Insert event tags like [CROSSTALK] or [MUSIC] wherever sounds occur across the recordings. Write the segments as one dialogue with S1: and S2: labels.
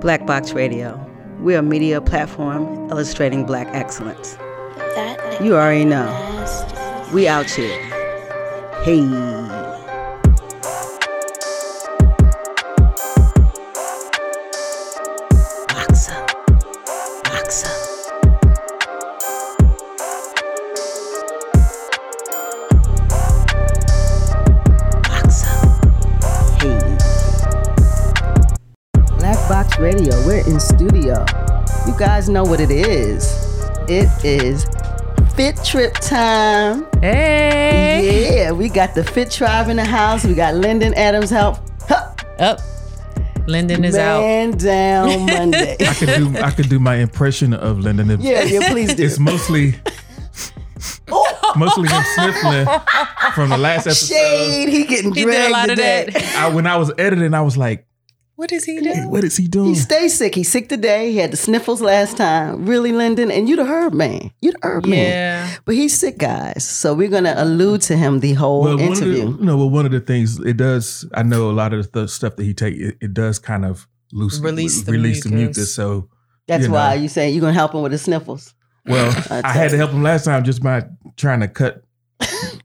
S1: Black Box Radio. We're a media platform illustrating black excellence.
S2: That
S1: You already know.
S2: nasty.
S1: We out here. Hey. Boxer. Boxer. Boxer. Hey. Black Box Radio, we're in studio. You guys know what it is. It is Fit Trip time.
S3: Hey.
S1: Yeah, we got the Fit Tribe in the house. We got Lyndon Adams help. Huh,
S3: Up. Lyndon is out.
S1: Man
S3: [LAUGHS]
S1: down Monday.
S4: I could do I could do my impression of Lyndon. If,
S1: yeah, yeah, please do.
S4: It's mostly mostly him sniffling from the last episode.
S1: Shade, he getting
S3: He did
S1: dragged
S3: a lot of
S1: today. [LAUGHS]
S3: that.
S4: I, when I was editing, I was like,
S3: What does he
S4: "Hey,
S3: do?
S4: what is he doing?
S1: He stays sick. He's sick today. He had the sniffles last time. Really, Lyndon, and you the herb man. You the herb man.
S3: Yeah.
S1: But he's sick, guys. So we're gonna allude to him the whole
S4: one of the,
S1: interview.
S4: you know, well, one of the things it does, I know a lot of the stuff that he take, it, it does kind of loosen,
S3: Release the
S4: release the
S3: mucus.
S4: mucus. So,
S1: That's
S4: you know.
S1: why you saying you're gonna help him with his sniffles.
S4: well,
S1: [LAUGHS] I
S4: I had to help him last time just by trying to cut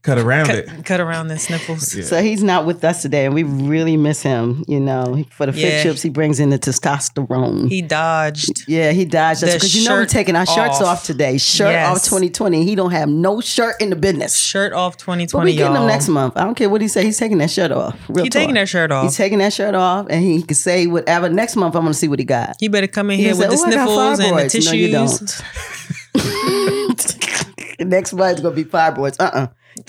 S4: cut around it.
S3: Cut, cut around the sniffles.
S4: Yeah.
S1: So he's not with us today, and we really miss him. You know, for the fit
S3: Yeah.
S1: chips, he brings in the testosterone.
S3: He dodged.
S1: yeah, he dodged us
S3: The
S1: because you know we're
S3: shirt
S1: taking our shirts
S3: off.
S1: off today. Shirt off
S3: Yes.
S1: 2020. He don't have no shirt in the business.
S3: Shirt off 2020.
S1: But we getting
S3: y'all.
S1: him next month. I don't care what he say. He's taking that shirt off. Real
S3: He taking that shirt
S1: He's
S3: off.
S1: taking that shirt off, and he can say whatever. Next month, I'm gonna see what he got.
S3: He better come in
S1: He
S3: here
S1: can
S3: with the
S1: say, "Oh, I got
S3: sniffles and the
S1: fibroids."
S3: tissues.
S1: No, you don't. Next month's gonna be fibroids.
S3: [LAUGHS]
S1: Uh uh [LAUGHS]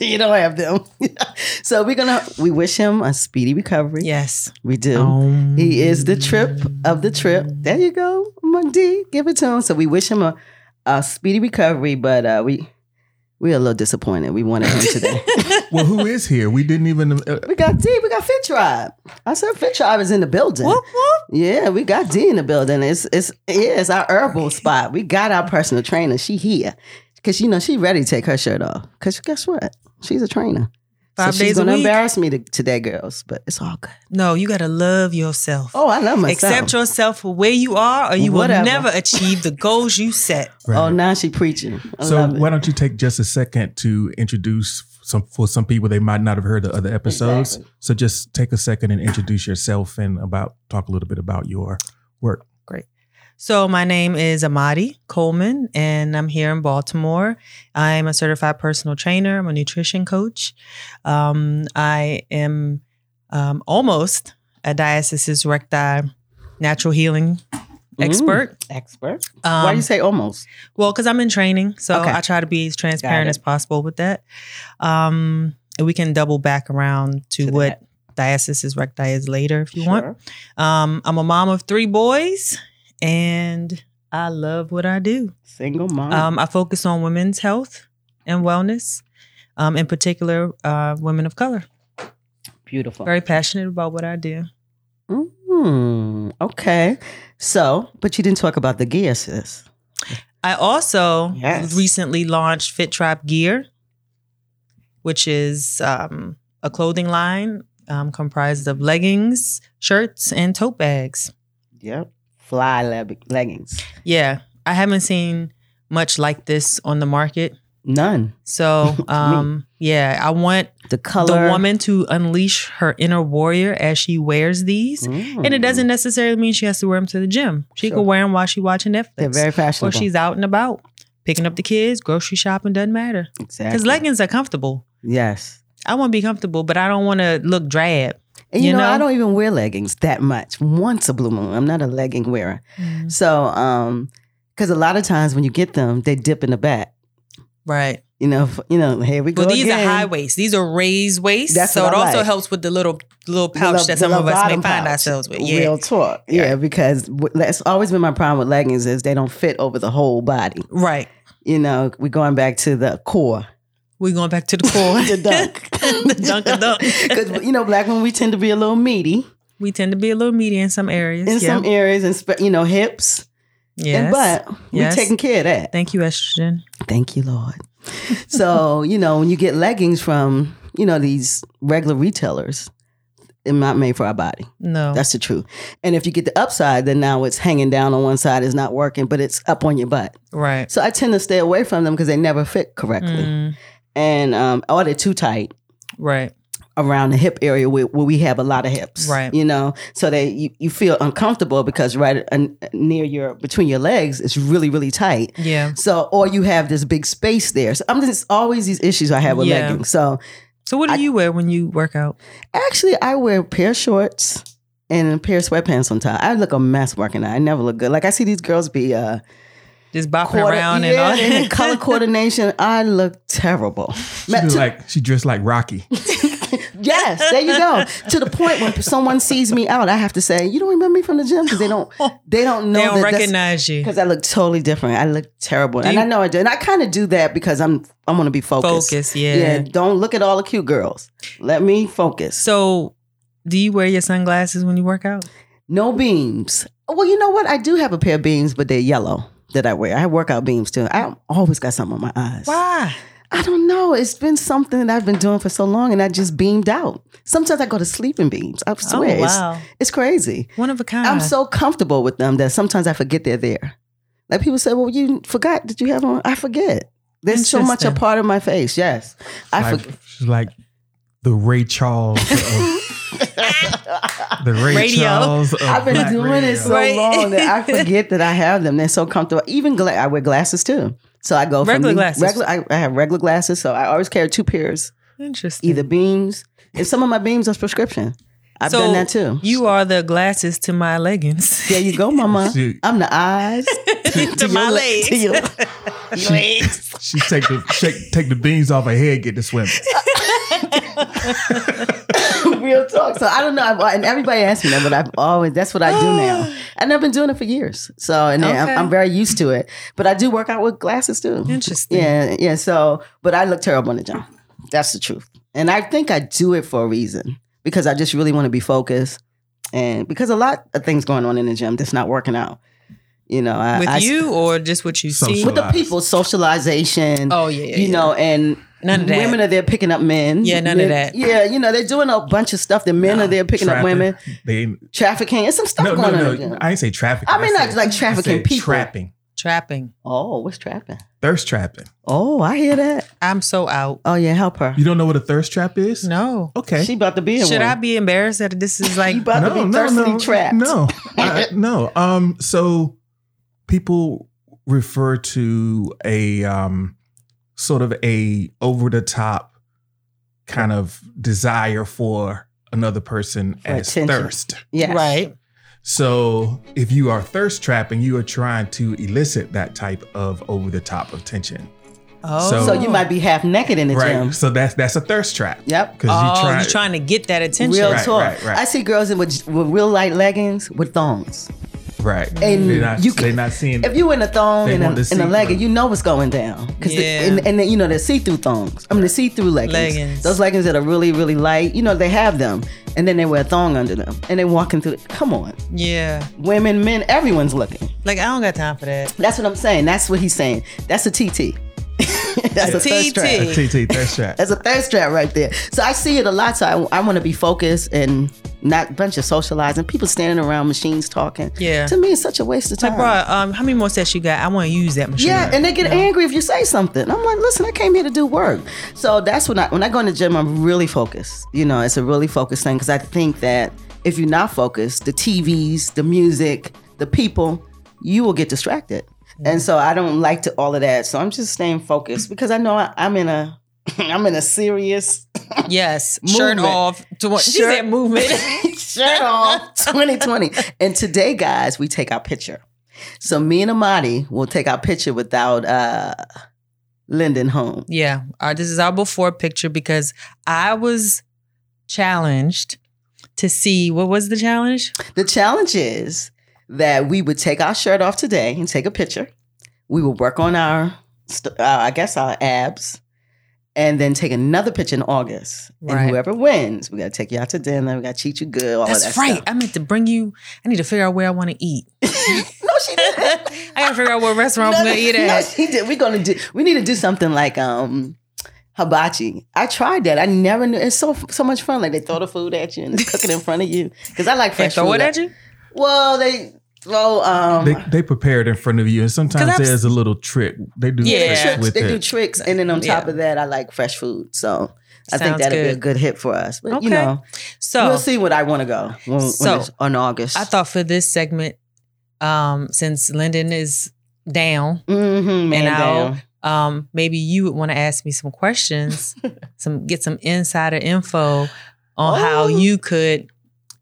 S1: you don't have them. [LAUGHS] so we're gonna we wish him a speedy recovery.
S3: Yes.
S1: we do. He is the trip of the trip. There you go, Mundi. Give it to him. So we wish him a, a speedy recovery, but uh, we we're a little disappointed. We wanted him today.
S4: Well, who is here? We didn't even. Uh,
S1: we got D. We got Fit Tribe. I said Fit Tribe is in the building.
S3: Whoop, whoop.
S1: Yeah, we got D in the building. It's it's yeah, it's our herbal spot. We got our personal trainer. She here because you know she ready to take her shirt off. Because guess what? She's a trainer.
S3: Five
S1: so
S3: days
S1: she's
S3: a
S1: gonna
S3: week.
S1: embarrass me to, today, girls. But it's all good.
S3: No, you got to love yourself.
S1: Oh, I love myself.
S3: Accept yourself for where you are, or you
S1: Whatever.
S3: will never achieve the goals you set.
S1: Oh, now she preaching. I
S4: So
S1: love it.
S4: why don't you take just a second to introduce some for some people they might not have heard the other episodes.
S1: Exactly.
S4: So just take a second and introduce yourself and about talk a little bit about your work.
S3: So, my name is Amadi Coleman, and I'm here in Baltimore. I'm a certified personal trainer, I'm a nutrition coach. Um, I am um, almost a diastasis recti natural healing expert.
S1: expert.
S3: Um,
S1: why do you say almost?
S3: well, because I'm in training, so
S1: Okay.
S3: I try to be as transparent
S1: it.
S3: as possible with that. Um, and we can double back around to,
S1: To
S3: what diastasis recti is later if you want. Um, I'm a mom of three boys, and I love what I do.
S1: Single mom.
S3: Um, I focus on women's health and wellness, um, in particular, uh, women of color.
S1: Beautiful.
S3: Very passionate about what I do.
S1: Mm, okay. So, but you didn't talk about the gear, sis.
S3: I also
S1: Yes.
S3: recently launched Fit Trap Gear, which is um, a clothing line um, comprised of leggings, shirts, and tote bags.
S1: Yep. Fly leg- leggings.
S3: Yeah, I haven't seen much like this on the market.
S1: None.
S3: So, um, yeah, I want
S1: The color.
S3: the woman to unleash her inner warrior as she wears these.
S1: Mm.
S3: And it doesn't necessarily mean she has to wear them to the gym. She
S1: Sure.
S3: can wear them while she's watching Netflix.
S1: They're very
S3: or
S1: fashionable.
S3: she's out and about, picking up the kids, grocery shopping, doesn't matter.
S1: exactly.
S3: Because leggings are comfortable.
S1: Yes.
S3: I want to be comfortable, but I don't want to look drab.
S1: And you,
S3: You
S1: know, I
S3: know?
S1: don't even wear leggings that much. Once a blue moon. I'm not a legging wearer. So, um, because a lot of times when you get them, they dip in the back.
S3: Right.
S1: You know, f- you know. Here we go.
S3: Well, these
S1: again.
S3: are high waist. These are raised waist.
S1: That's
S3: so
S1: what
S3: it
S1: I
S3: also
S1: like.
S3: helps with the little little
S1: The
S3: pouch
S1: little-
S3: that
S1: the
S3: some of
S1: little
S3: us may
S1: bottom
S3: find
S1: pouch.
S3: ourselves with. Yeah.
S1: Real talk. Yeah, because w- that's always been my problem with leggings is they don't fit over the whole body.
S3: Right.
S1: You know, we're going back to the core,
S3: We're going back to
S1: [LAUGHS]
S3: the core.
S1: the
S3: [LAUGHS]
S1: dunk,
S3: the dunk of
S1: [LAUGHS]
S3: dunk.
S1: Because you know, black women we tend to be a little meaty
S3: We tend to be a little meaty in some areas.
S1: in
S3: yeah.
S1: some areas, and spe- you know, hips
S3: yes.
S1: and butt.
S3: Yes.
S1: We're taking care of that.
S3: Thank you, estrogen.
S1: Thank you, Lord. [LAUGHS] so you know, when you get leggings from you know these regular retailers, It's not made for our body.
S3: No.
S1: That's the truth. And if you get the upside, then now it's hanging down on one side, it's not working, but it's up on your butt.
S3: right.
S1: So I tend to stay away from them because they never fit correctly.
S3: Mm,
S1: And um, or they're too tight
S3: right.
S1: around the hip area where, where we have a lot of hips.
S3: Right.
S1: You know, so they you, you feel uncomfortable because right uh, near your between your legs, it's really, really tight.
S3: Yeah.
S1: So, or you have this big space there. So, I'm just always these issues I have with
S3: Yeah.
S1: leggings. So,
S3: So what do
S1: I-
S3: you wear when you work out?
S1: actually, I wear a pair of shorts and a pair of sweatpants on top. I look a mess working out. I never look good. Like I see these girls be uh,
S3: Just bopping
S1: quarter-
S3: around
S1: yeah,
S3: and all
S1: and [LAUGHS] color coordination. I look terrible.
S4: She
S1: Ma-
S4: do
S1: to-
S4: like she dressed like Rocky.
S1: yes, there you go. to the point when someone sees me out, I have to say, "You don't remember me from the gym?" Because they don't. They don't
S3: [LAUGHS] they don't
S1: know. that that's-
S3: recognize you.
S1: because I look totally different. I look terrible,
S3: Do
S1: and
S3: you-
S1: I know I do. And I kind of do that because I'm I'm going to be focused.
S3: Focus,
S1: Yeah.
S3: yeah.
S1: don't look at all the cute girls. Let me focus.
S3: So do you wear your sunglasses when you work out?
S1: no beams. Well, you know what? I do have a pair of beams, but they're yellow that I wear. I have workout beams too. I always got something on my eyes.
S3: Why?
S1: I don't know. It's been something that I've been doing for so long, and I just beamed out. Sometimes I go to sleep in beams. I
S3: Oh
S1: swear, it's,
S3: wow.
S1: it's crazy.
S3: One of a kind.
S1: I'm so comfortable with them that sometimes I forget they're there. Like people say, "Well, you forgot that you have on." I forget. There's so much a
S3: Interesting.
S1: part of my face. Yes, I
S4: like,
S1: forget.
S4: She's like the Ray Charles. Of, the Ray
S3: Radio.
S4: Charles. Of
S1: I've been
S4: black
S1: doing
S4: radio.
S1: it so
S3: Right. [LAUGHS]
S1: long that I forget that I have them. They're so comfortable. Even gla- I wear glasses too. So I go from
S3: Regular
S1: these-
S3: glasses.
S1: Regular, I, I have regular glasses, so I always carry two pairs,
S3: interesting.
S1: either beams, and some of my beams are prescription. I've
S3: So
S1: done that too.
S3: You are the glasses to my leggings.
S1: there you
S4: [LAUGHS]
S1: go, Mama.
S4: She-
S1: I'm the
S3: [LAUGHS]
S1: eyes
S3: to, my
S1: your le-
S3: legs.
S1: to
S3: [LAUGHS]
S1: your-
S4: she, she take the shake, take the beans off her head, get to swimming.
S1: [LAUGHS] Real talk. So I don't know. I've, uh, and everybody asks me that, but I've always that's what I do
S3: [GASPS]
S1: now, and I've been doing it for years. So and I'm,
S3: Okay.
S1: I'm very used to it. But I do work out with glasses too.
S3: Interesting.
S1: Yeah, yeah. So, but I look terrible in the gym. That's the truth. And I think I do it for a reason because I just really want to be focused, and because a lot of things going on in the gym that's not working out. You know, I,
S3: With
S1: I-
S3: you or just what you see?
S4: Social.
S1: with the people, socialization.
S3: Oh yeah, yeah,
S1: you
S3: yeah.
S1: know, and
S3: none of that.
S1: Women are there picking up men.
S3: Yeah, none of
S1: Men-
S3: that.
S1: Yeah, you know, they're doing a bunch of stuff that men
S3: No.
S1: are there picking up
S4: Traffic.
S1: women.
S4: They ain't-
S1: Trafficking. It's some stuff
S4: no, no,
S1: going on.
S4: no.
S1: in the gym.
S4: I ain't say traffic.
S1: I mean,
S4: said-
S1: not like trafficking
S4: said
S1: people.
S4: Trapping,
S3: Trapping.
S1: Oh, what's trapping?
S4: thirst trapping.
S1: Oh, I hear that.
S3: I'm so out.
S1: Oh, yeah, help her.
S4: You don't know what a thirst trap is?
S3: No.
S4: Okay.
S1: She about to be in
S3: Should
S1: one.
S3: I be embarrassed that this is like
S1: You about to be thirsty
S4: no,
S1: trapped.
S4: No,
S1: [LAUGHS]
S4: I- no. Um, so people refer to a um, sort of a over the top kind of desire for another person
S1: For
S4: as
S1: attention.
S4: thirst.
S1: Yes.
S3: right?
S4: So if you are thirst trapping, you are trying to elicit that type of over the top attention,
S3: Oh,
S4: So-
S1: So you might be half naked in the
S4: right?
S1: gym.
S4: So that's that's a thirst trap.
S1: Yep.
S4: Because
S3: Oh,
S4: you try,
S3: you're trying to get that attention.
S1: Real
S4: Right,
S1: talk.
S4: right, right.
S1: I see girls in with, with real light leggings with thongs.
S4: right?
S1: And
S4: they're not,
S1: you
S4: they're
S1: can-
S4: not seeing.
S1: If you in a thong
S4: They
S1: and a,
S4: want to see
S1: and a legging,
S4: through.
S1: you know what's going down. Cause the-
S3: Yeah.
S1: and, and then, you know the see-through thongs. I mean the see-through leggings.
S3: Leggings.
S1: Those leggings that are really really light. You know they have them, and then they wear a thong under them, and they walking through. The, come on,
S3: Yeah.
S1: women, men, everyone's looking.
S3: Like I don't got time for that.
S1: That's what I'm saying. That's what he's saying. That's a TT. [LAUGHS] That's a, thirst trap.
S3: TT.
S4: a TT
S1: [LAUGHS]
S4: thirst trap.
S1: That's a thirst trap right there. So I see it a lot. So I, I want to be focused and not a bunch of socializing. People standing around machines talking.
S3: Yeah.
S1: To me, it's such a waste of time.
S3: Like, bro, um, how many more sets you got? I want to use that machine.
S1: Yeah, and they get angry if you say something. I'm like, listen, I came here to do work. So that's when I when I go in the gym, I'm really focused. You know, it's a really focused thing because I think that if you're not focused, the TVs, the music, the people, you will get distracted. And so I don't like to all of that. So I'm just staying focused because I know I, I'm in a [LAUGHS] I'm in a serious [LAUGHS]
S3: Yes, shirt
S1: Movement.
S3: off. To what? She
S1: Shirt-
S3: said
S1: [LAUGHS]
S3: movement.
S1: Shut off 2020. And today, guys, we take our picture. So me and Amadi will take our picture without uh Lyndon home.
S3: yeah, our, this is our before picture because I was challenged to see what was the challenge.
S1: The challenge is that we would take our shirt off today and take a picture. We would work on our, st- uh, I guess, our abs, and then take another picture in August.
S3: Right.
S1: And whoever wins, we got to take you out to dinner. We got to treat you good. All
S3: That's
S1: of that
S3: right.
S1: stuff.
S3: I meant to bring you. I need to figure out where I want to eat.
S1: No, she didn't.
S3: [LAUGHS] I gotta figure out what restaurant I'm
S1: no,
S3: gonna eat
S1: no,
S3: at.
S1: she did. We're gonna do. We need to do something like um, hibachi. I tried that. I never knew. It's so so much fun. Like they throw the food at you and they cook it in front of you. Because I like
S3: They
S1: fresh
S3: throw
S1: food.
S3: it at you?
S1: Well, they throw um.
S4: They, they prepare it in front of you, and sometimes
S3: I've
S4: there's a little trick. They do
S3: Yeah.
S4: tricks
S1: tricks.
S4: with
S1: They do
S4: it.
S1: tricks, and then on top
S3: Yeah.
S1: of that, I like fresh food. So I think
S3: Sounds
S1: that'd be a
S3: good.
S1: good hit for us. But
S3: Okay.
S1: you know,
S3: So
S1: we'll see what I want to go when, when
S3: So,
S1: it's on August.
S3: I thought for this segment, um, since Lyndon is down,
S1: mm-hmm, man
S3: and I'll-
S1: down.
S3: um, maybe you would want to ask me some
S1: [LAUGHS]
S3: questions, some get some insider info on how
S1: Oh.
S3: you could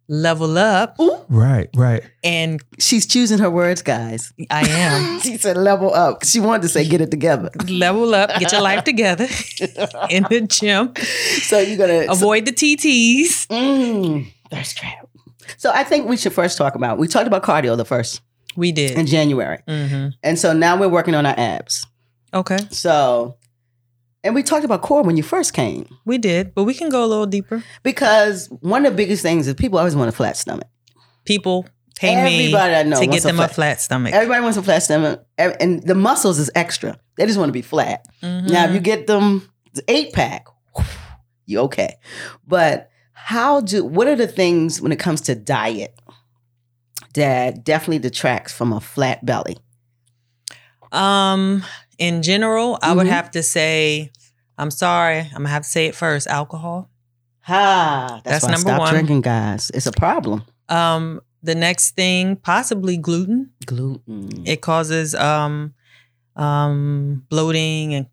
S3: level up.
S1: Ooh,
S4: Right, right.
S3: And
S1: she's choosing her words, guys.
S3: I am
S1: [LAUGHS] she said level up. 'cause She wanted to say get
S3: [LAUGHS]
S1: it together. [LAUGHS]
S3: level up, get your life together [LAUGHS] in the gym,
S1: so you're gonna so-
S3: avoid the TTs.
S1: Mm, thirst trap. So I think we should first talk about. We talked about cardio the first
S3: We
S1: in
S3: did.
S1: January,
S3: hmm
S1: and so now we're working on our abs.
S3: Okay,
S1: So, and we talked about core when you first came.
S3: we did, but we can go a little deeper.
S1: Because one of the biggest things is people always want a flat stomach.
S3: People pay
S1: everybody I
S3: me
S1: know
S3: to
S1: wants
S3: get them
S1: a
S3: a
S1: flat.
S3: flat stomach.
S1: Everybody wants a flat stomach, ev- and the muscles is extra. They just want to be flat.
S3: Mhm.
S1: Now, if you get them the eight pack, you okay. But how do? What are the things when it comes to diet that definitely detracts from a flat belly?
S3: Um, in general, I would
S1: Mhm.
S3: have to say, I'm sorry, I'm gonna have to say it first. Alcohol.
S1: Ah,
S3: That's
S1: that's, why I
S3: number
S1: stopped
S3: one.
S1: drinking, guys. It's a problem.
S3: Um, the next thing, possibly gluten.
S1: Gluten.
S3: It causes um, um, bloating and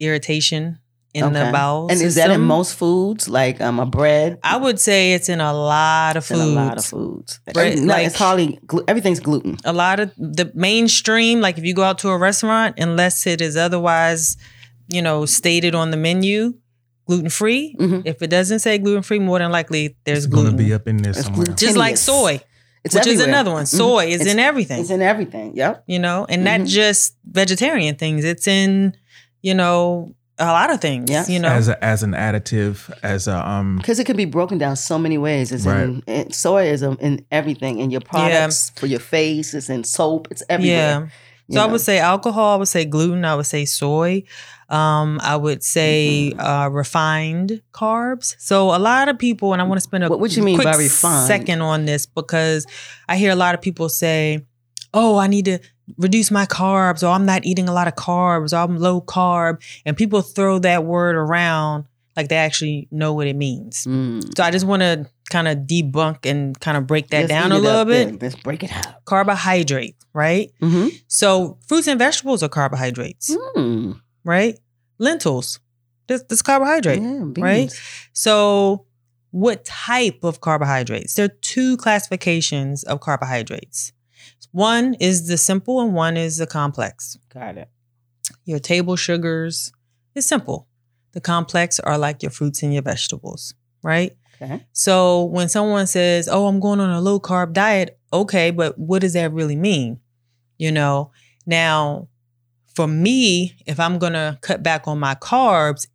S3: irritation in the
S1: Okay.
S3: bowels.
S1: and is that in most foods, like um, a bread?
S3: I would say it's in a lot of
S1: It's in a lot of
S3: foods.
S1: foods.
S3: Bread,
S1: no,
S3: like-
S1: it's hardly glu- everything's gluten.
S3: A lot of the mainstream, like if you go out to a restaurant, unless it is otherwise, you know, stated on the menu, gluten free.
S1: Mm-hmm.
S3: If it doesn't say gluten free, more than likely there's
S4: It's
S3: gluten.
S4: going to be up in there
S1: It's
S4: somewhere.
S1: gluten.
S3: just like
S1: Tinnitus.
S3: soy,
S1: It's
S3: which is
S1: everywhere.
S3: another one.
S1: Mhm.
S3: Soy is
S1: It's-
S3: in everything,
S1: It's in everything. Yep.
S3: you know, and not
S1: Mhm.
S3: just vegetarian things. It's in, you know, a lot of things.
S1: Yeah.
S3: You know,
S4: As a, as an additive, as a um,
S1: Because it can be broken down so many ways. It's in, it, soy is um, in everything, in your products, for your face, it's in soap, it's everywhere.
S3: yeah.
S1: you
S3: So I
S1: know.
S3: would say alcohol. I would say gluten. I would say soy. Um, I would say uh, refined carbs. So a lot of people, and I want to spend a
S1: What would you mean
S3: quick
S1: by refined?
S3: second on this because I hear a lot of people say, "Oh, I need to reduce my carbs," or "I'm not eating a lot of carbs," or "I'm low carb," and people throw that word around like they actually know what it means.
S1: Mm.
S3: So I just want to kind of debunk and kind of break that
S1: Let's
S3: down
S1: eat
S3: a
S1: it
S3: little
S1: up
S3: bit. Mm-hmm.
S1: then. Let's break it up.
S3: Carbohydrate, right?
S1: hmm
S3: So fruits and vegetables are carbohydrates,
S1: Mm.
S3: right? Lentils, this, this carbohydrate.
S1: Mm-hmm.
S3: right? So what type of carbohydrates? There are two classifications of carbohydrates. One is the simple and one is the complex.
S1: Got it.
S3: Your table sugars is simple. The complex are like your fruits and your vegetables, right?
S1: Okay.
S3: So when someone says, "Oh, I'm going on a low carb diet," okay, but what does that really mean? You know. Now, for me, if I'm going to cut back on my carbs,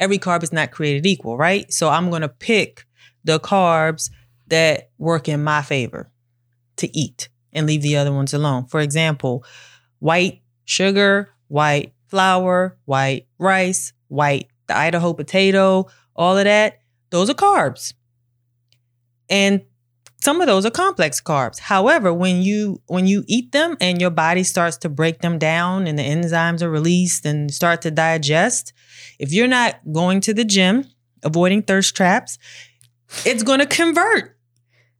S3: every carb is not created equal, right? So I'm going to pick the carbs that work in my favor to eat and leave the other ones alone. For example, white sugar, white flour, white rice, white the Idaho potato, all of that, those are carbs. And some of those are complex carbs. However, when you when you eat them and your body starts to break them down and the enzymes are released and start to digest, if you're not going to the gym, avoiding thirst traps, it's going to convert.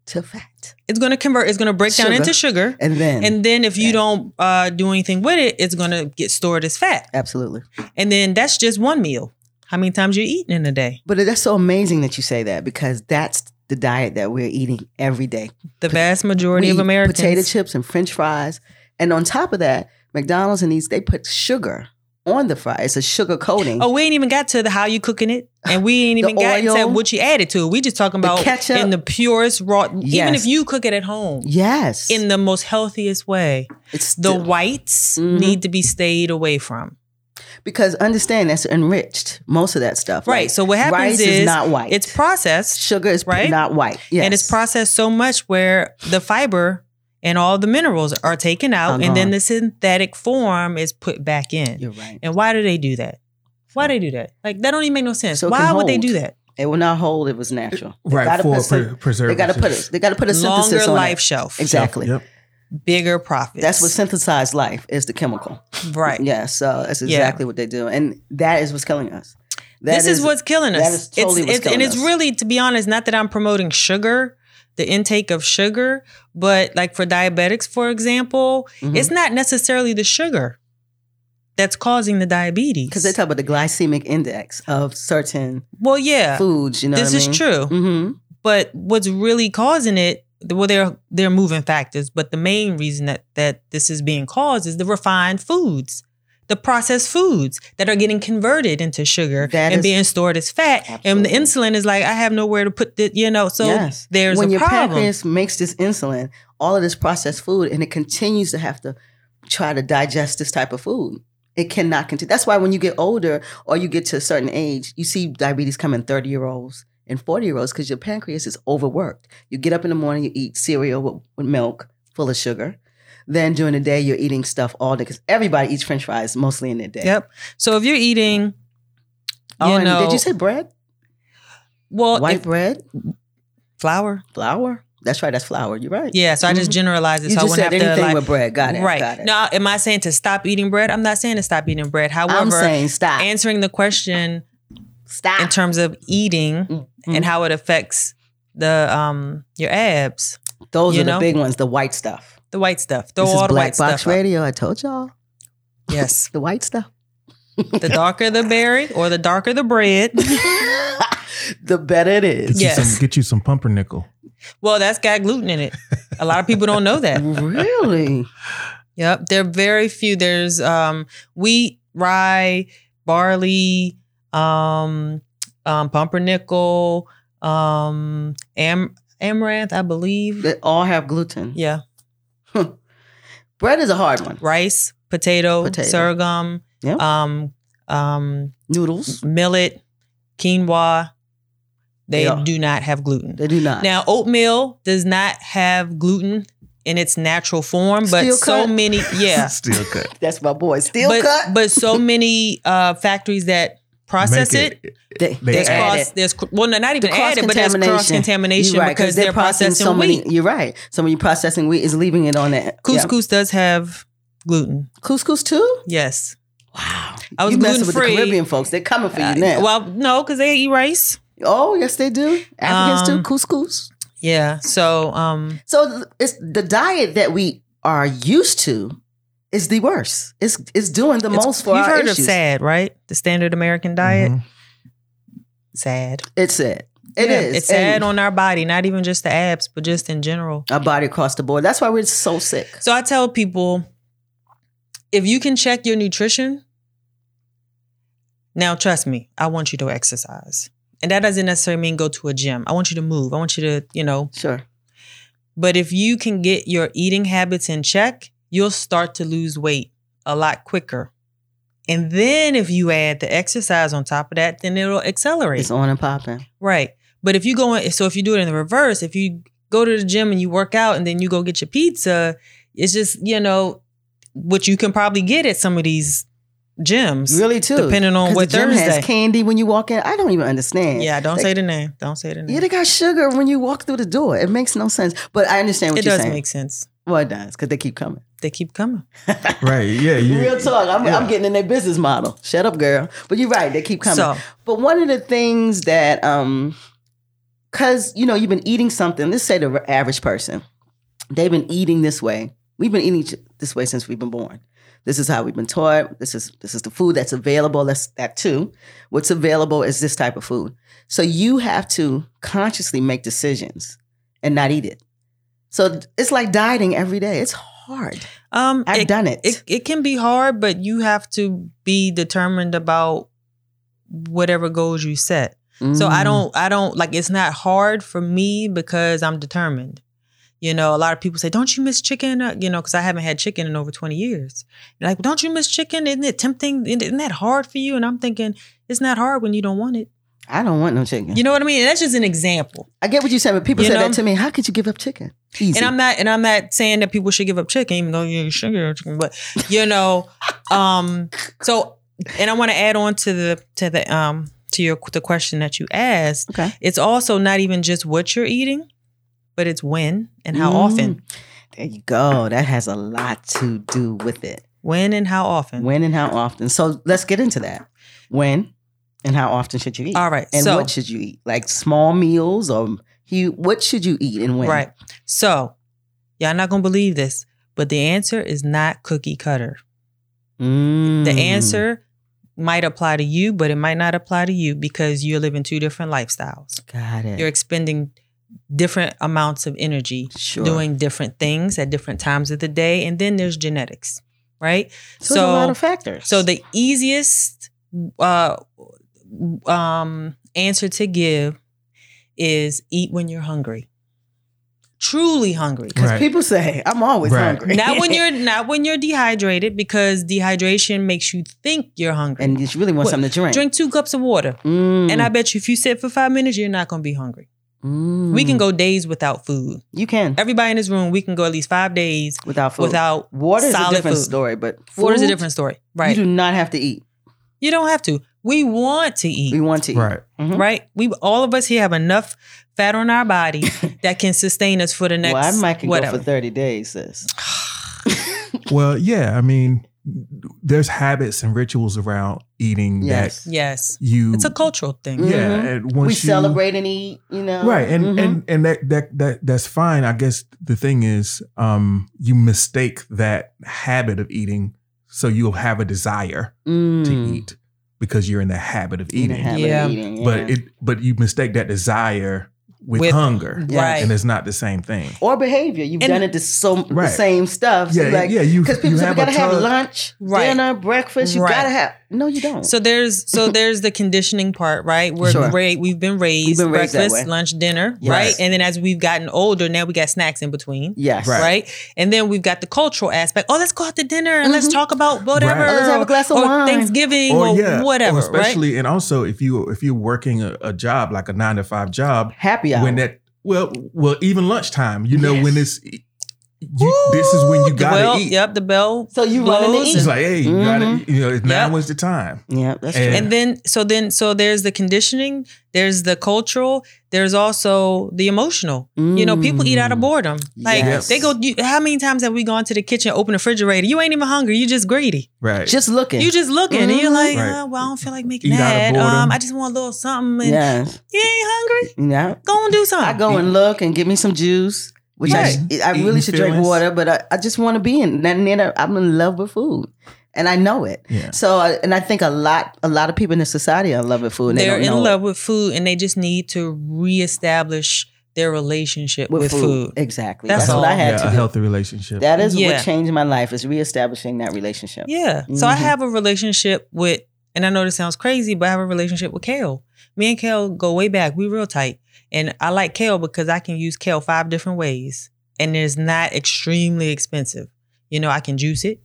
S1: To fat.
S3: It's going to convert. It's going to break down
S1: Sugar.
S3: into sugar.
S1: And then.
S3: And then if you
S1: Yes.
S3: don't uh, do anything with it, it's going to get stored as fat.
S1: absolutely.
S3: And then that's just one meal. How many times you're eating in a day?
S1: But that's so amazing that you say that because that's the diet that we're eating every day.
S3: The vast majority
S1: We
S3: of
S1: eat
S3: Americans.
S1: Potato chips and French fries, and on top of that, McDonald's and these they put sugar on the fries. It's a sugar coating.
S3: Oh, we ain't even got to the how you cooking it, and we ain't
S1: [LAUGHS] The
S3: even got to
S1: oil.
S3: what you added to it. We just talking
S1: The
S3: about
S1: ketchup.
S3: in the purest raw. Even
S1: Yes.
S3: if you cook it at home,
S1: yes,
S3: in the most healthiest way,
S1: it's
S3: the
S1: still-
S3: whites
S1: Mhm.
S3: need to be stayed away from.
S1: because understand that's enriched most of that stuff.
S3: Right.
S1: Like,
S3: So what happens
S1: rice
S3: is,
S1: is not white.
S3: It's processed,
S1: sugar is
S3: right?
S1: not white. Yes,
S3: and it's processed so much where the fiber and all the minerals are taken out,
S1: Are
S3: and then
S1: gone.
S3: the synthetic form is put back in.
S1: You're right.
S3: And why do they do that? Why they do that? Like that don't even make no sense.
S1: So it
S3: Why
S1: can
S3: would they
S1: hold.
S3: do that?
S1: It will not hold. It was natural. They
S4: right
S1: gotta
S4: for
S1: put
S4: pre-
S1: some- They
S4: preservatives.
S1: got to put it. They got to put a synthesis
S3: Longer
S1: on
S3: life
S1: It.
S3: shelf,
S1: Exactly.
S4: Yep.
S3: bigger profits.
S1: That's what synthesized life is. The chemical.
S3: right.
S1: [LAUGHS] Yeah. So that's
S3: Yeah.
S1: exactly what they do, and that is what's killing us. That
S3: this is, what's killing us.
S1: that is
S3: it's,
S1: totally what's
S3: it's- and
S1: killing
S3: it's
S1: us.
S3: really, to be honest, not that I'm promoting sugar, the intake of sugar, but like for diabetics, for example,
S1: Mhm.
S3: it's not necessarily the sugar that's causing the diabetes.
S1: because they talk about the glycemic index of certain
S3: well, yeah,
S1: foods. You know,
S3: this is true.
S1: hmm
S3: But what's really causing it? Well, they're they're moving factors, but the main reason that that this is being caused is the refined foods, the processed foods that are getting converted into sugar
S1: That
S3: and
S1: is-
S3: being stored as fat, and the
S1: Absolutely.
S3: insulin is like I have nowhere to put the you know. So
S1: Yes.
S3: there's
S1: when
S3: a
S1: your
S3: problem.
S1: pancreas makes this insulin, all of this processed food, and it continues to have to try to digest this type of food. It cannot continue. That's why when you get older or you get to a certain age, you see diabetes come in 30 year olds and 40 year olds because your pancreas is overworked. You get up in the morning, you eat cereal with, with milk full of sugar. Then during the day, you're eating stuff all day because everybody eats french fries mostly in their day.
S3: Yep. So if you're eating, you
S1: Oh, and
S3: know,
S1: did you say bread?
S3: well
S1: White
S3: if-
S1: bread?
S3: flour?
S1: Flour? That's right, that's flour. You're right.
S3: Yeah. So I just
S1: Mhm.
S3: generalized it.
S1: You
S3: so I
S1: just
S3: wouldn't
S1: said
S3: have to
S1: anything
S3: like
S1: with bread. Got it.
S3: right.
S1: Got it.
S3: Now, am I saying to stop eating bread? I'm not saying to stop eating bread.
S1: I'm
S3: However,
S1: saying stop.
S3: answering the question
S1: stop.
S3: in terms of eating
S1: Mhm.
S3: and how it affects the um your abs,
S1: Those
S3: you
S1: are the
S3: know?
S1: big ones, the white stuff.
S3: the white stuff, throw
S1: this
S3: all the
S1: is Black
S3: white
S1: Box
S3: stuff. out.
S1: Radio. I told y'all. [LAUGHS]
S3: Yes,
S1: The white stuff.
S3: the darker the berry or the darker the bread.
S1: the better it
S4: Get
S1: is.
S3: Yes.
S4: you some get you some pumpernickel.
S3: Well, that's got gluten in it. A lot of people don't know that.
S1: Really?
S3: Yep, there are very few. There's um, wheat, rye, barley, um, um, pumpernickel, um, am- amaranth, I believe.
S1: They all have gluten.
S3: Yeah,
S1: Bread is a hard one.
S3: rice, potato,
S1: Potato.
S3: sorghum,
S1: Yeah.
S3: um, um,
S1: Noodles.
S3: millet, quinoa. They
S1: Yeah.
S3: do not have gluten.
S1: They do not.
S3: Now, oatmeal does not have gluten in its natural form, but
S1: Steel
S3: so
S1: cut?
S3: many, yeah.
S4: [LAUGHS] Still
S1: [LAUGHS]
S4: cut.
S1: that's my boy. Steel
S3: but,
S1: cut.
S3: but so many uh, factories that process
S4: Make
S3: it,
S1: they,
S4: They
S3: there's
S4: add
S3: cross there's cr- well no, not even
S1: The
S3: added but there's cross
S1: cross-contamination.
S3: contamination
S1: You're right,
S3: because they're, processing
S1: so
S3: wheat.
S1: many. You're right. So when you're processing wheat, is leaving it on that. yeah.
S3: Couscous does have gluten.
S1: Couscous too.
S3: Yes.
S1: Wow.
S3: I was
S1: you messing
S3: gluten
S1: with the
S3: free. Uh,
S1: Caribbean folks. They're coming for you now.
S3: well, no, because they eat rice.
S1: oh yes, they do. Africans
S3: Um,
S1: do couscous.
S3: Yeah. So um
S1: So th- it's the diet that we are used to is the worst. It's it's doing the
S3: it's-
S1: most for
S3: you've
S1: our
S3: heard
S1: issues.
S3: of SAD, right? The standard American diet.
S4: Mhm.
S3: SAD.
S1: It's sad. It is.
S3: Yeah, It's sad
S1: And
S3: on our body, not even just the abs, but just in general.
S1: our body across the board. That's why we're so sick.
S3: So I tell people if you can check your nutrition, now trust me, I want you to exercise. And that doesn't necessarily mean go to a gym. I want you to move. I want you to, you know,
S1: Sure.
S3: but if you can get your eating habits in check, you'll start to lose weight a lot quicker. And then if you add the exercise on top of that, then it'll accelerate.
S1: It's on and popping.
S3: Right. But if you go in, so if you do it in the reverse, if you go to the gym and you work out and then you go get your pizza, it's just, you know, what you can probably get at some of these gyms.
S1: Really too.
S3: Depending on
S1: 'Cause
S3: what
S1: the gym
S3: Thursday.
S1: has candy when you walk in. I don't even understand.
S3: Yeah, don't
S1: They-
S3: say the name. Don't say the name.
S1: Yeah, they got sugar when you walk through the door. It makes no sense. But I understand what
S3: it
S1: you're
S3: does
S1: saying.
S3: make sense.
S1: well, it does because they keep coming.
S3: They keep coming.
S4: Mm-hmm. Right.
S1: [LAUGHS]
S4: Yeah. You,
S1: Real talk. I'm,
S4: yeah.
S1: I'm getting in their business model. Shut up, girl. But you're right. They keep coming.
S3: So
S1: But one of the things that, um, cause you know, you've been eating something. Let's say the average person, they've been eating this way. We've been eating ch- this way since we've been born. This is how we've been taught. This is this is the food that's available. That's that too. What's available is this type of food. So you have to consciously make decisions and not eat it. So it's like dieting every day. It's hard.
S3: um
S1: I've
S3: it,
S1: done it.
S3: it it can be hard, but you have to be determined about whatever goals you set. So I
S1: Mm.
S3: don't, I don't like. It's not hard for me because I'm determined. You know, a lot of people say, "Don't you miss chicken?" Uh, You know, because I haven't had chicken in over 20 years. They're like, "Don't you miss chicken? Isn't it tempting? Isn't isn't that hard for you?" And I'm thinking, it's not hard when you don't want it.
S1: I don't want no chicken.
S3: You know what I mean? And that's just an example.
S1: I get what you said, but people
S3: You
S1: say
S3: know?
S1: that to me. How could you give up chicken? Easy.
S3: And I'm not, and I'm not saying that people should give up chicken, even though you sugar or chicken, but you know, um, so and I want to add on to the to the um to your the question that you asked.
S1: Okay.
S3: It's also not even just what you're eating, but it's when and how
S1: Mm.
S3: often.
S1: There you go. That has a lot to do with it.
S3: When and how often.
S1: When and how often. So let's get into that. When and how often should you eat?
S3: All right.
S1: And
S3: so
S1: what should you eat? Like small meals or you? What should you eat and when?
S3: right. So y'all not gonna believe this, but the answer is not cookie cutter.
S1: Mm.
S3: The answer might apply to you, but it might not apply to you because you're living two different lifestyles.
S1: Got it.
S3: You're expending different amounts of energy
S1: sure.
S3: doing different things at different times of the day. And then there's genetics, right?
S1: so, there's a lot of factors.
S3: So the easiest uh, um, answer to give is eat when you're hungry, truly hungry.
S1: because
S4: Right.
S1: people say I'm always
S4: Right.
S1: hungry.
S3: not
S1: [LAUGHS]
S3: when you're not when you're dehydrated because dehydration makes you think you're hungry.
S1: and you really want
S3: What-
S1: something to drink.
S3: Drink two cups of water,
S1: Mm.
S3: and I bet you if you sit for five minutes, you're not going to be hungry.
S1: Mm.
S3: We can go days without food.
S1: You can
S3: Everybody in this room, we can go at least five days
S1: without food.
S3: without.
S1: water is a
S3: solid
S1: different
S3: food.
S1: story, but
S3: Water's a
S1: food,
S3: different story, right?
S1: You do not have to eat.
S3: You don't have to. We want to eat.
S1: We want to eat.
S4: Right.
S1: Mhm.
S3: right? We all of us here have enough fat on our
S1: [LAUGHS]
S3: body that can sustain us for the next
S1: well, I might can
S3: whatever.
S1: go for thirty days, sis.
S4: Well, yeah. I mean, there's habits and rituals around eating
S1: Yes.
S3: yes,
S4: that you.
S1: Mm.
S3: it's a cultural thing.
S4: Yeah.
S1: Mhm.
S4: And once
S1: we
S4: you,
S1: celebrate and eat. You know.
S4: Right. And
S1: Mhm.
S4: and and that that that that's fine. I guess the thing is, um, you mistake that habit of eating, so you'll have a desire
S1: Mm.
S4: to eat because you're in the habit of
S1: You don't
S4: eating.
S1: have it
S3: Yeah.
S1: eating, yeah.
S4: But it but you mistake that desire with,
S3: With-
S4: hunger,
S1: Yes.
S3: Right.
S4: and it's not the same thing.
S1: or behavior. You've
S3: And-
S1: done it to so the
S4: Right.
S1: same stuff. So
S4: Yeah,
S1: like,
S4: yeah. You
S1: Because
S4: you
S1: people say we
S4: have
S1: gotta
S4: a
S1: have
S4: tug-
S1: lunch,
S3: Right.
S1: dinner, breakfast. You
S3: Right.
S1: gotta have. No, you don't.
S3: So there's so there's the conditioning part, right? We're
S1: Sure.
S3: ra- we've been raised,
S1: We've been raised that
S3: breakfast,
S1: way.
S3: lunch, dinner,
S1: Yes.
S3: right? And then as we've gotten older, now we got snacks in between.
S1: yes,
S4: Right.
S3: Right. and then we've got the cultural aspect. Oh, let's go out to dinner and let's
S1: Mhm.
S3: talk about whatever,
S4: Mm-hmm. Right.
S1: Or let's have a glass of
S3: or
S1: wine.
S3: Thanksgiving, or, whatever,
S4: or
S3: right?
S4: especially and also if you if you're working a, a job like a nine to five job
S1: Happy hour.
S4: when that well well even lunchtime you know
S1: Yes.
S4: when it's you, this is when you
S3: Ooh,
S4: gotta
S3: well,
S4: eat
S3: Yep, the bell
S1: so you running to
S3: Blows
S1: eat.
S4: it's like hey you
S1: Mm-hmm.
S4: gotta you know now is the time
S1: yeah, that's
S4: And-
S1: true.
S3: And then so then so there's the conditioning, there's the cultural, there's also the emotional. You know, people eat out of
S1: Mm.
S3: boredom. Like
S1: Yes.
S3: they go. You, how many times have we gone to the kitchen, open the refrigerator? You ain't even hungry. You just greedy.
S4: right
S1: Just looking.
S3: You just looking, and you're
S1: Mhm.
S3: like,
S4: Mm-hmm. Right.
S3: "Uh, well, I don't feel like making
S4: Eat out of
S3: that.
S4: boredom.
S3: Um, I just want a little something. And
S1: yes,
S3: You ain't hungry?
S1: yeah.
S3: Go and do
S1: I
S3: something.
S1: go and look and get me some juice. Which I,
S4: Right.
S1: sh- I really
S4: Eating
S1: should drink
S4: feelings.
S1: water, but I, I just want to be in. And then I- I'm in love with food, and I know it.
S4: yeah
S1: So, I, and I think a lot, a lot of people in the society are in love with food. And they
S3: They're
S1: don't
S3: in
S1: know it.
S3: love with food, and they just need to reestablish their relationship with, food.
S1: Exactly.
S3: That's
S1: That's, what
S3: all.
S1: I had
S4: yeah, a
S1: to do.
S4: healthy relationship
S1: That is
S3: Yeah.
S1: what changed my life is reestablishing that relationship.
S3: Yeah. So I
S1: Mhm.
S3: have a relationship with, and I know this sounds crazy, but I have a relationship with Kale. Me and Kale go way back. We real tight. And I like Kale because I can use Kale five different ways. And it's not extremely expensive. You know, I can juice it,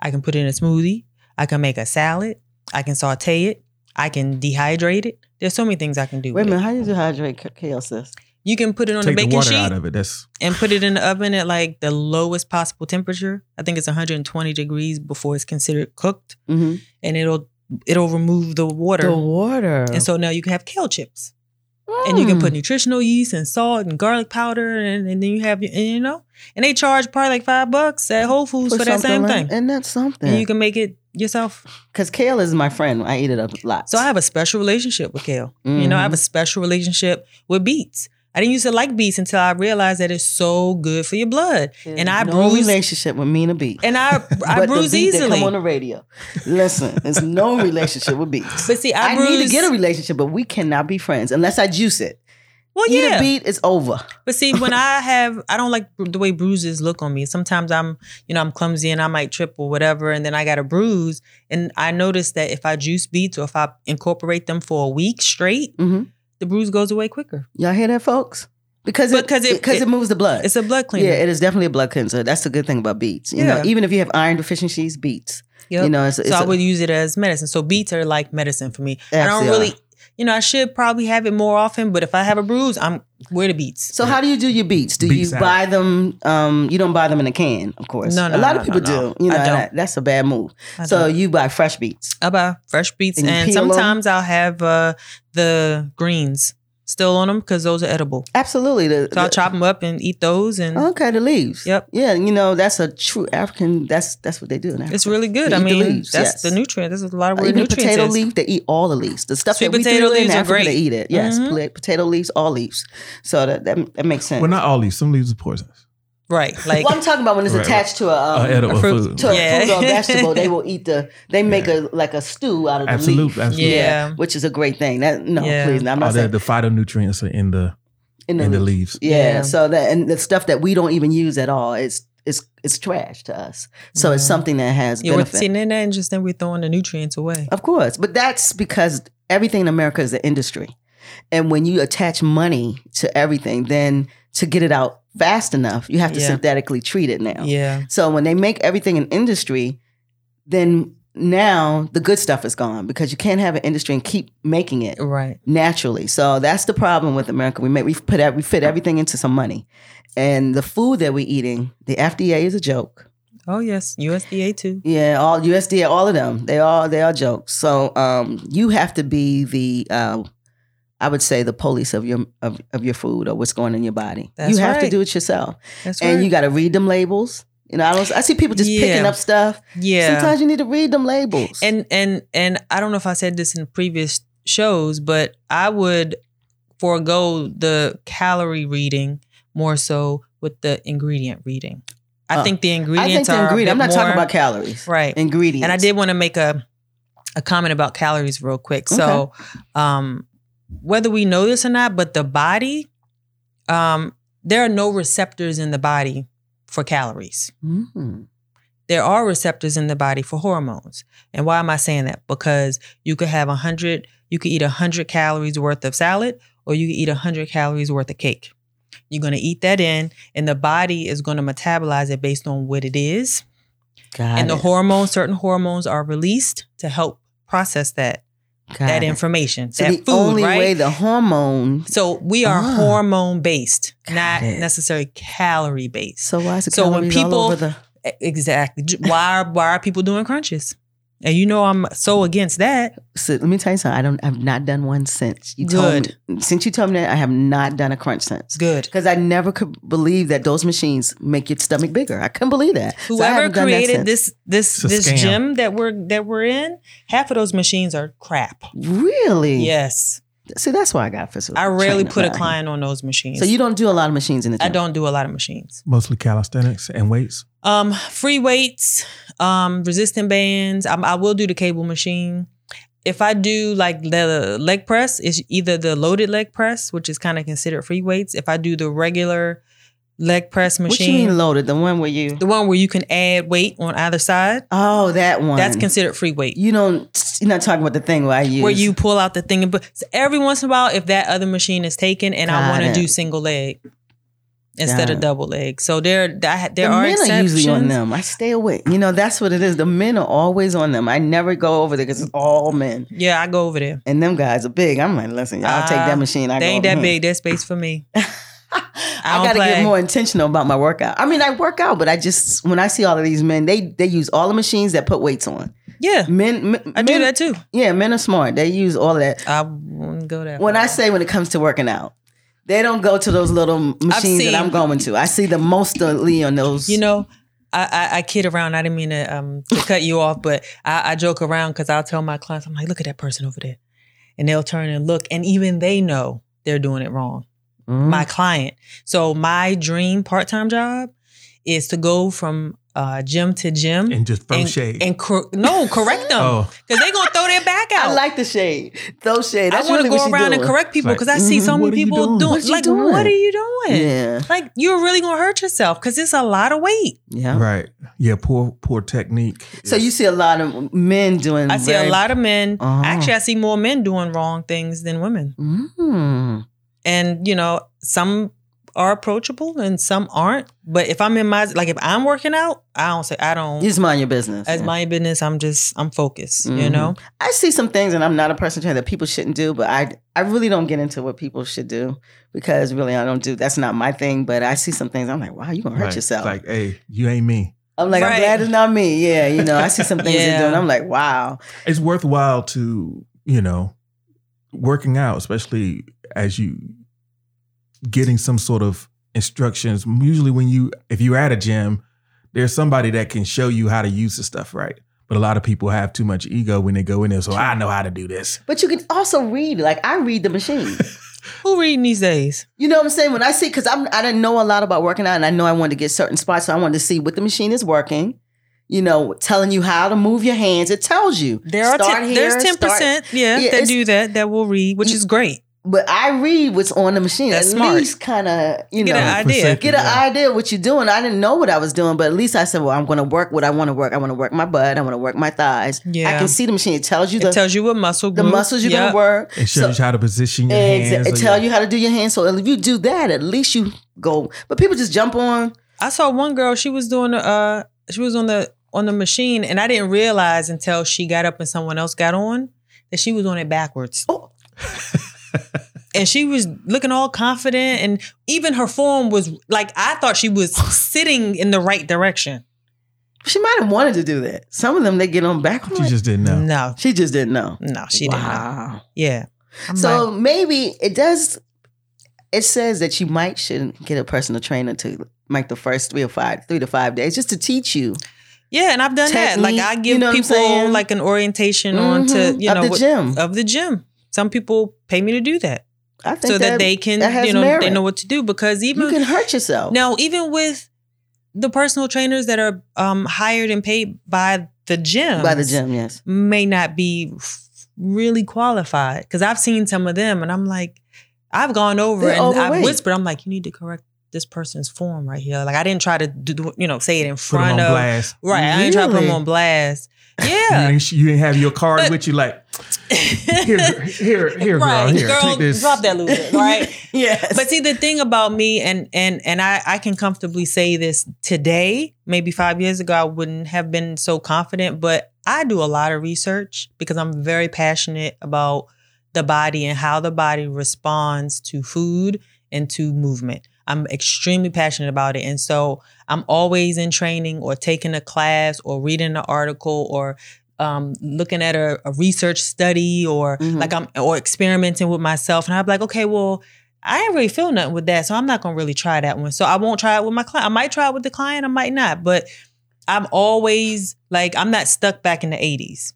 S3: I can put it in a smoothie, I can make a salad, I can saute it, I can dehydrate it. There's so many things I can do.
S1: Wait a
S3: with
S1: minute,
S3: it.
S1: how do you hydrate ca- kale, sis?
S3: You can put it on
S4: take
S3: the
S4: the
S3: baking
S4: water
S3: sheet
S4: out of it that's
S3: and put it in the oven at like the lowest possible temperature. I think it's 120 degrees before it's considered cooked
S1: Mm-hmm.
S3: and it'll it'll remove the water.
S1: water. Mm.
S3: and so now you can have kale chips, and you can put nutritional yeast and salt and garlic powder, and, and then you have your- and, you know, and they charge probably like five bucks at Whole Foods for that same thing,
S1: And that's
S3: and you
S1: something.
S3: can make it yourself.
S1: Because kale is my friend. I eat it up a lot.
S3: So I have a special relationship with kale. You know, I have a
S1: Mm-hmm.
S3: special relationship with beets. I didn't used to like beets until I realized that it's so good for your blood, and I
S1: no
S3: bruise
S1: relationship with Mina B.
S3: and I I
S1: [LAUGHS] but
S3: bruise
S1: the beat that
S3: easily.
S1: come on the radio. Listen,
S3: [LAUGHS]
S1: there's no relationship with beats.
S3: but see, I,
S1: I,
S3: bruise.
S1: need to get a relationship, but we cannot be friends unless I juice it.
S3: well,
S1: Eat
S3: Oh, yeah.
S1: a beat, it's over.
S3: But see, when I have, I don't like bru- the way bruises look on me. Sometimes I'm, you know, I'm clumsy and I might trip or whatever, and then I got a bruise. And I noticed that if I juice beets or if I incorporate them for a week straight,
S1: Mm-hmm.
S3: the bruise goes away quicker.
S1: Y'all hear that, folks? Because
S3: Because it-
S1: it, because it,
S3: it-
S1: moves the blood.
S3: It's a blood cleaner.
S1: Yeah, it is definitely a blood cleanser. That's the good thing about beets. You
S3: Yeah.
S1: know, even if you have iron deficiencies, beets.
S3: Yep.
S1: You know, it's,
S3: so
S1: it's
S3: I
S1: a-
S3: would use it as medicine. So beets are like medicine for me. I
S1: Yes,
S3: don't
S1: they
S3: really. you know, I should probably have it more often, but if I have a bruise, I'm where the beats.
S1: So how do you do your beats? Do
S4: Beats
S1: you
S4: out.
S1: buy them? Um, you don't buy them in a can, of course.
S3: No, no,
S1: a lot
S3: no,
S1: of people
S3: no, no.
S1: do. You know,
S3: I
S1: and
S3: don't.
S1: that- that's a bad move.
S3: I
S1: so
S3: don't-
S1: you buy fresh beats.
S3: I buy fresh beets,
S1: And
S3: and,
S1: you peel 'em?
S3: sometimes I'll have uh, the greens still on them because those are edible.
S1: Absolutely. The,
S3: So I'll
S1: the-
S3: chop them up and eat those, and
S1: Okay, the leaves.
S3: Mm-hmm. Yep.
S1: Yeah, you know that's a true African. That's that's what they do. In Africa.
S3: it's really good.
S1: They
S3: I
S1: eat the
S3: mean,
S1: leaves,
S3: that's
S1: yes.
S3: the nutrient. That's a lot of where
S1: Even the
S3: nutrients
S1: potato
S3: is.
S1: leaf, they eat all the leaves. The stuff
S3: Sweet
S1: that we
S3: potato
S1: threw in
S3: leaves are
S1: Africa, they
S3: great.
S1: eat it. Yes,
S3: Mhm.
S1: pla- potato leaves, all leaves. So that that, that makes sense.
S4: Well, not all leaves. Some leaves are poisonous.
S1: [LAUGHS]
S3: right? Like
S1: well, I'm talking about when it's
S4: Right,
S1: attached to a,
S4: Uh,
S1: um,
S4: edible
S3: fruit-
S4: food.
S1: to
S3: Yeah.
S1: a fruit or vegetable. They
S3: [LAUGHS]
S1: will eat the. They make a like a stew out of the
S4: Absolute-
S1: leaf.
S4: absolute.
S3: Yeah.
S1: which is a great thing. That no,
S3: Yeah.
S1: please, I'm
S4: All
S1: not
S4: the,
S1: saying
S4: the phytonutrients are in the
S1: in the,
S4: in the
S1: leaf.
S4: leaves.
S1: Yeah,
S3: Yeah.
S1: So that and the stuff that we don't even use at all is it's it's trash to us. So it's
S3: Yeah.
S1: something that has
S3: yeah, we're
S1: benefit.
S3: sitting in there and just then we're throwing the nutrients away.
S1: Of course. But that's because everything in America is an industry. And when you attach money to everything, then to get it out fast enough, you have to
S3: Yeah.
S1: synthetically treat it now.
S3: Yeah,
S1: So when they make everything an industry, then now the good stuff is gone because you can't have an industry and keep making it
S3: right.
S1: naturally. So that's the problem with America. We make we put ev- we fit everything into some money. And the food that we're eating, the FDA is a joke.
S3: Oh yes, USDA too.
S1: Yeah, all USDA, all of them. They all they are jokes. So um, you have to be the uh, I would say the police of your of, of your food or what's going in your body.
S3: That's
S1: you have to
S3: right.
S1: do it yourself,
S3: That's
S1: and
S3: right.
S1: you got to read them labels. You know, I don't. I see people just picking
S3: Yeah.
S1: up stuff.
S3: yeah.
S1: Sometimes you need to read them labels.
S3: and and and I don't know if I said this in previous shows, but I would forego the calorie reading more so with the ingredient reading. I
S1: Uh,
S3: think the
S1: I think
S3: ingredients
S1: the
S3: are.
S1: ingredient.
S3: A
S1: I'm
S3: bit
S1: not talking
S3: more-
S1: about
S3: [LAUGHS]
S1: calories.
S3: right.
S1: Ingredients.
S3: And I did want to make a a comment about calories real quick. So, um, whether we know this or not, but the body, um, there are no receptors in the body for calories.
S1: Mhm.
S3: There are receptors in the body for hormones. And why am I saying that? Because you could have a hundred, you could eat a hundred calories worth of salad, or you could eat a hundred calories worth of cake. You're gonna eat that in, and the body is gonna metabolize it based on what it is
S1: Got
S3: and the
S1: it.
S3: hormones, certain hormones are released to help process that
S1: Got
S3: that
S1: it.
S3: information.
S1: So
S3: that
S1: the
S3: food,
S1: only
S3: right?
S1: way the hormone.
S3: so we are
S1: Ah.
S3: hormone based, not
S1: it.
S3: necessarily calorie based.
S1: So why is it
S3: So when
S1: calories all
S3: people-
S1: over the?
S3: E- Exactly. J- Why are why are people doing crunches? And you know I'm so against that.
S1: So let me tell you something. I don't. I've not done one since you told
S3: Good.
S1: me. Since you told me that, I have not done a crunch since.
S3: Good.
S1: Because I never could believe that those machines make your stomach bigger. I couldn't believe that. So I
S3: Whoever
S1: haven't done that
S3: created
S1: since.
S3: this this
S4: It's a
S3: this
S4: scam.
S3: gym that we're that we're in, half of those machines are crap.
S1: really?
S3: Yes.
S1: See, that's why I got physical.
S3: I rarely
S1: trainer.
S3: put a
S1: Right.
S3: client on those machines.
S1: So you don't do a lot of machines in the gym.
S3: I don't do a lot of machines.
S4: Mostly calisthenics and weights.
S3: Um, free weights, um, resistant bands. I, I will do the cable machine. If I do like the leg press, it's either the loaded leg press, which is kind of considered free weights. If I do the regular leg press
S1: What you mean
S3: machine,
S1: loaded? The one where you?
S3: the one where you can add weight on either side,
S1: Oh, that one.
S3: that's considered free weight.
S1: You don't. You're not talking about the thing where I use.
S3: Where you pull out the thing and but so every once in a while, if that other machine is taken, and I
S1: Got
S3: want to
S1: it.
S3: do single leg instead of
S1: it.
S3: double leg, so there, that, there
S1: the
S3: are
S1: men are
S3: exceptions.
S1: usually on them. I stay away. You know, that's what it is. The men are always on them. I never go over there because it's all men.
S3: Yeah, I go over there.
S1: And them guys are big. I'm like, listen, y'all take
S3: Ah,
S1: that machine. I
S3: They
S1: go
S3: ain't
S1: over
S3: that
S1: here.
S3: big. That space for
S1: [LAUGHS]
S3: me. I
S1: I
S3: don't
S1: gotta
S3: play.
S1: get more intentional about my workout. I mean, I work out, but I just when I see all of these men, they they use all the machines that put weights on.
S3: Yeah,
S1: Men, men
S3: I do that too.
S1: Yeah, men are smart. They use all of that.
S3: I wouldn't go that.
S1: When
S3: far.
S1: I say when it comes to working out, they don't go to those little machines
S3: seen-
S1: that I'm going to. I see them mostly on those.
S3: you know, I, I, I kid around. I didn't mean to um to cut you off, but I, I joke around because I'll tell my clients, I'm like, look at that person over there, and they'll turn and look, and even they know they're doing it wrong.
S4: Mm-hmm.
S1: Mm.
S3: My client. So my dream part time job is to go from uh, gym to
S1: Mm-hmm.
S3: gym
S4: And just throw
S3: and,
S4: shade.
S3: and cor- no correct them
S4: oh,
S3: because they're gonna throw their back out.
S1: I like the shade, throw shade.
S3: I
S1: That's
S3: want to
S1: really what
S3: go
S1: she
S3: around and
S1: doing.
S3: correct people
S4: Like, mm-hmm.
S3: because I see
S1: mhm,
S3: so many
S4: what are you
S3: people
S4: doing?
S3: doing.
S1: What you
S3: like,
S1: doing?
S3: what are you doing?
S1: Yeah,
S3: Like, you're really gonna hurt yourself because it's a lot of weight.
S1: yeah.
S4: right. Yeah, poor poor technique.
S1: So you see a lot of men doing.
S3: I see
S1: very-
S3: a lot of men.
S1: Uh-huh.
S3: Actually, I see more men doing wrong things than women.
S1: Mm.
S3: And you know, some are approachable and some aren't. But if I'm in my like if I'm working out, I don't say I don't
S1: You just mind your business.
S3: as
S1: yeah.
S3: my business, I'm just I'm focused, you
S1: Mhm.
S3: know?
S1: I see some things, and I'm not a person trainer that people shouldn't do, but I I really don't get into what people should do because really I don't do that's not my thing. But I see some things I'm like, wow, you gonna hurt
S4: Like-
S1: yourself.
S4: Like, hey, you ain't me.
S1: I'm like,
S3: Right.
S1: I'm glad it's not me. Yeah, you know, I see some
S3: [LAUGHS]
S1: things
S3: Yeah.
S1: they're doing. I'm like, wow.
S4: It's worthwhile to you know working out, especially as you getting some sort of instructions. Usually, when you if you're at a gym, there's somebody that can show you how to use the stuff right. But a lot of people have too much ego when they go in there. So I know how to do this.
S1: But you can also read. Like I read the machine.
S3: Who reading these days?
S1: You know what I'm saying? When I see, because I'm I didn't know a lot about working out, and I know I wanted to get certain spots, so I wanted to see what the machine is working. You know, telling you how to move your hands. It tells you
S3: There are
S1: Start
S3: ten,
S1: here,
S3: there's ten
S1: start-
S3: percent, yeah,
S1: Yeah,
S3: that
S1: it's-
S3: do that that will read, which is great.
S1: But I read what's on the machine.
S3: That's
S1: at
S3: smart.
S1: least kind of you
S3: Get
S1: know
S3: an idea.
S1: get an idea what you're doing. I didn't know what I was doing, but at least I said, well, I'm going to work what I want to work. I want to work my butt. I want to work my thighs.
S3: Yeah.
S1: I can see the machine. It tells you
S3: It
S1: the,
S3: tells you what muscle
S1: the
S3: group,
S1: muscles you're going
S3: yeah.
S1: to work.
S4: It shows
S1: So-
S4: you how to position your
S1: Exa-
S4: hands.
S1: it
S4: or
S1: tells
S4: your-
S1: you how to do your hands. So if you do that, at least you go. But people just jump on.
S3: I saw one girl. She was doing the. Uh, she was on the on the machine, and I didn't realize until she got up and someone else got on that she was on it backwards.
S1: Oh.
S3: [LAUGHS] and she was looking all confident, and even her form was like I thought she
S1: [LAUGHS]
S3: was sitting in the right direction.
S1: She might have wanted to do that. Some of them, they get on back. I'm
S4: You
S1: like,
S4: just didn't know.
S3: no,
S1: she just didn't know.
S3: no, she didn't. know.
S1: wow.
S3: Yeah. I'm
S1: So
S3: like,
S1: maybe it does. It says that you might shouldn't get a personal trainer to like the first three or five, three to five days, just to teach you
S3: yeah, and I've done that. Like
S1: Technique,
S3: I
S1: you
S3: give
S1: know what I'm
S3: people
S1: saying?
S3: like an orientation on to
S1: Mhm,
S3: you
S1: of
S3: know
S1: the
S3: what-
S1: gym.
S3: of the gym. Some people pay me to do that
S1: I think
S3: so that, they can
S1: that has
S3: you know they
S1: merit.
S3: know what to do because even
S1: you can hurt yourself.
S3: Now, even with the personal trainers that are um, hired and paid by the gym,
S1: by the gym, yes.
S3: may not be f- really qualified because I've seen some of them, and I'm like, I've gone over
S1: They're
S3: and I've
S1: overweight.
S3: whispered, I'm like, you need to correct this person's form right here. Like, I didn't try to do, you know say it in
S4: Put them on
S3: front of
S4: blast.
S3: right. I didn't try to put them
S1: Really?
S3: on
S4: [LAUGHS]
S3: blast.
S4: You,
S3: Yeah.
S4: ain't, you ain't have your card
S3: But-
S4: with you. Like here,
S3: [LAUGHS]
S4: here, here,
S3: right,
S4: girl. Here, take this.
S3: drop that loser, [LAUGHS] right?
S1: [LAUGHS] yes.
S3: But see, the thing about me, and and and I, I can comfortably say this today. Maybe five years ago, I wouldn't have been so confident. But I do a lot of research because I'm very passionate about the body and how the body responds to food and to movement. I'm extremely passionate about it, and so I'm always in training or taking a class or reading an article or um, looking at a, a research study or
S1: Mhm.
S3: like I'm or experimenting with myself. And I'm like, okay, well, I ain't really feel nothing with that, so I'm not gonna really try that one. So I won't try it with my client. I might try it with the client, I might not. But I'm always like, I'm not stuck back in the 80s.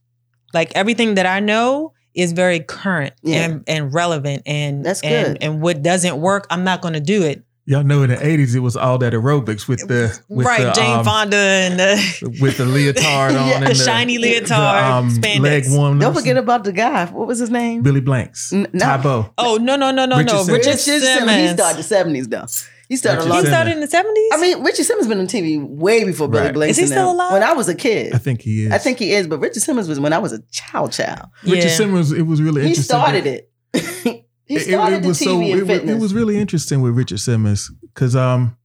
S3: Like everything that I know is very current
S1: Yeah.
S3: and, and relevant and
S1: That's
S3: and,
S1: good.
S3: and what doesn't work, I'm not gonna do it.
S4: Y'all know in the eighties it was all that aerobics with the with
S3: right,
S4: the,
S3: Jane
S4: um,
S3: Fonda and the,
S4: with the
S3: [LAUGHS]
S4: leotard on
S1: Yeah.
S4: and
S3: the shiny leotard, spandex.
S4: leg one.
S1: Don't forget about the guy. What was his name?
S4: Billy Blanks,
S1: N- no.
S4: Tybo.
S3: oh no no no no no
S4: Richardson.
S3: Richard
S1: Richard Simmons. He
S3: Simmons.
S1: started the seventies though. He started a
S4: Richard
S1: long
S3: He
S1: time.
S3: started in the 70s.
S1: I mean, Richard Simmons been on TV way before Billy
S4: Right.
S1: Blanks.
S3: Is he
S1: and
S3: still
S1: them.
S3: alive?
S1: When I was a kid.
S4: I think he is.
S1: I think he is, but Richard Simmons was when I was a child child.
S4: Richard Simmons. It was really
S1: He
S4: interesting.
S1: started it. [LAUGHS] he
S4: It- it-
S1: started
S4: it
S1: the TV
S4: was so-
S1: and
S4: it wa-
S1: fitness.
S4: It was really interesting with Richard Simmons because um,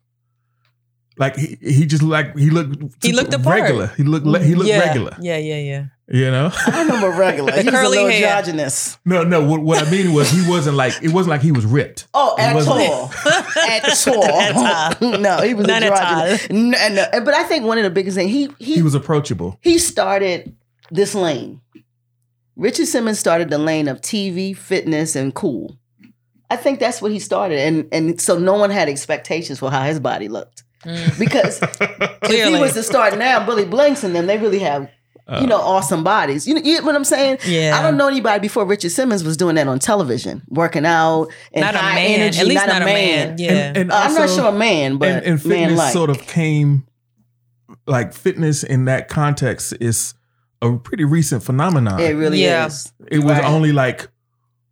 S4: like he, he just like he looked
S3: He looked the part.
S4: regular. He looked le- he looked
S3: yeah.
S4: regular.
S3: Yeah, yeah, yeah.
S4: You know, [LAUGHS]
S1: I remember regular. He was a
S3: Curly
S1: little
S3: hair.
S1: androgynous.
S4: no, no. What, what I mean was he wasn't like it wasn't like he was ripped.
S1: Oh,
S4: He
S1: at
S4: wasn't-
S1: all. [LAUGHS]
S3: [LAUGHS]
S1: at all. [LAUGHS]
S3: At
S1: no, he was
S3: Not at
S1: androgynous. N- and, uh, but I think one of the biggest things he he
S4: He was approachable.
S1: he started this lane. Richard Simmons started the lane of TV, fitness, and cool. I think that's what he started, and and so no one had expectations for how his body looked
S3: Mm,
S1: because if
S3: Clearly.
S1: he was to start now, Billy Blanks and them, they really have
S4: Uh,
S1: you know awesome bodies. You know, you know what I'm saying?
S3: yeah.
S1: I don't know anybody before Richard Simmons was doing that on television, working out and
S3: Not a
S1: high
S3: man.
S1: energy,
S3: At least
S1: not, a man.
S3: Yeah.
S4: and, and
S1: Uh, I'm not
S4: also-
S1: sure a man, but
S4: and, and
S1: man
S4: fitness
S1: like
S4: sort of came like fitness in that context is a pretty recent phenomenon.
S1: it
S4: It,
S1: really
S3: Yeah.
S1: is.
S4: was
S1: right.
S4: only like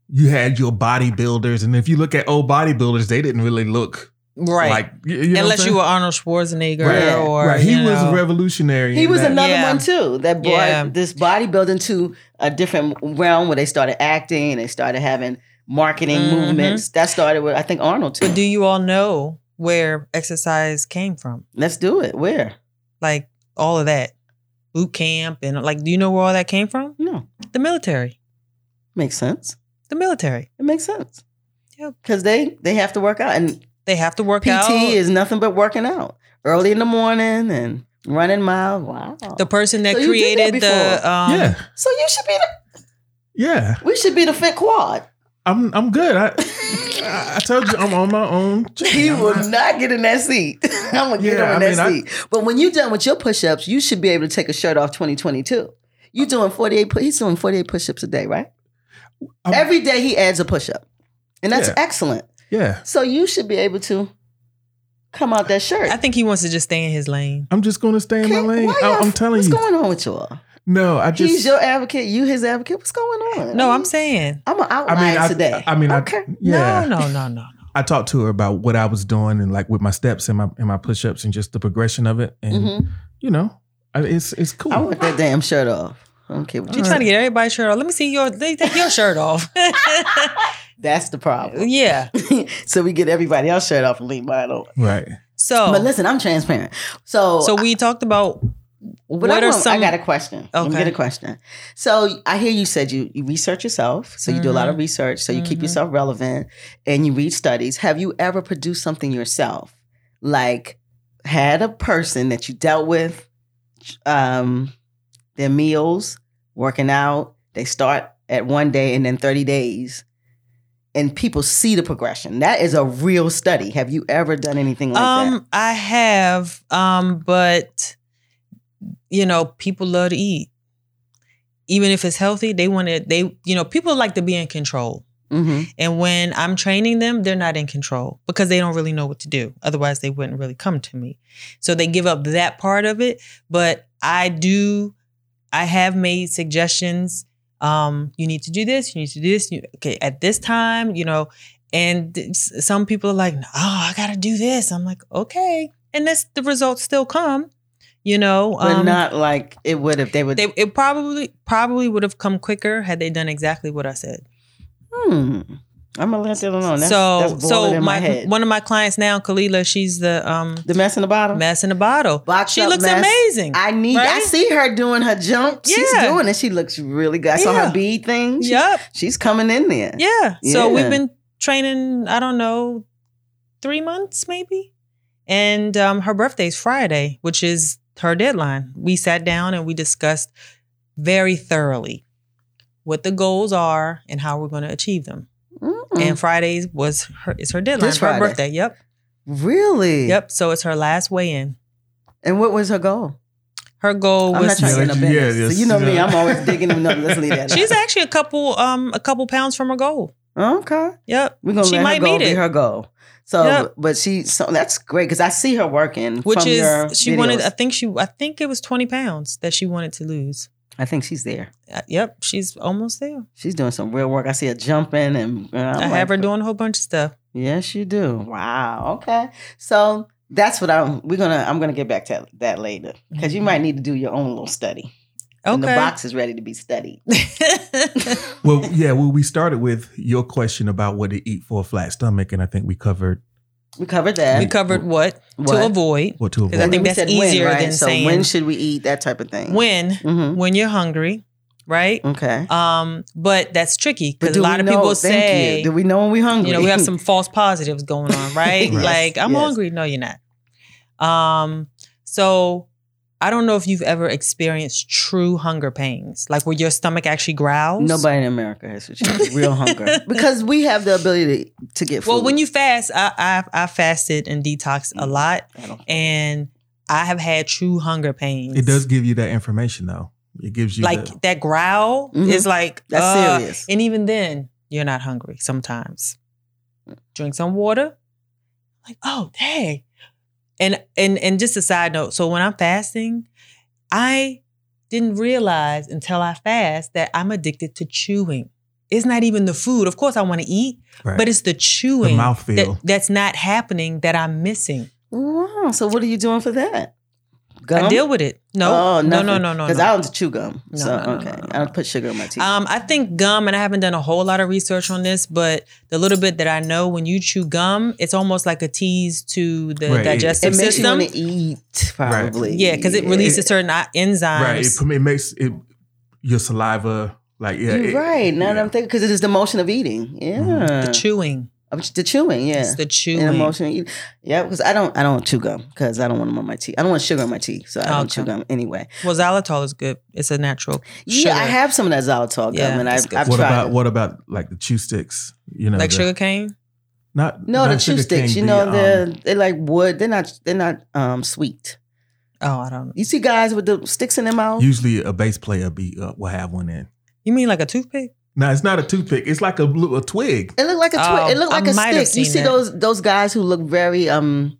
S4: you had your bodybuilders, and if you look at old bodybuilders, they didn't really look
S3: right.
S4: like you- you know what
S3: Unless
S4: I'm
S3: you
S4: saying?
S3: were Arnold Schwarzenegger
S1: Right.
S3: or
S4: right. He
S3: you
S4: was
S3: know.
S4: revolutionary.
S1: He
S4: in
S1: was
S4: that.
S1: another
S3: Yeah.
S1: one too that brought
S3: Yeah.
S1: this bodybuilding to a different realm where they started acting, they started having marketing
S3: Mhm.
S1: movements. That started with I think Arnold too.
S3: But do you all know where exercise came from?
S1: Let's do it. Where?
S3: Like all of that boot camp and like, do you know where all that came from?
S1: No,
S3: The military.
S1: makes sense.
S3: The military.
S1: It makes sense.
S3: Yep.
S1: Because they they have to work out, and
S3: They have to work
S1: PT
S3: out.
S1: is nothing but working out early in the morning and running miles. Wow.
S3: the person that
S1: So you did that
S3: created the
S1: before.
S3: um,
S4: yeah,
S1: so you should be. The,
S4: yeah.
S1: we should be the fit
S4: [LAUGHS]
S1: quad.
S4: I'm I'm good. I I I told you I'm on my
S1: [LAUGHS]
S4: own.
S1: He
S4: I'm
S1: will
S4: not-
S1: not get in that seat. [LAUGHS] I'm gonna get
S4: Yeah,
S1: him in
S4: I
S1: that
S4: mean,
S1: seat. but when you're done with your push-ups, you should be able to take a shirt off. 2022. You doing 48? pu- He's doing 48 push-ups a day, right?
S4: I'm-
S1: Every day he adds a push-up, and that's
S4: Yeah.
S1: excellent.
S4: Yeah,
S1: So you should be able to come out that shirt.
S3: I think he wants to just stay in his lane.
S4: I'm just gonna stay in my
S1: Can't-
S4: lane.
S1: why
S4: I,
S1: y'all-
S4: am telling
S1: what's
S4: you.
S1: What's going on with you all?
S4: No, I just.
S1: He's your advocate. You his advocate. What's going on?
S3: No, I'm saying.
S1: I'm an
S4: I
S1: outlier
S4: mean, I,
S1: today.
S4: I mean,
S1: okay.
S4: I, yeah.
S3: No, no, no, no.
S4: I talked to her about what I was doing and like with my steps and my and my push ups and just the progression of it. And
S1: Mhm.
S4: you know, I, it's it's cool.
S1: I want that damn shirt off. I don't care what
S3: You're
S1: you.
S3: trying to get everybody's shirt off. Let me see your they take your shirt off.
S1: [LAUGHS]
S3: [LAUGHS]
S1: That's the problem.
S3: yeah.
S1: [LAUGHS] so we get everybody else shirt off and leave mine on.
S4: right.
S3: So
S1: But listen, I'm transparent. Oh. So,
S3: so we talked about
S1: but
S3: what
S1: I,
S3: are
S1: want-
S3: some
S1: I got a question. Let me
S3: Okay.
S1: get a question. So I hear you said you, you research yourself. So you do a lot of research. So you keep
S3: Mhm.
S1: yourself relevant and you read studies. Have you ever produced something yourself? Like had a person that you dealt with, um, their meals, working out. They start at one day and then 30 days. And people see the progression. That is a real study. Have you ever done anything like that?
S3: um I have um but you know, people love to eat. Even if it's healthy, they want to they you know, people like to be in control.
S1: Mm-hmm.
S3: And when I'm training them, they're not in control because they don't really know what to do. Otherwise, they wouldn't really come to me. So they give up that part of it. But I do, I have made suggestions. Um, you need to do this. You need to do this. You, okay, at this time, you know. And th- s- some people are like, "Oh, I gotta do this." I'm like, "Okay," and that's the results still come, you know.
S1: But
S3: um,
S1: not like it would if they would.
S3: They, it probably probably would have come quicker had they done exactly what I said.
S1: hmm. I'm gonna let that alone. Oh, That's,
S3: so
S1: that's boiled
S3: so
S1: in my, head.
S3: one of my clients now, Kalila, she's the um
S1: the mess in the bottom.
S3: mess in a bottle.
S1: Box
S3: she
S1: up
S3: looks
S1: mess.
S3: amazing.
S1: I need. I
S3: Right?
S1: see her doing her jump. She's
S3: Yeah.
S1: doing it. She looks really good. I saw
S3: Yeah.
S1: her bead thing. She-
S3: yep.
S1: She's coming in there.
S3: Yeah. So
S1: Yeah.
S3: we've been training, I don't know, three months maybe. And um, her birthday's Friday, which is her deadline. We sat down and we discussed very thoroughly what the goals are and how we're going to achieve them.
S1: Mm.
S3: And Fridays was her is her deadline
S1: This
S3: for her
S1: Friday.
S3: birthday. Yep.
S1: really.
S3: Yep. So it's her last weigh in.
S1: And what was her goal?
S3: Her goal
S1: I'm not
S3: was
S1: trying to
S4: Yeah,
S1: get up
S4: yeah,
S1: in this.
S4: yes,
S1: so you know
S4: you
S1: me.
S4: know.
S1: I'm always digging them. up. Let's
S3: [LAUGHS]
S1: leave that.
S3: She's
S1: out.
S3: actually a couple um a couple pounds from her goal.
S1: okay.
S3: Yep.
S1: We're gonna
S3: She
S1: let
S3: might
S1: her goal
S3: meet
S1: be
S3: it.
S1: her goal. So,
S3: Yep.
S1: but she. So that's great because I see her working.
S3: Which
S1: from your
S3: is she wanted
S1: videos.
S3: I think she I think it was 20 pounds that she wanted to lose.
S1: I think she's there.
S3: Uh, yep, she's almost there.
S1: She's doing some real work. I see her jumping and, and
S3: i
S1: I'm like,
S3: have her doing a whole bunch of stuff.
S1: Yes, you do. Wow. Okay. So that's what I'm. We're gonna. I'm gonna get back to that later because you
S3: Mhm.
S1: might need to do your own little study. And the
S3: Okay.
S1: box is ready to be studied.
S4: Well, yeah. Well, we started with your question about what to eat for a flat stomach, and I think we covered
S1: We covered
S3: [LAUGHS]
S1: that.
S3: we covered what, to
S1: What?
S3: avoid
S4: what to
S3: Is that
S4: avoid.
S3: think
S1: we
S3: that's
S1: said
S3: easier than
S1: so
S3: saying-
S1: when should we eat that type of thing.
S3: when
S1: Mm-hmm.
S3: when you're hungry, right?
S1: Okay.
S3: Um, but that's tricky because
S1: Mm. do
S3: a lot
S1: we
S3: of
S1: know-
S3: people
S1: thank you.
S3: say
S1: Do we know when we're hungry?
S3: you know we have some false positives going on right
S4: Yes,
S3: like i'm
S1: [LAUGHS] yes.
S3: hungry no you're not um so i don't know if you've ever experienced true hunger pains like where your stomach actually growls
S1: [LAUGHS] Nobody in America has achieved real hunger
S3: [LAUGHS]
S1: because we have the ability to get food. Mm.
S3: well when you fast i i, I fasted and detoxed a lot
S1: I don't-
S3: and i have had true hunger pains
S4: It does give you that information though. It gives you
S3: like
S4: the-
S3: that growl
S1: Mhm.
S3: is like
S1: that's
S3: uh,
S1: serious.
S3: and even then you're not hungry sometimes drink some water like oh dang and and and just a side note so when i'm fasting i didn't realize until i fast that i'm addicted to chewing it's not even the food of course i want to eat
S4: right.
S3: but it's the
S4: the
S3: chewing
S4: mouthfeel.
S3: that, that's not happening that i'm missing
S1: Wow. So what are you doing for that? Gum?
S3: I deal with it. No,
S1: Oh,
S3: no, no, no, no.
S1: Because
S3: no.
S1: I don't chew gum.
S3: No,
S1: so,
S3: no, no,
S1: okay.
S3: no,
S1: I don't put sugar in my teeth.
S3: Um, I think gum, and I haven't done a whole lot of research on this, but the little bit that I know, when you chew gum, it's almost like a tease to the
S4: Right, it-
S3: digestive
S1: it makes you
S3: system.
S1: want to eat, probably.
S3: yeah, because it releases certain i- enzymes.
S4: Right. It, it makes it your saliva like yeah.
S1: You're
S4: it-
S1: right. Now that
S4: yeah.
S1: I'm thinking, because it is the motion of eating. Yeah.
S3: Mm-hmm. The chewing.
S1: Of The chewing, yeah.
S3: It's the
S1: And
S3: chewing.
S1: emotion of eating. Yeah, because I don't, I don't chew gum because I don't want them on my teeth. I don't want sugar on my teeth, so I don't
S3: Okay.
S1: chew gum anyway.
S3: Well, xylitol is good. It's a natural.
S1: Yeah, I
S3: Sugar.
S1: have some of that xylitol gum,
S3: Yeah,
S1: and
S3: that's
S1: I've,
S3: good.
S1: I've
S4: What
S1: tried.
S4: about
S1: it.
S4: what about like the chew sticks? You know,
S3: like
S4: the-
S3: sugar cane?
S4: Not
S1: No,
S4: not
S1: the chew
S4: sugar
S1: sticks.
S4: cane,
S1: you know,
S4: the,
S1: they're
S4: um,
S1: they're like wood. They're not they're not um sweet.
S3: Oh, I don't know.
S1: You see guys with the sticks in their mouth.
S4: um, usually a bass player be uh, will have one in.
S3: You mean like a toothpick?
S4: No, it's not a toothpick. It's like a blue, a twig.
S1: it looked like a twi-
S3: Oh,
S1: it looked
S3: I
S1: like a
S3: might have
S1: stick. You
S3: seen
S1: see
S3: that.
S1: those those guys who look very um,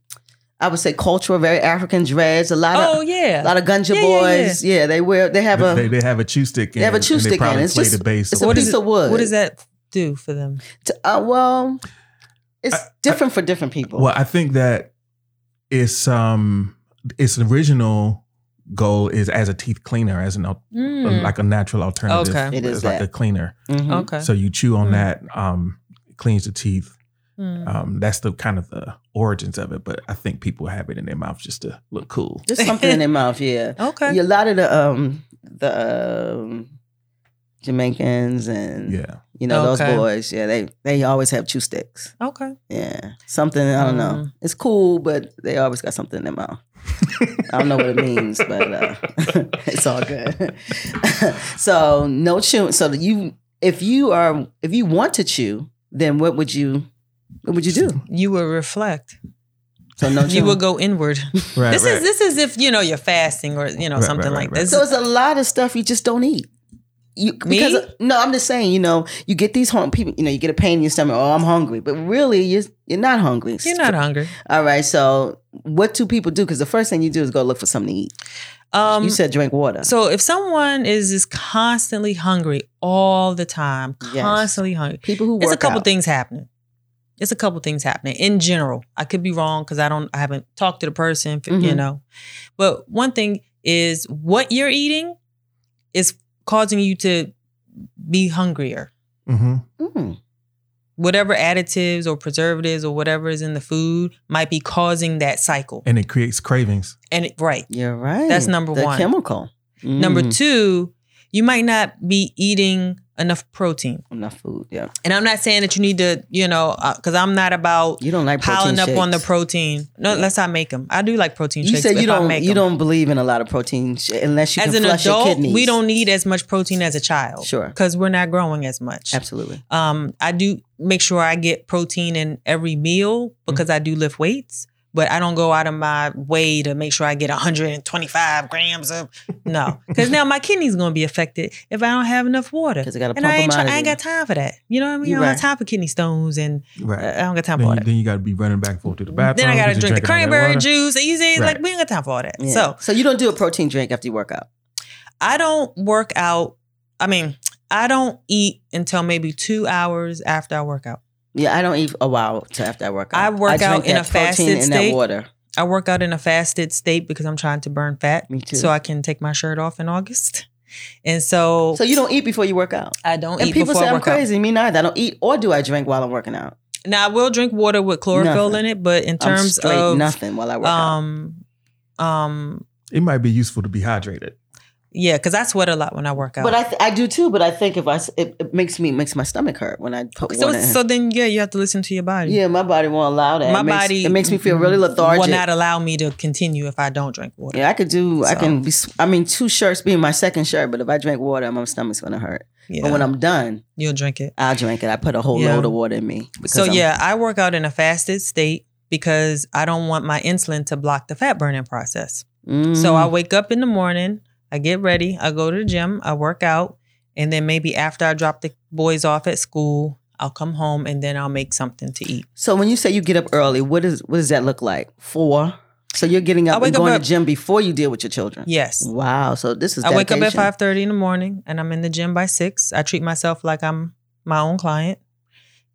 S1: I would say cultural, very African dreads. A lot
S3: Oh,
S1: of
S3: yeah.
S1: a lot of Gunja
S3: Yeah, yeah,
S1: boys. Yeah, they wear they have a
S4: They, they have a chew stick.
S1: They have a
S4: in,
S1: chew
S4: and
S1: stick in.
S4: They probably
S1: It's
S4: play
S1: just-
S4: the bass.
S1: it's
S4: or
S1: a
S4: whatever.
S1: piece
S3: is
S1: of wood.
S3: What does that do for them?
S1: t- uh, well, it's different for different people.
S4: Well, I think that it's um its original goal is as a teeth cleaner, as an al-
S3: Mm.
S4: like a natural alternative.
S3: Okay.
S4: It's
S1: It is
S4: like
S1: that.
S4: a cleaner.
S1: Mhm.
S3: okay.
S4: So you chew on
S3: Mm.
S4: that, um, it cleans the teeth.
S3: Mm.
S4: Um, that's the kind of the origins of it. But I think people have it in their mouth just to look cool.
S1: There's
S3: [LAUGHS]
S1: something in their mouth, yeah.
S3: okay.
S1: Yeah, A lot of the um the um, Jamaicans and
S4: Yeah.
S1: you know
S3: Okay.
S1: those boys, yeah, they they always have chew sticks.
S3: Okay.
S1: Yeah, something I don't know.
S3: Mm.
S1: It's cool, but they always got something in their mouth. I don't know what it means, but uh, [LAUGHS] it's all good. [LAUGHS] so no chewing. So that you, if you are, if you want to chew, then what would you, what would you do?
S3: You will reflect.
S1: So no
S3: You
S1: chewing.
S3: will go inward.
S4: [LAUGHS] Right.
S3: this
S4: right.
S3: is this is if you know you're fasting or you know
S4: Right,
S3: something
S4: right,
S3: like
S4: right,
S3: this.
S1: So it's a lot of stuff you just don't eat. You,
S3: Me?
S1: because uh, no, I'm just saying. You know, you get these home people. You know, you get a pain in your stomach. Oh, I'm hungry, but really, you're you're not hungry.
S3: You're not hungry.
S1: All right. So, what do people do? Because the first thing you do is go look for something to eat.
S3: Um,
S1: you said drink water.
S3: so if someone is just constantly hungry all the time,
S1: Yes.
S3: constantly hungry,
S1: people who work
S3: it's a couple
S1: out.
S3: things happening. It's a couple things happening in general. I could be wrong because I don't. I haven't talked to the person. f- You
S1: Mhm.
S3: know, but one thing is what you're eating is causing you to be hungrier.
S4: hmm
S1: Mm.
S3: Whatever additives or preservatives or whatever is in the food might be causing that cycle.
S4: And it creates cravings.
S3: And it, right.
S1: You're right.
S3: That's number
S1: the
S3: one.
S1: Chemical.
S3: Number
S1: Mm.
S3: two, you might not be eating enough protein.
S1: Enough food. Yeah.
S3: And I'm not saying that you need to, you know, because I'm not about
S1: You don't like protein
S3: piling up on the
S1: shakes.
S3: protein. No,
S1: Yeah.
S3: let's not make them. I do like protein
S1: You
S3: shakes.
S1: said
S3: but
S1: you
S3: if I
S1: don't.
S3: make
S1: You
S3: 'em.
S1: don't believe in a lot of protein sh- unless you
S3: As an
S1: can flush your
S3: adult,
S1: kidneys.
S3: we don't need as much protein as a child. [LAUGHS]
S1: Sure.
S3: Because we're not growing as much.
S1: Absolutely.
S3: Um, I do make sure I get protein in every meal because I do lift weights, but I don't go out of my way to make sure I get 125 grams of
S4: [LAUGHS]
S3: no, because now my kidney's gonna be affected if I don't have enough water.
S1: Because I got to pump
S3: And I ain't,
S1: them
S3: try,
S1: out of
S3: I ain't
S1: you.
S3: got time for that. You know what I mean?
S1: You're
S3: I don't
S1: right.
S3: have time for kidney stones and uh,
S4: Right.
S3: I don't got time for
S4: Then
S3: all
S4: you,
S3: that.
S4: then you got to be running back and forth to the bathroom.
S3: Then I gotta
S4: 'cause you're
S3: drink the
S4: drinking all that
S3: cranberry
S4: water.
S3: juice. And you say like
S4: Right.
S3: we ain't got time for all that.
S1: Yeah.
S3: So
S1: so you don't do a protein drink after you work out.
S3: I don't work out. I mean, I don't eat until maybe two hours after I work out.
S1: Yeah, I don't eat a while till after I work out.
S3: I work
S1: drink
S3: out in
S1: that
S3: a
S1: protein
S3: fasted
S1: and
S3: state.
S1: that water.
S3: I work out in a fasted state because I'm trying to burn fat
S1: Me too.
S3: so I can take my shirt off in August. And so,
S1: So you don't eat before you work out.
S3: I don't
S1: And
S3: eat
S1: people
S3: before
S1: say
S3: I
S1: I'm
S3: work
S1: crazy. Me neither. I don't eat or do I drink while I'm working out.
S3: out. Now I will drink water with chlorophyll
S1: Nothing.
S3: in it, but in
S1: I'm
S3: terms
S1: straight
S3: of
S1: nothing while I work out.
S3: um um
S4: It might be useful to be hydrated.
S3: yeah, cuz I sweat a lot when I work out.
S1: But I, th- I do too. But I think if I, s- it, it makes me makes my stomach hurt when I put
S3: so
S1: water in.
S3: so then yeah, you have to listen to your body.
S1: yeah, my body won't allow that.
S3: My
S1: it makes,
S3: body
S1: it makes me feel really lethargic.
S3: Will not allow me to continue if I don't drink water.
S1: yeah, I could do. I
S3: So.
S1: can be. s- I mean, two shirts being my second shirt, but if I drink water, my stomach's gonna hurt.
S3: Yeah,
S1: But when I'm done,
S3: you'll drink it.
S1: I'll drink it. I put a whole
S3: Yeah.
S1: load of water in me. because
S3: So
S1: I'm-
S3: yeah, I work out in a fasted state because I don't want my insulin to block the fat burning process. So I
S1: Mm.
S3: wake up in the morning, I get ready, I go to the gym, I work out, and then maybe after I drop the boys off at school, I'll come home and then I'll make something to eat.
S1: So when you say you get up early, what is what does that look like? Four. So you're getting
S3: I
S1: up
S3: wake
S1: and
S3: up
S1: going
S3: at-
S1: to gym before you deal with your children.
S3: Yes.
S1: Wow. So this is
S3: I wake up at
S1: dedication.
S3: 5:30 in the morning and I'm in the gym by 6. I treat myself like I'm my own client.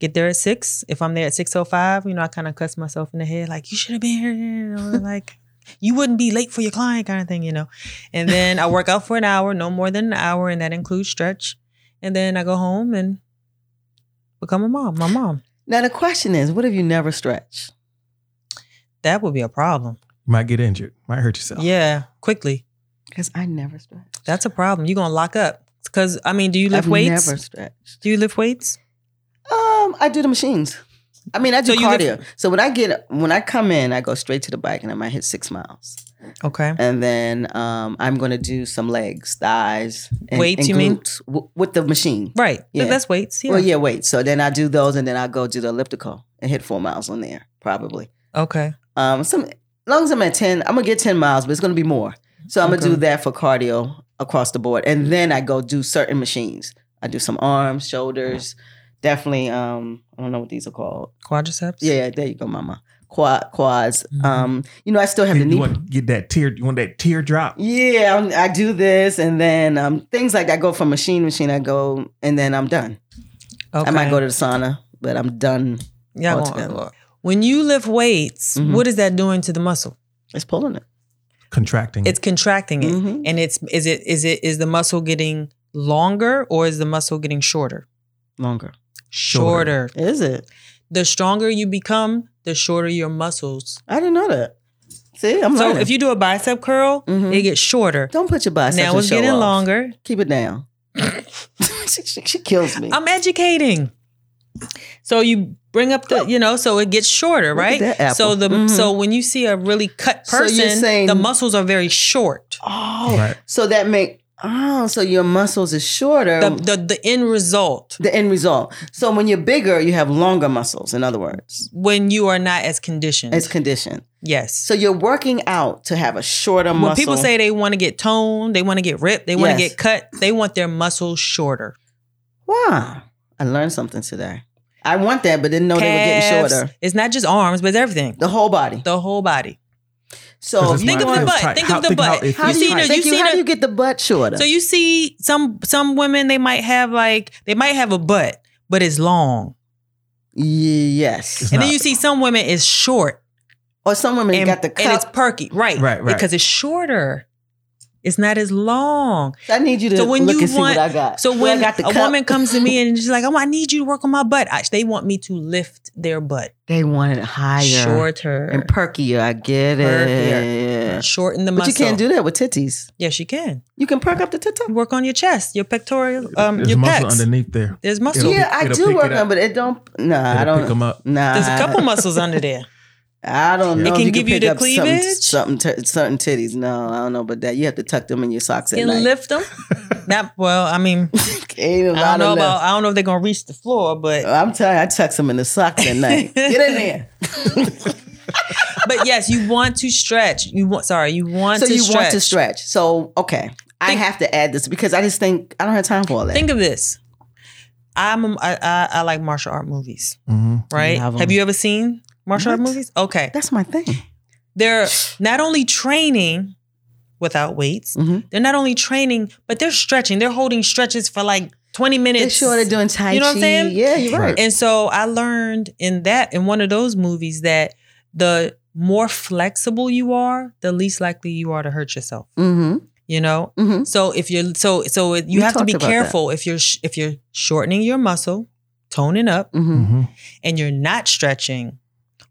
S3: Get there at oh 6. If I'm there at 6:05, you know, I kind of cuss myself in the head like you should have been here, you know, like you wouldn't be late for your client kind of thing, you know. And then I work out for an hour, no more than an hour, and that includes stretch. And then I go home and become a mom, my mom.
S1: Now the question is, what if you never stretch?
S3: That would be a problem.
S4: might get injured, might hurt yourself.
S3: Yeah, quickly.
S1: Because I never stretch.
S3: That's a problem. You're gonna lock up. Cause I mean, do you lift
S1: I've
S3: weights?
S1: never stretched.
S3: Do you lift weights?
S1: Um, I do the machines. I mean, I do
S3: So you
S1: cardio.
S3: lift-
S1: so when I get when I come in, I go straight to the bike and I might hit six miles,
S3: Okay.
S1: and then um, I'm going to do some legs, thighs, and,
S3: Weights,
S1: and
S3: you mean?
S1: glutes w- with the machine.
S3: Right.
S1: Yeah.
S3: That's weights. Yeah.
S1: Well, yeah, weights. So then I do those, and then I go do the elliptical and hit four miles on there probably.
S3: Okay.
S1: Um, some as long as I'm at ten, I'm gonna get ten miles, but it's gonna be more. So I'm
S3: Okay.
S1: gonna do that for cardio across the board, and then I go do certain machines. I do some arms, shoulders, definitely. Um, I don't know what these are called.
S3: Quadriceps.
S1: Yeah, there you go, Mama. Quad quads.
S3: Mhm.
S1: Um, you know, I still have
S4: You,
S1: the knee.
S4: want to get that tear? You want that teardrop?
S1: yeah, I'm, I do this, and then um, things like that. I go from machine to machine. I go, and then I'm done.
S3: Okay.
S1: I might go to the sauna, but I'm done.
S3: yeah,
S1: all
S3: go on.
S1: together.
S3: When you lift weights,
S1: Mhm.
S3: what is that doing to the muscle?
S1: It's pulling it.
S4: Contracting.
S3: It's contracting it.
S1: Mhm.
S3: And it's is it is it is the muscle getting longer or is the muscle getting shorter?
S1: Longer.
S3: Shorter.
S1: Is it?
S3: The stronger you become, the shorter your muscles.
S1: I didn't know that. See, I'm
S3: so
S1: learning.
S3: if you do a bicep curl,
S1: Mhm.
S3: it gets shorter.
S1: Don't put your biceps.
S3: now
S1: and
S3: it's
S1: show
S3: getting
S1: off.
S3: longer.
S1: Keep it
S3: [LAUGHS]
S1: down. [LAUGHS] she, she- she kills me.
S3: I'm educating. So you bring up the, you know, so it gets shorter,
S1: Look at
S3: right?
S1: that apple.
S3: So the
S1: Mhm.
S3: so when you see a really cut
S1: So
S3: person,
S1: you're saying-
S3: the muscles are very short.
S1: oh,
S4: right.
S1: so that make oh, so your muscles is shorter.
S3: The
S1: The,
S3: the, the end result
S1: end result. So when you're bigger, you have longer muscles. In other words,
S3: when you are not as conditioned.
S1: it's conditioned.
S3: yes.
S1: So you're working out to have a shorter
S3: when
S1: muscle.
S3: people say they want to get toned, they want to get ripped, they want to
S1: Yes.
S3: get cut, they want their muscles shorter.
S1: "Wow, I learned something today. I want that, but didn't know Oh, they were getting
S3: Calves.
S1: shorter.
S3: It's not just arms, but it's everything.
S1: The whole body.
S3: The whole body.
S1: So
S4: Because it's
S1: you
S3: Think of the
S4: why
S1: want-
S4: it's
S3: butt.
S4: tight.
S3: Think
S4: How-
S3: of the
S4: think how
S3: butt.
S4: it
S1: How
S3: You
S4: feels
S1: do
S3: see
S1: you,
S4: tight.
S3: the-
S1: thank
S3: you
S1: you,
S3: see
S1: how
S3: the-
S1: do you get the butt shorter?
S3: So you see some some women they might have like they might have a butt, but it's long.
S1: yes.
S4: It's
S3: and
S4: not-
S3: then you see some women it's short
S1: Or some women
S3: and,
S1: got the
S3: and it's
S1: cup.
S3: perky. Right.
S4: Right, right.
S3: Because it's shorter. It's not as long.
S1: I need you to
S3: So when
S1: look
S3: you
S1: and see
S3: want-
S1: what I got.
S3: So
S1: Well,
S3: when
S1: I got the
S3: a
S1: cup.
S3: woman comes
S1: [LAUGHS]
S3: to me and she's like, "Oh, I need you to work on my butt," I, they want me to lift their butt
S1: They want it higher
S3: shorter
S1: uh, and perkier. I get it.
S3: Perkier. shorten the
S1: But
S3: muscle.
S1: you can't do that with titties.
S3: Yes, you can.
S1: You can perk up the titty.
S3: Work on your chest, your pectoral, um,
S4: There's
S3: your
S4: muscle
S3: pecs.
S4: underneath there.
S3: There's muscle.
S4: It'll
S1: Yeah,
S4: pick-
S1: I
S4: it'll
S1: do
S4: pick
S1: work
S4: it
S1: on,
S4: up.
S1: but it don't. Nah, I
S4: It'll
S1: don't.
S4: pick 'em up.
S1: Nah,
S3: There's a couple muscles under
S1: [LAUGHS]
S3: there.
S1: I don't
S4: It
S1: know.
S3: can
S1: if you
S3: give you
S1: pick
S3: the
S1: up something-
S3: cleavage.
S1: Something, t- certain titties. No, I don't know about that. You have to tuck them in your socks at
S3: Can
S1: night.
S3: lift them. Not well. I mean,
S1: Ain't a
S3: I
S1: lot
S3: don't
S1: of Uh.
S3: know
S1: lift.
S3: about. I don't know if they're gonna reach the floor, but
S1: I'm telling you, I tuck them in the socks
S3: [LAUGHS]
S1: at night. Get in there.
S3: but yes, you want to stretch. You want. Sorry, you want.
S1: so
S3: to
S1: you
S3: stretch.
S1: want to stretch. So okay, I
S3: Think-
S1: have to add this because I just think I don't have time for all that.
S3: Think of this. I'm. A, I, I, I like martial art movies.
S4: Mhm.
S3: Right?
S1: Love 'em.
S3: Have you ever seen martial art
S1: What?
S3: movies? Okay,
S1: That's my thing.
S3: they're not only training without weights.
S1: Mhm.
S3: They're not only training, but they're stretching. They're holding stretches for like 20 minutes.
S1: They're sure they're doing Tai Chi.
S3: you know what I'm saying?
S1: Yeah, you're right.
S4: Right.
S3: And so I learned in that, in one of those movies, that the more flexible you are, the least likely you are to hurt yourself.
S1: Mm-hmm.
S3: You know,
S1: Mm-hmm.
S3: so if you're so so you
S1: We
S3: have to be
S1: talked about
S3: careful if you're sh- if you're shortening your muscle, toning up,
S1: Mm-hmm.
S4: Mhm.
S3: and you're not stretching.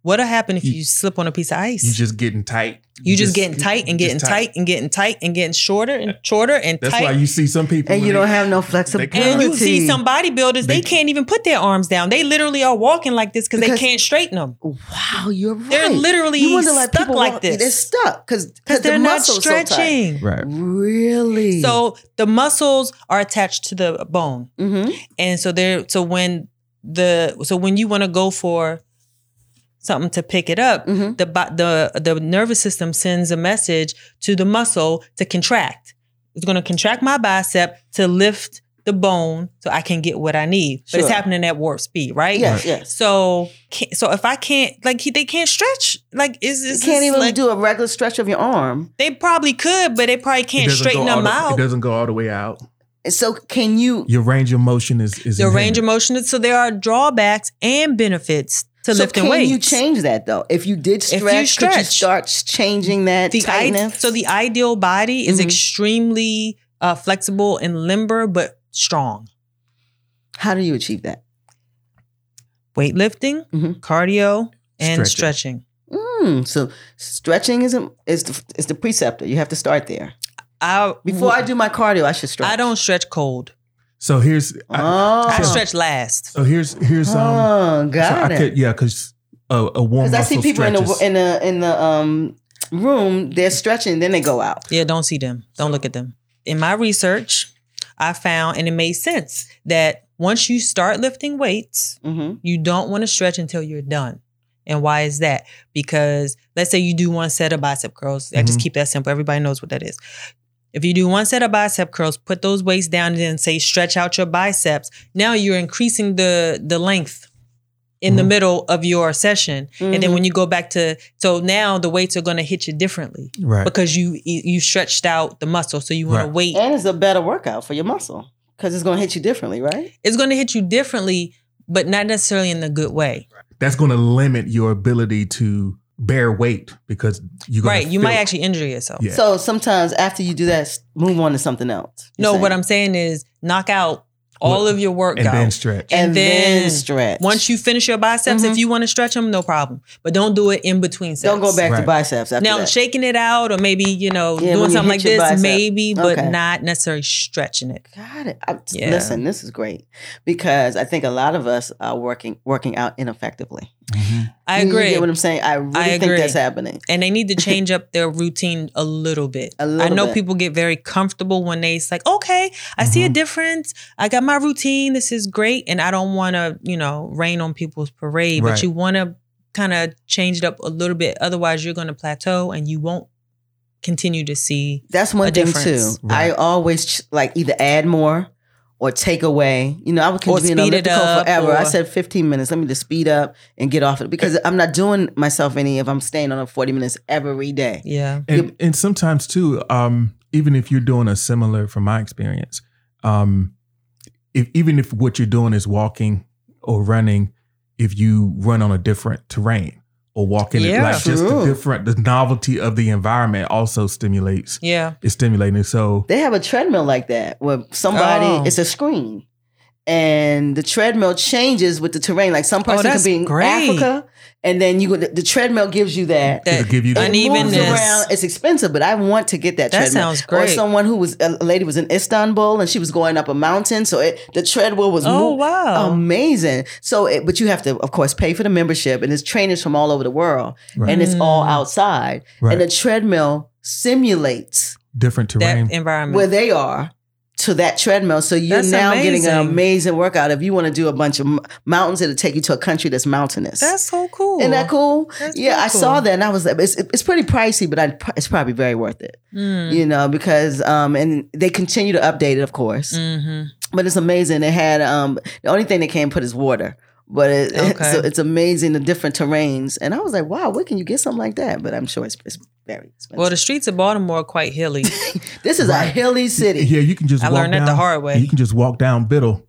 S3: What'll happen if you,
S4: You-
S3: slip on a piece of ice?
S4: You just getting tight.
S3: You just, getting tight and
S4: just
S3: getting tight. and getting tight and getting shorter and shorter and
S4: That's
S3: tight.
S4: why you see some people.
S1: And
S4: when
S1: you
S4: they-
S1: don't have no
S4: And
S1: flexibility.
S3: and you see some bodybuilders, they,
S4: They-
S3: can't even put their arms down. They literally are walking like this because they
S1: Because-
S3: can't straighten them.
S1: Wow, you're right.
S3: They're literally stuck like
S1: walk-
S3: this.
S1: They're stuck because
S3: because they're
S1: the
S3: not
S1: muscles so tight.
S3: stretching.
S4: Right.
S1: Really?
S3: So the muscles are attached to the bone,
S1: hmm
S3: and so they're so when the so when you want to go for something to pick it up,
S1: hmm
S3: the bo- the the nervous system sends a message to the muscle to contract. It's going to contract my bicep to lift the bone so I can get what I need. But it's
S1: Sure.
S3: happening at warp speed, right?
S1: yes, yes.
S3: So can so if I can't like he, they can't stretch like is
S1: You
S3: is
S1: can't even
S3: like,
S1: do a regular stretch of your arm.
S3: they probably could but they probably
S4: it
S3: can't
S4: doesn't go
S3: straighten
S4: all
S3: them
S4: the-
S3: out.
S4: It doesn't go all the way out.
S1: So can you?
S4: Your range of motion is is
S3: the range
S4: inhibited.
S3: of motion. So there are drawbacks and benefits to
S1: so
S3: lifting
S1: can
S3: weights.
S1: you change that though? If you did
S3: you
S1: stretch, could you
S3: stretch.
S1: start changing that
S3: the i-
S1: tightness?
S3: so the ideal body is
S1: Mhm.
S3: extremely uh, flexible and limber, but strong.
S1: How do you achieve that?
S3: Weightlifting,
S1: Mhm.
S3: cardio, and
S4: Stretching.
S3: stretching.
S1: Mm, so stretching is a, is the, is the preceptor. You have to start there.
S3: I
S1: Before I do my cardio, I should stretch.
S3: I don't stretch cold.
S4: So here's I-
S1: Oh,
S3: I stretch last.
S4: so here's here's um
S1: oh,
S4: so I
S1: got it.
S4: could yeah because a, a warm
S1: Because I
S4: muscle
S1: see people in the
S4: stretches.
S1: in the in the um room, they're stretching, then they go out.
S3: Yeah, don't see them. Don't look at them. In my research, I found, and it made sense, that once you start lifting weights,
S1: hmm
S3: you don't want to stretch until you're done. And why is that? Because let's say you do one set of bicep curls. I just
S4: Mhm.
S3: keep that simple. Everybody knows what that is. If you do one set of bicep curls, put those weights down and then say stretch out your biceps. Now you're increasing the the length in the
S4: Mhm.
S3: middle of your session. And
S4: Mm-hmm.
S3: then
S1: Mhm.
S3: when you go back to so now the weights are going to hit you differently
S4: right
S3: because you you stretched out the muscle so you want to
S4: Right.
S3: wait
S1: And it's a better workout for your muscle because it's going to hit you differently, right?
S3: it's going to hit you differently but not necessarily in the good way
S4: that's going to limit your ability to bear weight because you're gonna
S3: right you
S4: feel-
S3: might actually injure yourself
S4: Yeah.
S1: So sometimes after you do that, s- move on to something else.
S3: no what i'm saying is knock out all
S4: What-
S3: of your
S4: and then
S3: workout
S4: stretch
S1: and,
S3: and
S1: then,
S3: then
S1: stretch.
S3: once you finish your biceps
S1: Mhm.
S3: if you want to stretch them no problem but don't do it in between sets
S1: don't go back to
S4: Right.
S1: biceps after
S3: now
S1: that.
S3: shaking it out or maybe you know
S1: Yeah,
S3: doing
S1: when you
S3: something like
S1: hit your
S3: this
S1: bicep.
S3: maybe but
S1: Okay.
S3: not necessarily stretching it
S1: Got it. I,
S3: Yeah.
S1: Listen, this is great because I think a lot of us are working working out ineffectively.
S4: Mhm.
S3: i
S1: You- you
S3: agree
S1: get what I'm saying? I really think
S3: agree.
S1: that's happening.
S3: and they need
S1: [LAUGHS]
S3: to change up their routine a little bit.
S1: A little
S3: I know
S1: bit. Mm-hmm.
S3: people get very comfortable when they it's like, okay, I see a
S4: Mhm.
S3: difference. I got my routine. This is great, and I don't want to, you know, rain on people's parade. But
S4: Right.
S3: you want to kind of change it up a little bit, otherwise you're going to plateau and you won't continue to see.
S1: That's one
S3: a
S1: thing
S3: difference.
S1: too. I
S4: Right.
S1: always ch- like either add more or take away. You know, I would
S3: Or
S1: continue an
S3: speed it
S1: elliptical
S3: up,
S1: forever.
S3: or-
S1: I
S3: Eh.
S1: said 15 minutes. Let me just speed up and get off it because I'm not doing myself any if I'm staying on a 40 minutes every day.
S3: Yeah,
S4: and, and sometimes too um even if you're doing a similar from my experience um if even if what you're doing is walking or running if you run on a different terrain or walking
S3: Yeah.
S4: like just
S1: True.
S4: the different the novelty of the environment also stimulates
S3: yeah.
S4: is stimulating so
S1: They have a treadmill like that where somebody
S3: Oh.
S1: it's a screen. And the treadmill changes with the terrain. Like some person could
S3: Oh, that's
S1: be in
S3: great.
S1: Africa, and then you go. The, the treadmill gives you that.
S3: That-
S4: it'll give you
S1: It moves
S3: unevenness.
S1: around. It's expensive, but I want to get that.
S3: That
S1: treadmill.
S3: sounds
S1: Or
S3: great.
S1: someone who was a lady was in Istanbul and she was going up a mountain, so it, the treadmill was
S3: Oh
S1: mo- um,
S3: wow.
S1: amazing. So, it, but you have to, of course, pay for the membership, and it's trainers from all over the world,
S4: Right.
S1: and it's all
S3: Mm.
S1: outside,
S4: right,
S1: and the treadmill simulates
S4: different
S3: that
S4: terrain
S3: environment.
S1: where they are. To that treadmill, so you're
S3: Mm. That's
S1: now getting an
S3: amazing.
S1: amazing workout. If you want to do a bunch of m- mountains, it'll take you to a country that's mountainous.
S3: that's so cool.
S1: Isn't that cool?
S3: That's
S1: yeah,
S3: pretty
S1: I saw
S3: cool.
S1: that, and I was like, it's, it's pretty pricey, but I, it's probably very worth it.
S3: Mm.
S1: You know, because um, and they continue to update it, of course.
S3: hmm
S1: But it's amazing. It had um, the only thing they can't put is water, but it, [LAUGHS]
S3: Okay.
S1: so it's amazing the different terrains. And I was like, wow, where can you get something like that? But I'm sure it's, it's very expensive.
S3: Well, the streets of Baltimore are quite
S1: [LAUGHS]
S3: hilly. [LAUGHS]
S1: this is a
S4: Right.
S1: hilly city.
S4: yeah you can just
S3: I
S4: walk
S3: learned that
S4: down,
S3: the hard way.
S4: you can just walk down biddle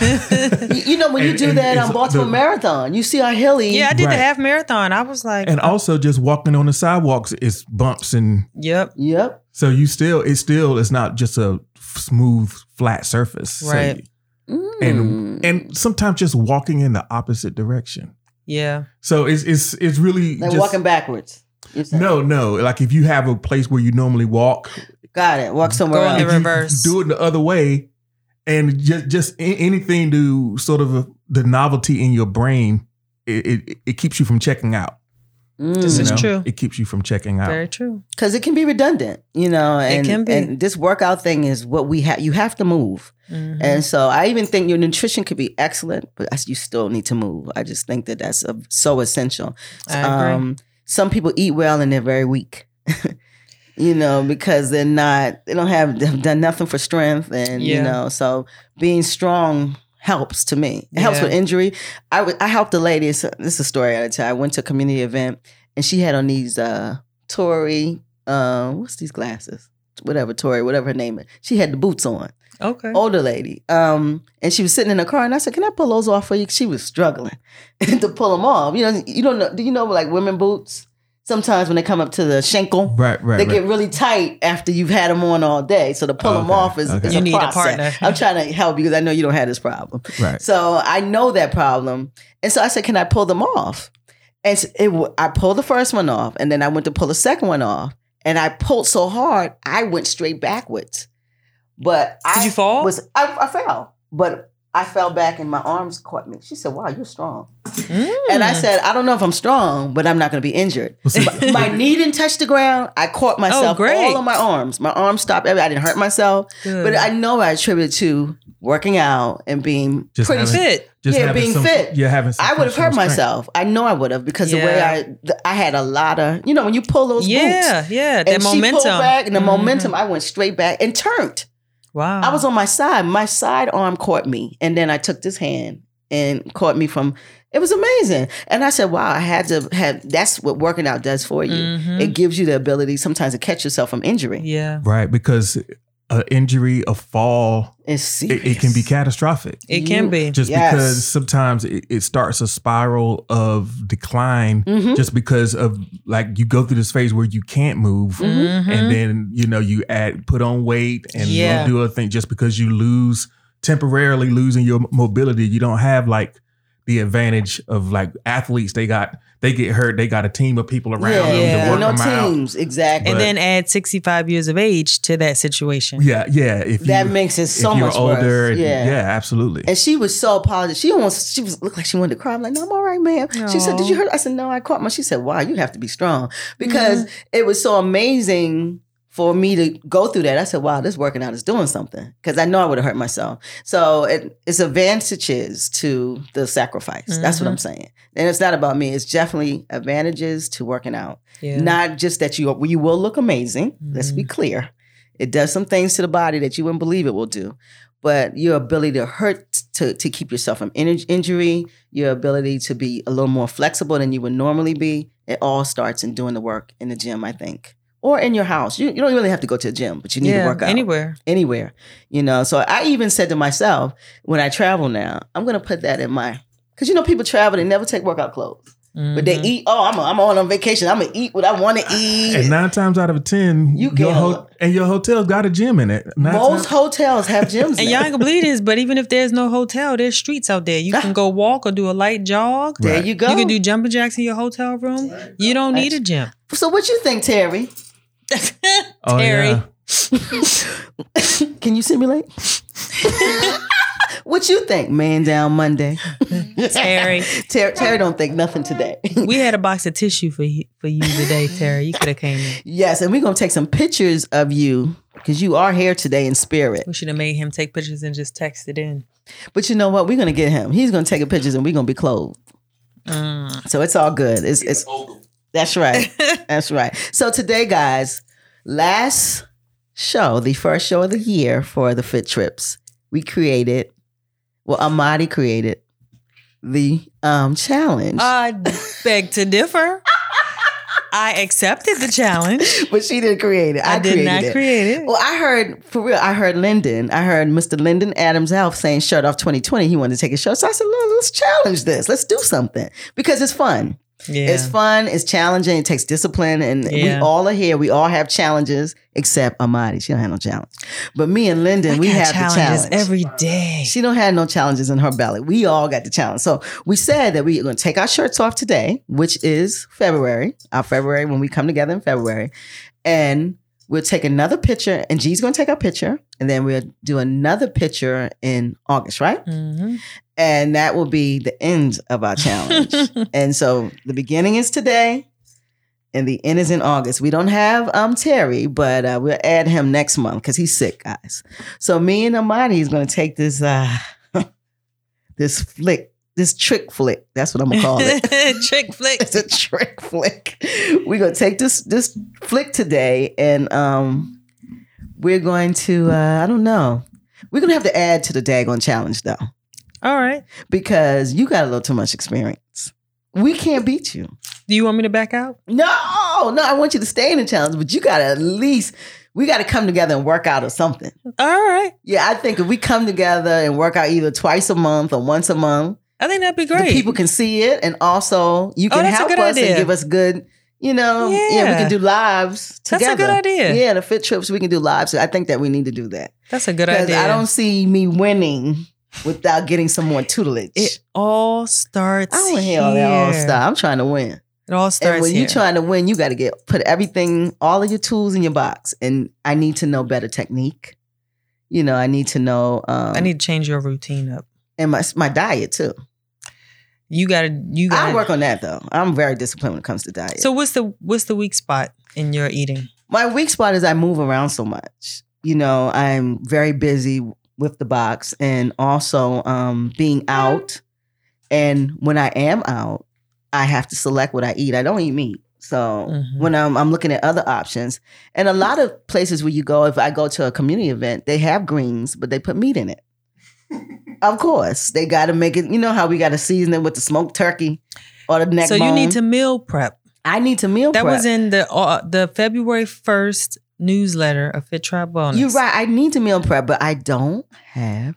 S1: You- You know, when you
S4: And-
S1: do
S4: and
S1: that
S4: it's
S1: on Baltimore
S4: the-
S1: Marathon, you see how hilly.
S3: Yeah, I did the
S4: Right.
S3: half marathon. I was like, [LAUGHS]
S4: and also just walking on the sidewalks is bumps and
S3: yep,
S1: Yep.
S4: So you still, it still, it's not just a f- smooth, flat surface. So-
S3: Right.
S4: and
S1: Mm.
S4: and sometimes just walking in the opposite direction.
S3: yeah,
S4: So it's it's it's really
S1: like
S4: just-
S1: walking backwards. You're saying.
S4: No, no. Like if you have a place where you normally walk,
S1: Got it. Walk somewhere
S3: Go in
S1: else.
S3: the
S4: if you
S3: reverse.
S4: do it the other way, and just just a- anything to sort of the novelty in your brain, it it, it keeps you from checking out.
S1: Mm.
S3: This
S4: you
S3: is
S4: know?
S3: true.
S4: It keeps you from checking out.
S3: very true.
S1: because it can be redundant, you know. And,
S3: can be.
S1: and this workout thing is what we have. You have to move,
S3: Mhm.
S1: and so I even think your nutrition could be excellent, but I- you still need to move. I just think that that's a, so essential.
S3: I
S1: um,
S3: agree.
S1: some people eat well and they're very weak, [LAUGHS] you know, because they're not. They don't have they've done nothing for strength, and you
S3: Yeah.
S1: know, so being strong helps to me. It helps
S3: Yeah.
S1: with injury. I w- I helped a lady. It's a- this is a story I tell. I went to a community event and she had on these uh Tory, uh, what's these glasses? Whatever Tory, whatever her name is. She had the boots on,
S3: Okay.
S1: older lady. Um, and she was sitting in the car, and I said, "Can I pull those off for you?" She was struggling [LAUGHS] to pull them off. You know, you don't know. Do you know like women boots? Sometimes when they come up to the shankel,
S4: Right, right,
S1: they
S4: right.
S1: get really tight after you've had them on all day. So to pull them
S4: Okay,
S1: off is,
S4: okay.
S1: is
S3: You
S1: a
S3: need a
S1: process.
S3: partner.
S1: I'm trying to help because I know you don't have this problem.
S4: right.
S1: So I know that problem, and so I said, "Can I pull them off?" And s- it, w- I pulled the first one off, and then I went to pull the second one off, and I pulled so hard I went straight backwards. But
S3: Did
S1: I
S3: you fall?
S1: Was I, I fell, but I fell back, and my arms caught me. She said, "Wow, you're strong,"
S3: Mm,
S1: and
S3: Hmm.
S1: I said, "I don't know if I'm strong, but I'm not going to
S3: [LAUGHS]
S1: be injured."
S4: Well,
S1: [LAUGHS]
S4: see,
S1: But my knee didn't touch the ground. I caught myself
S3: Oh, great. Hmm.
S1: all on my arms. My arms stopped. I didn't hurt myself, but I know I attribute it to working out and being
S4: Just
S1: pretty
S4: having-
S1: fit.
S3: fit.
S4: just
S1: yeah,
S4: having
S1: being
S4: some-
S1: fit.
S4: You're having. Some
S1: I would have
S4: functional
S1: hurt
S4: strength.
S1: myself. I know I would have because the way
S3: Yeah.
S1: I th- I had a lot of you know when you pull those boots.
S3: Yeah, yeah. That
S1: and she
S3: momentum.
S1: pulled back, and the
S3: Mhm.
S1: momentum, I went straight back and turned.
S3: Wow.
S1: I was on my side. My side arm caught me, and then I took this hand and caught me from. It was amazing, and I said, "Wow, I had to have." That's what working out does for you.
S3: Mhm.
S1: It gives you the ability sometimes to catch yourself from injury.
S3: yeah.
S4: Right, because an injury, a fall,
S1: It's
S4: it,
S1: serious.
S4: it can be catastrophic.
S3: It can
S1: You-
S3: be.
S4: Just
S1: Yes.
S4: because sometimes it, it starts a spiral of decline,
S1: Mhm.
S4: just because of like you go through this phase where you can't move,
S1: Mm-hmm.
S3: Mhm.
S4: and then you know you add put on weight and you
S3: Yeah.
S4: don't do a thing just because you lose temporarily losing your mobility you don't have like the advantage of like athletes they got they get hurt they got a team of people around
S1: Yeah,
S4: them
S3: Yeah.
S4: to work
S1: no
S4: them out
S1: teams exactly.
S3: and
S4: but-
S3: then add 65 years of age to that situation.
S4: yeah yeah if
S1: that
S4: you,
S1: makes it
S4: if
S1: so
S4: you're
S1: much
S4: older
S1: worse.
S4: and- yeah. absolutely
S1: And she was so apologetic. She almost she was looked like she wanted to cry. I'm like, no, I'm all right, ma'am. She said, Did you
S3: Aw.
S1: hurt? I said, No, I caught my. She said, Wow, you have to be strong. Because it was so amazing for me to go through that. I said, Wow, this working out is doing something. Because I know I would have hurt myself. So it, it's advantages to the sacrifice. That's what I'm saying. And it's not about me. It's definitely advantages to working out.
S3: Yeah. Mm-hmm.
S1: Not just that you you will look amazing. Let's be clear. It does some things to the body that you wouldn't believe it will do. But your ability to hurt to to keep yourself from in- injury, your ability to be a little more flexible than you would normally be, it all starts in doing the work in the gym, I think. Or in your house. You, you don't really have to go to a gym, but you need
S3: yeah.
S1: to work out
S3: Anywhere.
S1: anywhere. You know, so I even said to myself, when I travel now, I'm gonna put that in my because you know people travel, they never take workout clothes. But they
S3: Mhm.
S1: eat. Oh, I'm I'm on on vacation. I'm gonna eat what I want to eat.
S4: and nine times out of ten
S1: You
S4: your
S1: get
S4: ho- and your hotel got a gym in it Nine
S1: Most
S4: times-
S1: hotels have gyms.
S3: And
S1: now.
S3: y'all ain't gonna believe this, but even if there's no hotel, there's streets out there. You can go walk or do a light jog.
S1: there
S4: Right.
S1: you go.
S3: You can do jumping jacks in your hotel room. You don't need a
S1: [LAUGHS]
S3: gym.
S1: so what you
S3: [LAUGHS]
S1: think, Terry?
S4: Oh,
S3: Terry.
S4: yeah.
S1: Can you simulate? what you think? Man down Monday.
S3: Terry.
S1: Terry, Terry don't think nothing today. [LAUGHS]
S3: We had a box of tissue for you, for you today, Terry. You could have came in.
S1: yes, and we're gonna take some pictures of you because you are here today in spirit.
S3: We should have made him take pictures and just text it in.
S1: But you know what? We're gonna get him. He's gonna take a pictures and we're gonna be clothed. So it's all good. It's it's that's right. that's right. So today, guys, last show, the first show of the year for the Fit Trips, we created. Well, Amadi created the um challenge,
S3: I beg to differ. I accepted the challenge.
S1: [LAUGHS] but she didn't create it. [LAUGHS] I,
S3: I, did
S1: created
S3: not
S1: it.
S3: create it.
S1: Well, I heard for real. I heard Lyndon. I heard Mr. Lyndon Adams Health saying "Shirt off 2020." He wanted to take a shirt, so I said, "Look, let's challenge this. Let's do something because it's fun.
S3: yeah.
S1: It's fun. It's challenging. It takes discipline, and we
S3: Yeah.
S1: all are here. We all have challenges, except Amadi. She don't have no challenge. But me and Lyndon, we
S3: I got
S1: have
S3: challenges
S1: the challenge.
S3: every day.
S1: she don't have no challenges in her belly. We all got the challenge. So we said that we are going to take our shirts off today, which is February, our February when we come together in February, and we'll take another picture. And G's going to take our picture, and then we'll do another picture in August, right?
S3: Mhm.
S1: and that will be the end of our challenge. and so the beginning is today, and the end is in August. We don't have um Terry, but uh, we'll add him next month because he's sick, guys. So me and Amani is going to take this uh [LAUGHS] this flick, this trick flick. That's what I'm gonna call it.
S3: [LAUGHS] Trick flick.
S1: It's a trick flick. We're gonna take this this flick today, and um, we're going to uh, I don't know. We're gonna have to add to the daggone challenge though
S3: All right.
S1: because you got a little too much experience. We can't beat you.
S3: Do you want me to back out?
S1: No, no, I want you to stay in the challenge, but you got to at least we got to come together and work out or something.
S3: All right.
S1: Yeah, I think if we come together and work out either twice a month or once a month,
S3: I think that'd be
S1: the
S3: great.
S1: people can see it, and also you
S3: Oh,
S1: can
S3: that's a
S1: help
S3: good
S1: us
S3: idea.
S1: and give us good. You know, yeah. we
S3: Yeah.
S1: can do lives
S3: That's a
S1: together.
S3: good idea.
S1: Yeah, the fit trips we can do lives. I think that we need to do that
S3: That's a good
S1: because
S3: idea.
S1: I don't see me winning without getting some more tutelage.
S3: It all starts.
S1: I don't hear all that all
S3: here.
S1: stuff. I'm trying to win.
S3: It all starts
S1: and when
S3: here.
S1: you're trying to win, you got to get put everything, all of your tools in your box. And I need to know better technique. You know, I need to know. Um,
S3: I need to change your routine up.
S1: and my my diet too.
S3: You gotta. You gotta
S1: I work on that though. I'm very disciplined when it comes to diet.
S3: So what's the what's the weak spot in your eating?
S1: my weak spot is I move around so much. You know, I'm very busy with the box and also um, being out. And when I am out, I have to select what I eat. I don't eat meat. So
S3: Mhm.
S1: when I'm, I'm looking at other options, and a lot of places where you go, if I go to a community event, they have greens, but they put meat
S3: [LAUGHS]
S1: in it. of course, they got to make it. You know how we got to season it with the smoked turkey or the neck
S3: so you need
S1: bone?
S3: to meal prep.
S1: I need to meal
S3: That
S1: prep.
S3: was in the uh, the February first newsletter of Fit Tribe Wellness.
S1: You're right. I need to meal prep, but I don't have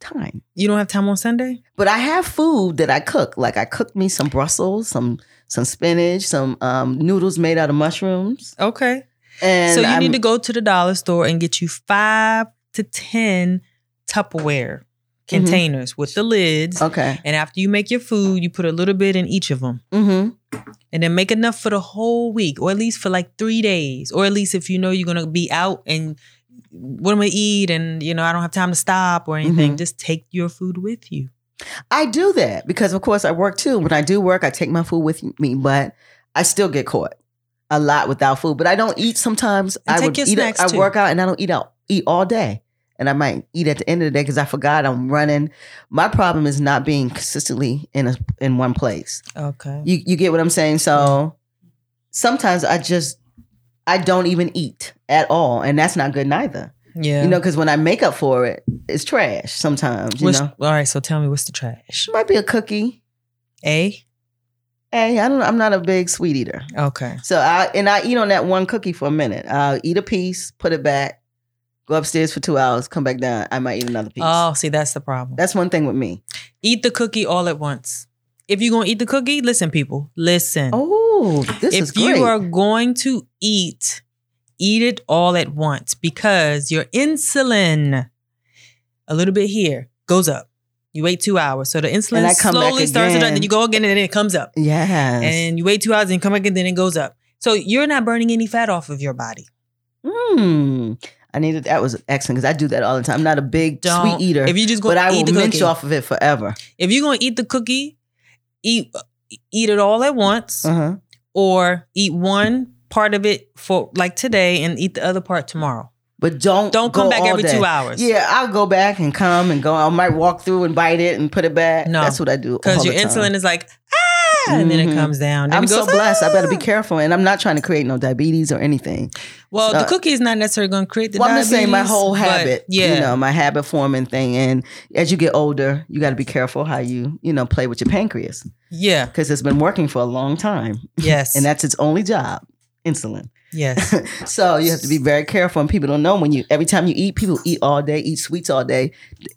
S1: time.
S3: You don't have time on Sunday.
S1: But I have food that I cook. Like I cooked me some Brussels, some some spinach, some um, noodles made out of mushrooms.
S3: Okay.
S1: And
S3: so you
S1: I'm-
S3: need to go to the dollar store and get you five to ten Tupperware
S1: Mm-hmm.
S3: containers with the lids.
S1: okay.
S3: And after you make your food, you put a little bit in each of them.
S1: Mm-hmm.
S3: and then make enough for the whole week or at least for like three days or at least if you know you're gonna be out and what am i eat and you know i don't have time to stop or anything
S1: Mhm.
S3: just take your food with you
S1: I do that because of course I work too. When I do work, I take my food with me, but I still get caught a lot without food. But I don't eat sometimes.
S3: And
S1: I
S3: take
S1: would
S3: your
S1: eat
S3: snacks,
S1: I
S3: too.
S1: work out and I don't eat out eat all day. And I might eat at the end of the day because I forgot I'm running. My problem is not being consistently in a in one place.
S3: okay
S1: You you get what I'm saying? So sometimes I just I don't even eat at all, and that's not good neither.
S3: yeah
S1: You know, because when I make up for it, it's trash sometimes. You
S3: What's-
S1: know,
S3: all right so tell me what's the trash
S1: might be a cookie.
S3: a
S1: Hey, I don't. I'm not a big sweet eater.
S3: okay
S1: So I and I eat on that one cookie for a minute. I'll eat a piece, put it back, go upstairs for two hours, come back down. I might eat another piece.
S3: oh see that's the problem
S1: That's one thing with me.
S3: eat the cookie all at once if you're gonna eat the cookie listen people listen
S1: Oh, this
S3: if
S1: is great.
S3: you are going to eat, eat it all at once because your insulin, a little bit here, goes up. You wait two hours, so the insulin
S1: And I come back
S3: slowly starts to
S1: again.
S3: then you go again and then it comes up,
S1: yes.
S3: and you wait two hours and come back and then it goes up. So you're not burning any fat off of your body.
S1: Mm. I needed that was excellent because I do that all the time. I'm not a big
S3: Don't
S1: sweet eater,
S3: If you just go
S1: but I
S3: eat the
S1: will mince
S3: cookie,
S1: off of it forever.
S3: if you're gonna eat the cookie, eat eat it all at once,
S1: Uh-huh.
S3: or eat one part of it for like today and eat the other part tomorrow.
S1: But don't
S3: Don't
S1: go
S3: come back
S1: all
S3: every
S1: day.
S3: two hours.
S1: Yeah, I'll go back and come and go. I might walk through and bite it and put it back.
S3: No.
S1: that's what I do. all
S3: because your
S1: the time.
S3: insulin is like ah, and then it
S1: Mhm.
S3: comes down. Then
S1: I'm
S3: it
S1: so
S3: goes,
S1: blessed. I better be
S3: "Ah."
S1: careful, and I'm not trying to create no diabetes or anything.
S3: Well,
S1: Uh,
S3: the cookie is not necessarily going to create the.
S1: well, I'm just saying my
S3: diabetes,
S1: whole
S3: but
S1: habit,
S3: Yeah,
S1: you know, my habit forming thing. And as you get older, you got to be careful how you, you know, play with your pancreas [LAUGHS]
S3: yeah,
S1: because it's been working for a long time,
S3: yes,
S1: and that's its only job, insulin. [LAUGHS]
S3: yes.
S1: So you have to be very careful, and people don't know when you. Every time you eat, people eat all day, eat sweets all day,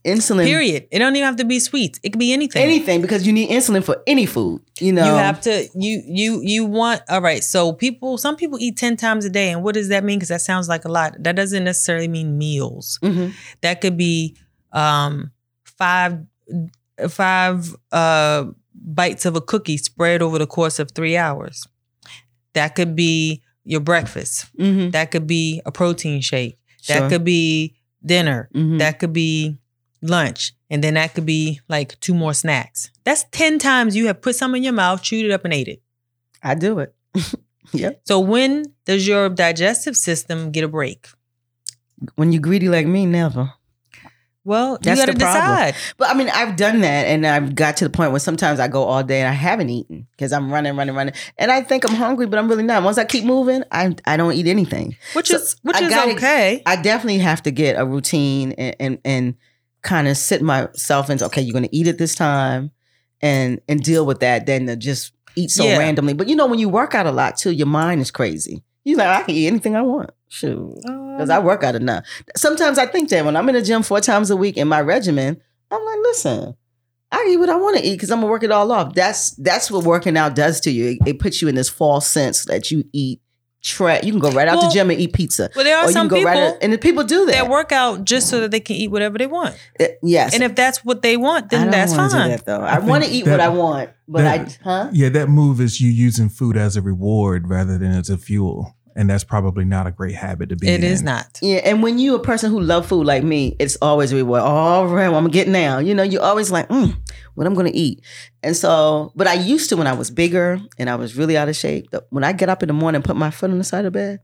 S1: insulin,
S3: Period. It don't even have to be sweets. It could be anything.
S1: anything, because you need insulin for any food. You know,
S3: You have to. You you you want. All right. So people. Some people eat ten times a day, and what does that mean? Because that sounds like a lot. That doesn't necessarily mean meals.
S1: Mhm.
S3: That could be um five five uh bites of a cookie spread over the course of three hours. That could be your breakfast.
S1: Mhm.
S3: That could be a protein shake. That
S1: Sure.
S3: could be dinner.
S1: Mhm.
S3: That could be lunch. And then that could be like two more snacks. That's 10 times you have put some in your mouth, chewed it up, and ate it.
S1: I do it
S3: So when does your digestive system get a break?
S1: when you're greedy like me. Never.
S3: Well,
S1: That's
S3: you got
S1: the
S3: to
S1: problem.
S3: decide.
S1: But I mean, I've done that, and I've got to the point where sometimes I go all day and I haven't eaten because I'm running, running, running, and I think I'm hungry, but I'm really not. Once I keep moving, I I don't eat anything.
S3: Which
S1: So
S3: is which
S1: I
S3: is
S1: gotta-
S3: okay.
S1: I definitely have to get a routine and and, and kind of sit myself into okay, you're going to eat at this time, and and deal with that than to just eat so
S3: Yeah.
S1: randomly. But you know, when you work out a lot too, your mind is crazy. You You know, I can eat anything I want. Shoot. Because I
S3: Um,
S1: work out enough. Sometimes I think that when I'm in the gym four times a week in my regimen, I'm like, listen, I eat what I want to eat because I'm gonna work it all off. That's that's what working out does to you. It, it puts you in this false sense that you eat trash. You can go right out
S3: Well,
S1: the gym and eat pizza,
S3: well, there
S1: or
S3: are
S1: you can
S3: some
S1: go
S3: people
S1: right out, and the people do that.
S3: that work out just so that they can eat whatever they want.
S1: It- yes,
S3: And if that's what they want,
S1: I
S3: then
S1: don't
S3: that's
S1: wanna do
S3: fine.
S1: that, though.
S4: I
S1: I, want to
S4: think
S1: eat
S4: that-
S1: what I want, but
S4: that-
S1: I huh?
S4: Yeah, that move is you using food as a reward rather than as a fuel. And that's probably not a great habit to be
S3: It
S4: in.
S3: is not.
S1: Yeah, and when you a person who love food like me, it's always a reward. All right, well, I'm gonna get now. You know, you always like, mm, what I'm gonna eat. And so, but I used to when I was bigger and I was really out of shape. the- When I get up in the morning, and put my foot on the side of the bed.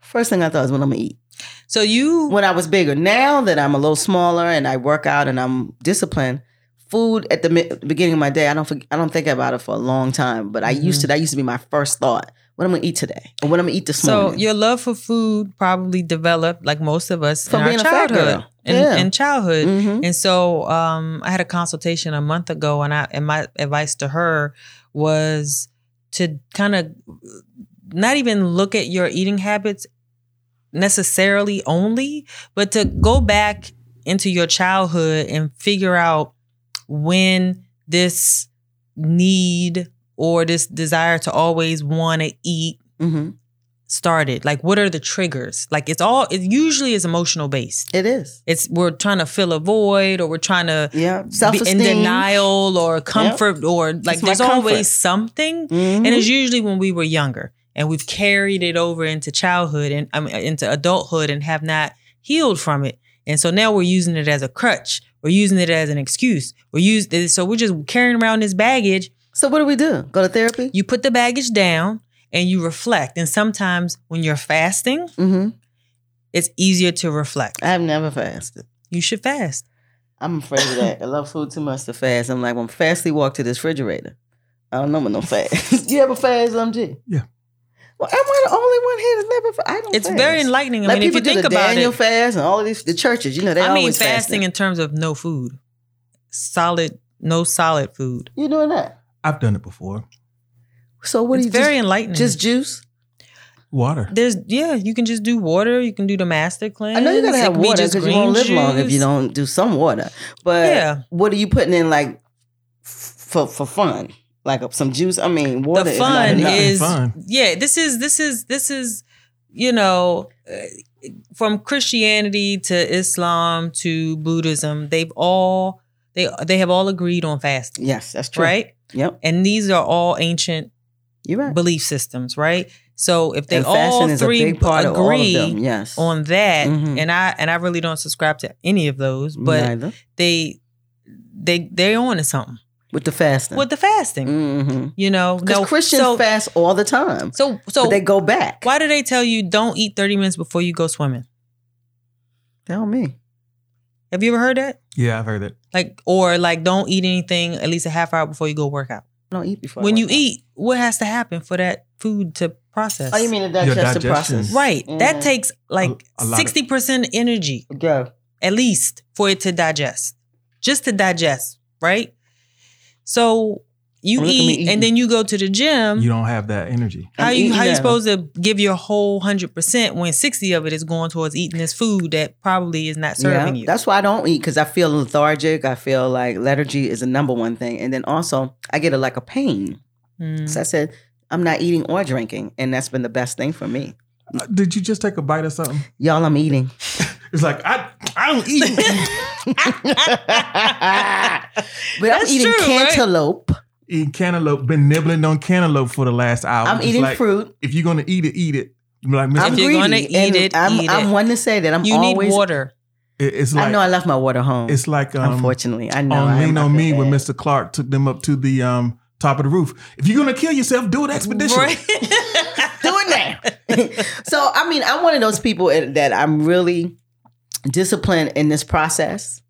S1: First thing I thought is what I'm gonna eat.
S3: So you
S1: When I was bigger, now that I'm a little smaller and I work out and I'm disciplined, food at the mi- beginning of my day, I don't forg- I don't think about it for a long time. But I used to that used to be my first thought: what I'm gonna eat today, or what I'm gonna eat this
S3: so
S1: morning.
S3: your love for food probably developed like most of us
S1: From
S3: in our
S1: being a fat
S3: childhood.
S1: girl.
S3: In,
S1: Yeah.
S3: in childhood.
S1: Mhm.
S3: And so um, I had a consultation a month ago, and I and my advice to her was to kind of not even look at your eating habits necessarily only, but to go back into your childhood and figure out when this need or this desire to always want to eat
S1: Mhm.
S3: started like what are the triggers like it's all it usually is emotional based
S1: It is.
S3: it's we're trying to fill a void or we're trying to
S1: [LAUGHS] Yeah, self
S3: be in
S1: esteem.
S3: denial or comfort or like
S1: my
S3: there's
S1: comfort.
S3: always something
S1: Mm-hmm.
S3: and it's usually when we were younger and we've carried it over into childhood and I mean, into adulthood and have not healed from it and so now we're using it as a crutch we're using it as an excuse we're used so we're just carrying around this baggage
S1: so what do we do? Go to therapy?
S3: you put the baggage down and you reflect. And sometimes when you're fasting,
S1: Mm-hmm.
S3: it's easier to reflect.
S1: I've never fasted.
S3: You should fast.
S1: I'm afraid of that. I love food too much to fast. I'm like, I'm fastly walk to this refrigerator. I don't know when no [LAUGHS] fast. you ever fast, MG?
S4: Yeah.
S1: Well, am I the only one here that's never? Fa- I don't.
S3: It's
S1: fast.
S3: very enlightening. I
S1: like
S3: mean, if
S1: people
S3: you think
S1: do the
S3: about
S1: Daniel
S3: it,
S1: fast and all of these the churches. You know, they
S3: I mean,
S1: always
S3: fasting, in terms of no food, solid, no solid food.
S1: you doing that?
S4: I've done it before.
S1: So what
S3: it's
S1: do you
S3: very
S1: very
S3: enlightening.
S1: just, just juice?
S4: Water.
S3: there's yeah, you can just do water. You can do the master cleanse.
S1: I know you gotta
S3: It
S1: have
S3: can be
S1: water
S3: just
S1: because you
S3: green
S1: won't live long if you
S3: juice.
S1: don't do some water. But
S3: Yeah.
S1: what are you putting in like f- for for fun? Like uh, some juice? I mean, water.
S3: the
S1: is not
S3: fun
S1: enough.
S4: nothing
S3: is
S4: fun.
S3: yeah this is this is this is you know uh, from christianity to islam to buddhism they've all they they have all agreed on fasting
S1: yes, that's true.
S3: right
S1: Yep,
S3: and these are all ancient
S1: you're right.
S3: belief systems right so if they
S1: and
S3: all
S1: fashion is a
S3: three
S1: big part of all of
S3: agree
S1: them. Yes,
S3: on that
S1: Mhm.
S3: and i and i really don't subscribe to any of those but
S1: Neither.
S3: they they they're on to something
S1: with the fasting,
S3: with the fasting
S1: mm-hmm.
S3: you know
S1: because
S3: No,
S1: Christians
S3: so,
S1: fast all the time,
S3: so
S1: so
S3: so
S1: they go back.
S3: Why do they tell you don't eat 30 minutes before you go swimming?
S1: Tell me.
S3: Have you ever heard that?
S4: Yeah, I've heard it.
S3: Like, or like, don't eat anything at least a half hour before you go work out.
S1: I don't eat before I
S3: when
S1: work
S3: you
S1: out.
S3: eat, what has to happen for that food to process?
S1: Oh, you mean the digestive
S4: digestion.
S1: process?
S3: right? That
S1: Mhm.
S3: takes like
S4: a lot of-
S3: 60% energy
S1: Yeah.
S3: at least for it to digest, just to digest, right? So you
S1: Well, look at me
S3: eat
S1: eating.
S3: and then you go to the
S1: Um,
S3: gym.
S4: You don't have that energy.
S1: I'm
S3: how you
S1: eating
S3: how you
S1: now.
S3: supposed to give your whole hundred percent when sixty of it is going towards eating this food that probably is not serving you?
S1: That's why I don't eat because I feel lethargic. I feel like lethargy is the number one thing, and then also I get a like a pain.
S3: Mm.
S1: So I said I'm not eating or drinking, and that's been the best thing for me.
S4: Uh, Did you just take a bite of something?
S1: Y'all, I'm eating. [LAUGHS]
S4: It's like I I don't eat
S1: but I'm
S3: That's
S1: eating
S3: true, right?
S1: cantaloupe.
S4: eat cantaloupe. Been nibbling on cantaloupe for the last hour.
S1: I'm
S4: It's
S1: eating
S4: like,
S1: fruit.
S4: If you're gonna eat it, eat it. I'm Like Miss-
S1: I'm
S3: you're
S1: greedy,
S3: gonna eat
S1: and
S3: it,
S1: I'm,
S3: eat
S1: I'm
S3: it.
S1: one to say that I'm
S3: You
S1: always.
S3: need
S1: [LAUGHS]
S3: water.
S4: it- it's
S1: I
S4: like
S1: know I left my water home.
S4: it's like um,
S1: unfortunately, I know.
S4: on
S1: I
S4: Lean
S1: am- I
S4: on
S1: feel
S4: Me when
S1: bad.
S4: Mr. Clark took them up to the um, top of the roof. If you're gonna kill yourself, do it expedition.
S1: [LAUGHS]
S3: Right?
S1: do it now. [LAUGHS] so I mean, I'm one of those people that I'm really disciplined in this process.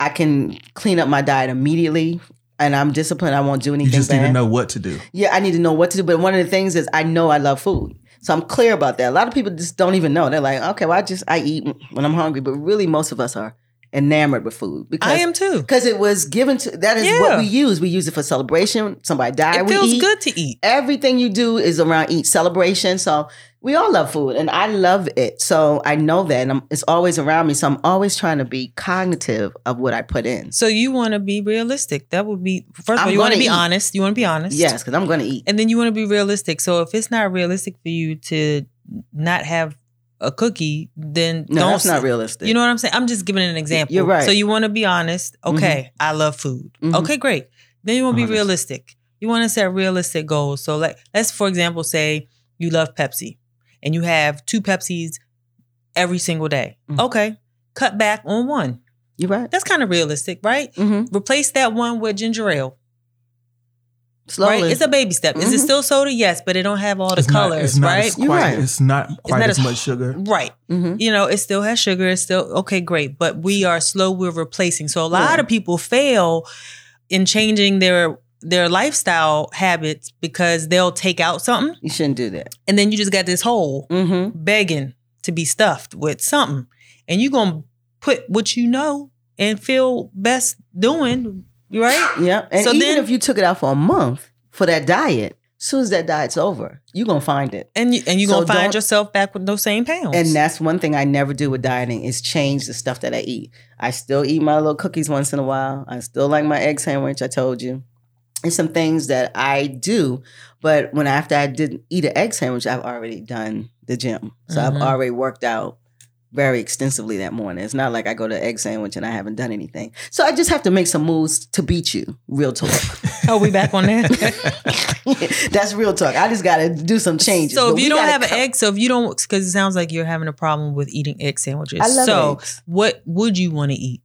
S1: I can clean up my diet immediately, and I'm disciplined. I won't do anything.
S4: You just
S1: bad.
S4: need to know what to do.
S1: Yeah, I need to know what to do. But one of the things is I know I love food. So I'm clear about that. A lot of people just don't even know. They're like, okay, well, I just I eat when I'm hungry. But really most of us are enamored with food because
S3: I am too.
S1: because it was given to that is what
S3: Yeah.
S1: we use. We use it for celebration. Somebody died.
S3: It
S1: we
S3: feels
S1: eat.
S3: good to eat.
S1: Everything you do is around eat celebration. So we all love food, and I love it. So I know that, and I'm, it's always around me. So I'm always trying to be cognitive of what I put in.
S3: So you want to be realistic. That would be first of
S1: I'm
S3: all, you want
S1: gonna
S3: to be
S1: eat.
S3: honest. You want to be honest.
S1: Yes, because I'm going to eat.
S3: And then you want to be realistic. So if it's not realistic for you to not have a cookie, then
S1: No,
S3: don't
S1: that's not realistic.
S3: You know what I'm saying? I'm just giving an example.
S1: You're right. Mm-hmm.
S3: So you want to be honest. Okay, I love food.
S1: Mhm.
S3: Okay, great. Then you want to be
S1: Honest.
S3: realistic. You want to set realistic goals. So like, let's for example say you love Pepsi and you have two Pepsis every single day.
S1: Mhm.
S3: Okay, cut back on one.
S1: you're right.
S3: That's kind of realistic, right?
S1: Mm-hmm.
S3: Replace that one with ginger ale.
S1: Slowly,
S3: Right? It's a baby step. Is it
S1: Mhm.
S3: still soda? Yes, but it don't have all the
S4: Mm-hmm. It's not-
S3: colors,
S4: it's not
S3: right?
S4: as
S1: You're
S4: quite-
S1: right.
S4: It's not quite
S3: not
S4: as
S3: as-
S4: much sugar.
S3: Right.
S1: mm-hmm.
S3: You know, it still has sugar. It's still okay, great. But we are slow, we're replacing. So a lot
S1: Yeah.
S3: of people fail in changing their their lifestyle habits because they'll take out something
S1: you shouldn't do that.
S3: and then you just got this hole
S1: Mm-hmm.
S3: begging to be stuffed with something. And you're gonna put what you know and feel best doing, right?
S1: Yep. And
S3: So
S1: even
S3: then-
S1: if you took it out for a month for that diet, as soon as that diet's over, you're gonna find it.
S3: And you and you're
S1: So
S3: gonna find
S1: don't-
S3: yourself back with those same pounds.
S1: And that's one thing I never do with dieting is change the stuff that I eat. I still eat my little cookies once in a while. I still like my egg sandwich, I told you. And some things that I do, but when after I didn't eat an egg sandwich, I've already done the gym. So
S3: Mhm.
S1: I've already worked out very extensively that morning. It's not like I go to egg sandwich and I haven't done anything. So I just have to make some moves to beat you, real
S3: [LAUGHS]
S1: talk.
S3: Oh, we back on
S4: [LAUGHS]
S3: that.
S1: That's real talk. I just got to do some changes.
S3: So
S1: but
S3: if
S1: we
S3: you don't
S1: gotta
S3: have an
S1: cut-
S3: egg, so if you don't, because it sounds like you're having a problem with eating egg sandwiches.
S1: I love
S3: so
S1: eggs.
S3: what would you want to eat?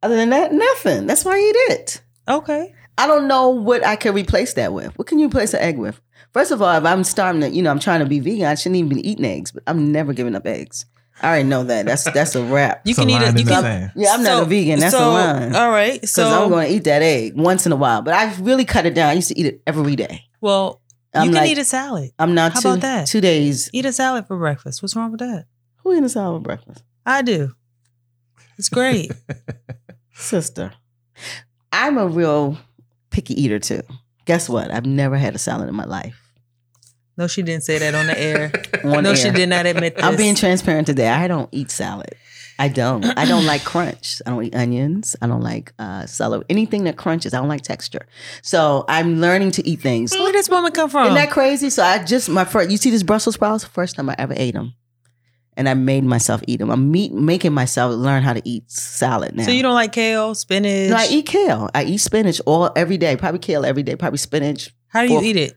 S1: Other than that, nothing. That's why I eat it.
S3: Okay.
S1: I don't know what I can replace that with. What can you replace an egg with? First of all, if I'm starting to, you know, I'm trying to be vegan, I shouldn't even be eating eggs. But I'm never giving up eggs. I already know that. That's that's a wrap.
S3: You
S4: It's a
S3: can eat
S4: line
S3: it.
S4: in
S3: You
S4: the
S3: can.
S4: sand.
S1: Yeah, I'm not
S3: so-
S1: a vegan. That's
S3: so,
S1: a line.
S3: All right.
S1: Because I'm
S3: So
S1: going to eat that egg once in a while. But I really cut it down. I used to eat it every day.
S3: well, you
S1: I'm
S3: can
S1: like,
S3: eat a salad.
S1: I'm now
S3: How
S1: two,
S3: about that?
S1: two days.
S3: Eat a salad for breakfast. What's wrong with that?
S1: Who eating a salad for breakfast?
S3: I do. It's
S1: [LAUGHS]
S3: great.
S1: Sister, I'm a real picky eater too. Guess what? I've never had a salad in my life.
S3: no, she didn't say that on the air.
S1: [LAUGHS]
S3: [LAUGHS]
S1: On
S3: no,
S1: air.
S3: she did not admit this.
S1: [LAUGHS] I'm being transparent today. I don't eat salad. I don't. I don't like crunch. I don't eat onions. I don't like uh, celery. Anything that crunches. I don't like texture. So I'm learning to eat things.
S3: Where did this woman come from?
S1: Isn't that crazy? So I just my first. You see this Brussels sprouts? First time I ever ate them, and I made myself eat them. I'm meat, making myself learn how to eat salad now.
S3: so you don't like kale, spinach?
S1: No, I eat kale. I eat spinach all every day. Probably kale every day. Probably spinach
S3: How do you
S1: Well,
S3: eat it?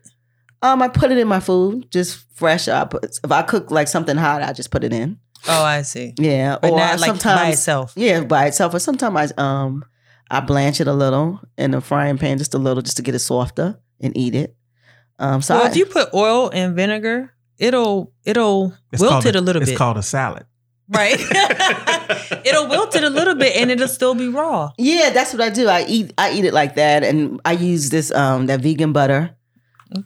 S1: um, I put it in my food, just fresh. I put, if I cook like something hot, I just put it in.
S3: Oh, I see.
S1: Yeah,
S3: But
S1: or I
S3: not like by
S1: sometimes
S3: itself.
S1: yeah by itself, or sometimes I um I blanch it a little in a frying pan, just a little, just to get it softer and eat it. Um, so
S3: well,
S1: I,
S3: if you put oil and vinegar, it'll it'll
S4: It's
S3: wilt
S4: called
S3: it a little
S4: it's
S3: bit,
S4: called a salad.
S3: [LAUGHS]
S4: [LAUGHS]
S3: right? it'll wilt it a little bit, and it'll still be raw.
S1: yeah, that's what I do. I eat I eat it like that, and I use this um that vegan butter.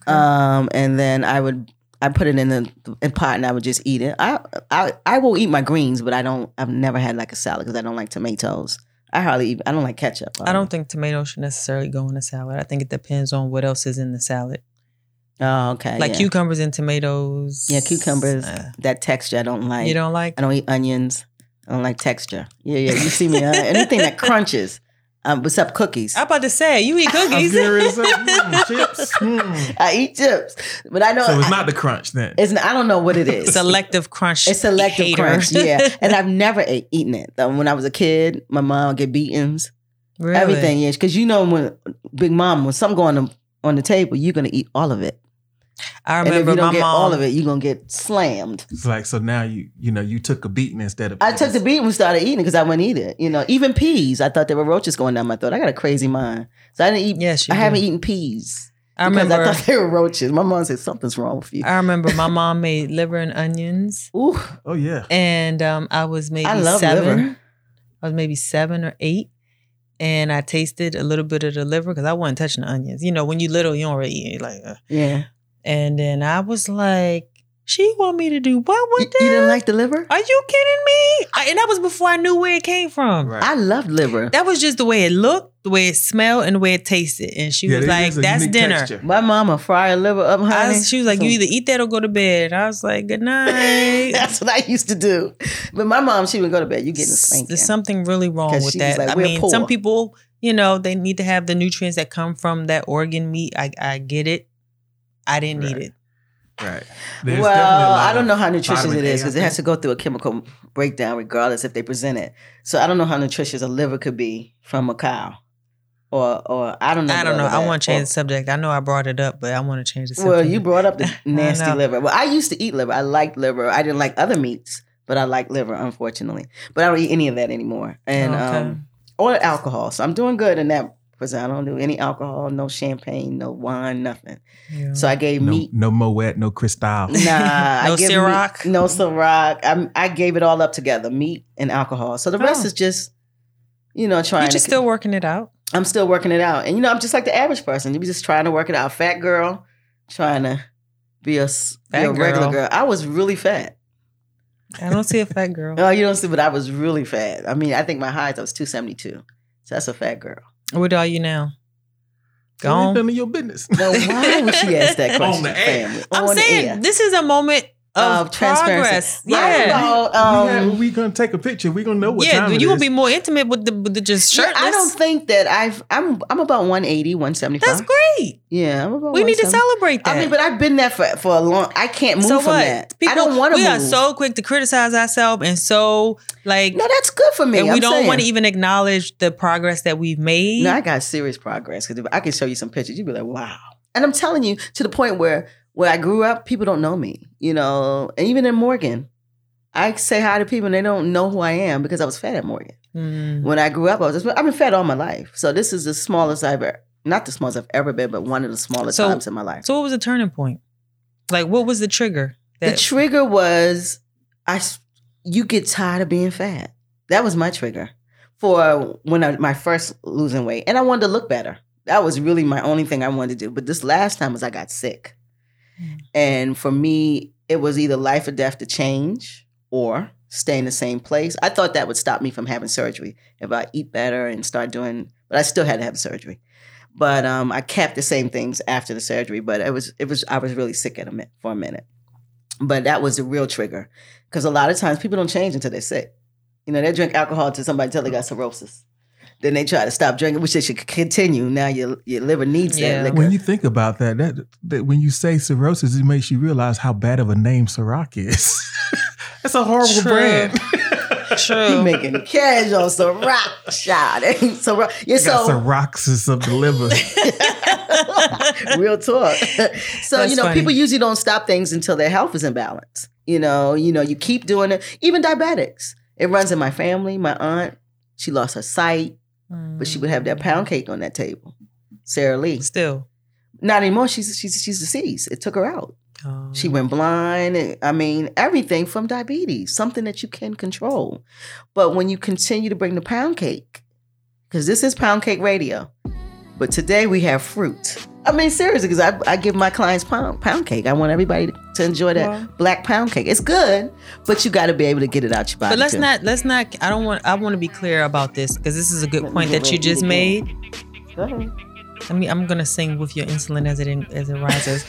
S1: Um, and then I would I put it in the in pot and I would just eat it. I I I will eat my greens, but I don't. I've never had like a salad because I don't like tomatoes. I hardly even. I don't like ketchup.
S3: I don't think tomatoes should necessarily go in a salad. I think it depends on what else is in the salad,
S1: Oh, okay.
S3: like
S1: yeah.
S3: cucumbers and tomatoes.
S1: Yeah, cucumbers.
S3: Uh,
S1: that texture I don't like.
S3: you don't like?
S1: I don't eat onions. I don't like texture. Yeah, yeah. You see me uh, anything that crunches, um, except cookies.
S3: I'm about to say you eat cookies. [LAUGHS]
S4: Mm, chips. mm.
S1: I eat chips, but I know
S4: So it's
S1: I-
S4: not the crunch then.
S1: it's not- I don't know what it is.
S3: selective crunch.
S1: It's selective
S3: hater. [LAUGHS]
S1: crunch, yeah. And I've never ate, eaten it. Um, When I was a kid, my mom would get beatings.
S3: Really?
S1: Everything, yes. Because you know when Big Mom, when something going on, on the table, you're gonna eat all of it.
S3: I
S1: And if
S3: remember
S1: you
S3: my
S1: don't get
S3: mom.
S1: all of it, you're gonna get slammed.
S4: It's like so now you you know you took a beating instead of
S1: I took the beat and started eating because I wouldn't eat it. You know, even peas. I thought there were roaches going down my throat. I got a crazy mind, so I didn't eat.
S3: Yes, you
S1: I
S3: do.
S1: haven't eaten peas
S3: I
S1: because
S3: remember.
S1: I thought they were roaches. My mom said something's wrong with you.
S3: I remember my mom made liver and onions.
S1: Ooh,
S4: Oh yeah.
S3: and um, I was maybe
S1: I love
S3: seven.
S1: liver.
S3: I was maybe seven or eight, and I tasted a little bit of the liver because I wasn't touching the onions. You know, when you little, you don't really eat you're like. Uh.
S1: yeah.
S3: And then I was like She want me to do what
S1: You,
S3: with that?
S1: you didn't E-, like the liver?
S3: Are you kidding me? I, and that was before I knew where it came from.
S4: Right.
S1: I loved liver.
S3: That was just the way it looked, the way it smelled, and the way it tasted. And she
S4: Yeah,
S3: was
S4: it
S3: like,
S4: is a
S3: "That's
S4: unique
S3: dinner."
S4: texture.
S1: My mama fried liver up, honey.
S3: I was- she was like,
S1: So-
S3: "You either eat that or go to bed." I was like,
S1: [LAUGHS]
S3: "Good night."
S1: That's what I used to do. But my mom, she would go to bed. You getting a
S3: S-
S1: spanking?
S3: There's something really wrong
S1: 'Cause
S3: with
S1: she was
S3: that.
S1: like,
S3: I
S1: "We're
S3: mean, some
S1: poor."
S3: people, you know, they need to have the nutrients that come from that organ meat. I, I get it. I didn't need
S4: Right.
S3: it.
S4: Right. There's definitely a
S1: Well,
S4: lot
S1: I don't
S4: of
S1: know how nutritious
S4: vitamin
S1: it is
S4: A, I
S1: because it has
S4: think.
S1: to go through a chemical breakdown, regardless if they present it. So I don't know how nutritious a liver could be from a cow, or or I don't know.
S3: I don't know.
S1: about
S3: I
S1: that.
S3: want to change
S1: Or-
S3: the subject. I know I brought it up, but I want to change the subject.
S1: Well, you brought up the nasty
S3: know.
S1: liver. Well, I used to eat liver. I liked liver. I didn't like other meats, but I like liver, unfortunately. But I don't eat any of that anymore, and
S3: Okay.
S1: um, or alcohol. So I'm doing good in that. Because I don't do any alcohol, no champagne, no wine, nothing.
S3: Yeah.
S1: So I gave
S4: No,
S1: meat.
S4: no Moet, no Cristal.
S3: [LAUGHS]
S1: Nah,
S3: No
S1: I give meat-
S3: Ciroc?
S1: no Ciroc. I I gave it all up together, meat and alcohol. So the rest
S3: Oh.
S1: is just, you know, trying.
S3: you just
S1: to,
S3: still working it out.
S1: I'm still working it out, and you know, I'm just like the average person. You're just trying to work it out. Fat girl, trying to be a, s- be
S3: Fat
S1: a regular
S3: girl.
S1: girl. I was really fat.
S3: I don't see a fat
S1: [LAUGHS]
S3: girl.
S1: Oh, you don't see, but I was really fat. I mean, I think my highest I was 272. So that's a fat girl.
S3: What are you now?
S4: Ain't
S3: Gone.
S4: none of your business.
S1: No, why would she ask [LAUGHS] that
S4: On
S1: question?
S4: the air.
S1: family?
S3: I'm
S1: On the
S3: saying
S1: air.
S3: this is a moment of,
S1: Of transparency.
S3: progress. Yeah.
S1: Right, no,
S4: We had-
S1: um,
S4: we gonna take a picture. We gonna know what
S3: yeah,
S4: time
S3: you
S4: it
S3: will
S4: is.
S3: be more intimate with the, with the just
S1: Yeah,
S3: shirtless.
S1: I don't think that I've. I'm. I'm about 180, 175.
S3: That's great.
S1: Yeah, I'm about
S3: We need to
S1: 170.
S3: celebrate that.
S1: I mean, but I've been there for, for a long. I can't move
S3: so
S1: from
S3: what?
S1: that.
S3: People,
S1: I don't want to
S3: We
S1: move.
S3: are so quick to criticize ourselves and so like,
S1: no, that's good for me.
S3: and we
S1: I'm
S3: don't
S1: saying.
S3: want to even acknowledge the progress that we've made.
S1: No, I got serious progress because I can show you some pictures. You'd be like, wow. And I'm telling you, to the point where where I grew up, people don't know me. You know, and even in Morgan, I say hi to people and they don't know who I am because I was fat at Morgan.
S3: Mm.
S1: When I grew up, I was I've been fat all my life. So this is the smallest I've ever. Not the smallest I've ever been, but one of the smallest
S3: So-
S1: times in my life.
S3: So what was the turning point? Like, what was the trigger? That
S1: the trigger was I s- you get tired of being fat. That was my trigger for when I, my first losing weight, and I wanted to look better. That was really my only thing I wanted to do. But this last time was I got sick,
S3: Mm.
S1: and for me, it was either life or death to change or stay in the same place. I thought that would stop me from having surgery if I eat better and start doing, but I still had to have surgery. But um, I kept the same things after the surgery. But it was it was I was really sick at a minute, for a minute. But that was the real trigger because a lot of times people don't change until they're sick. You know, they drink alcohol until somebody tell they got cirrhosis. Then they try to stop drinking, which they should continue. Now your your liver needs
S3: Yeah.
S1: that liquor.
S4: When you think about that, that, that when you say cirrhosis, it makes you realize how bad of a name Ciroc is. [LAUGHS] That's a horrible
S3: True.
S4: brand.
S1: you
S3: [LAUGHS] true.
S1: making cash on [LAUGHS] Ciroc, shot. Ciroc. Yeah,
S4: It's got
S1: so
S4: cirrhosis of
S3: [LAUGHS]
S4: the liver.
S1: [LAUGHS] real talk. so
S3: That's
S1: you know,
S3: funny.
S1: people usually don't stop things until their health is in balance. You know, you know, you keep doing it. Even diabetics, it runs in my family. My aunt, she lost her sight,
S3: Hmm.
S1: but she would have that pound cake on that table. Sarah Lee,
S3: still.
S1: not anymore. She's she's she's deceased. It took her out.
S3: Oh.
S1: She went blind. and- I mean, everything from diabetes, something that you can control. But when you continue to bring the pound cake, because this is pound cake radio, but today we have fruit. I mean, seriously, because I, I give my clients pound, pound cake. I want everybody to enjoy that
S3: Wow.
S1: black pound cake. It's good, but you got to be able to get it out your body.
S3: But let's
S1: too.
S3: not let's not I don't want I want to be clear about this because this is a good
S1: Let me
S3: point
S1: get
S3: that you
S1: ready to
S3: just
S1: go.
S3: made.
S1: Go ahead.
S3: I mean I'm gonna sing with your insulin as it in, as it rises.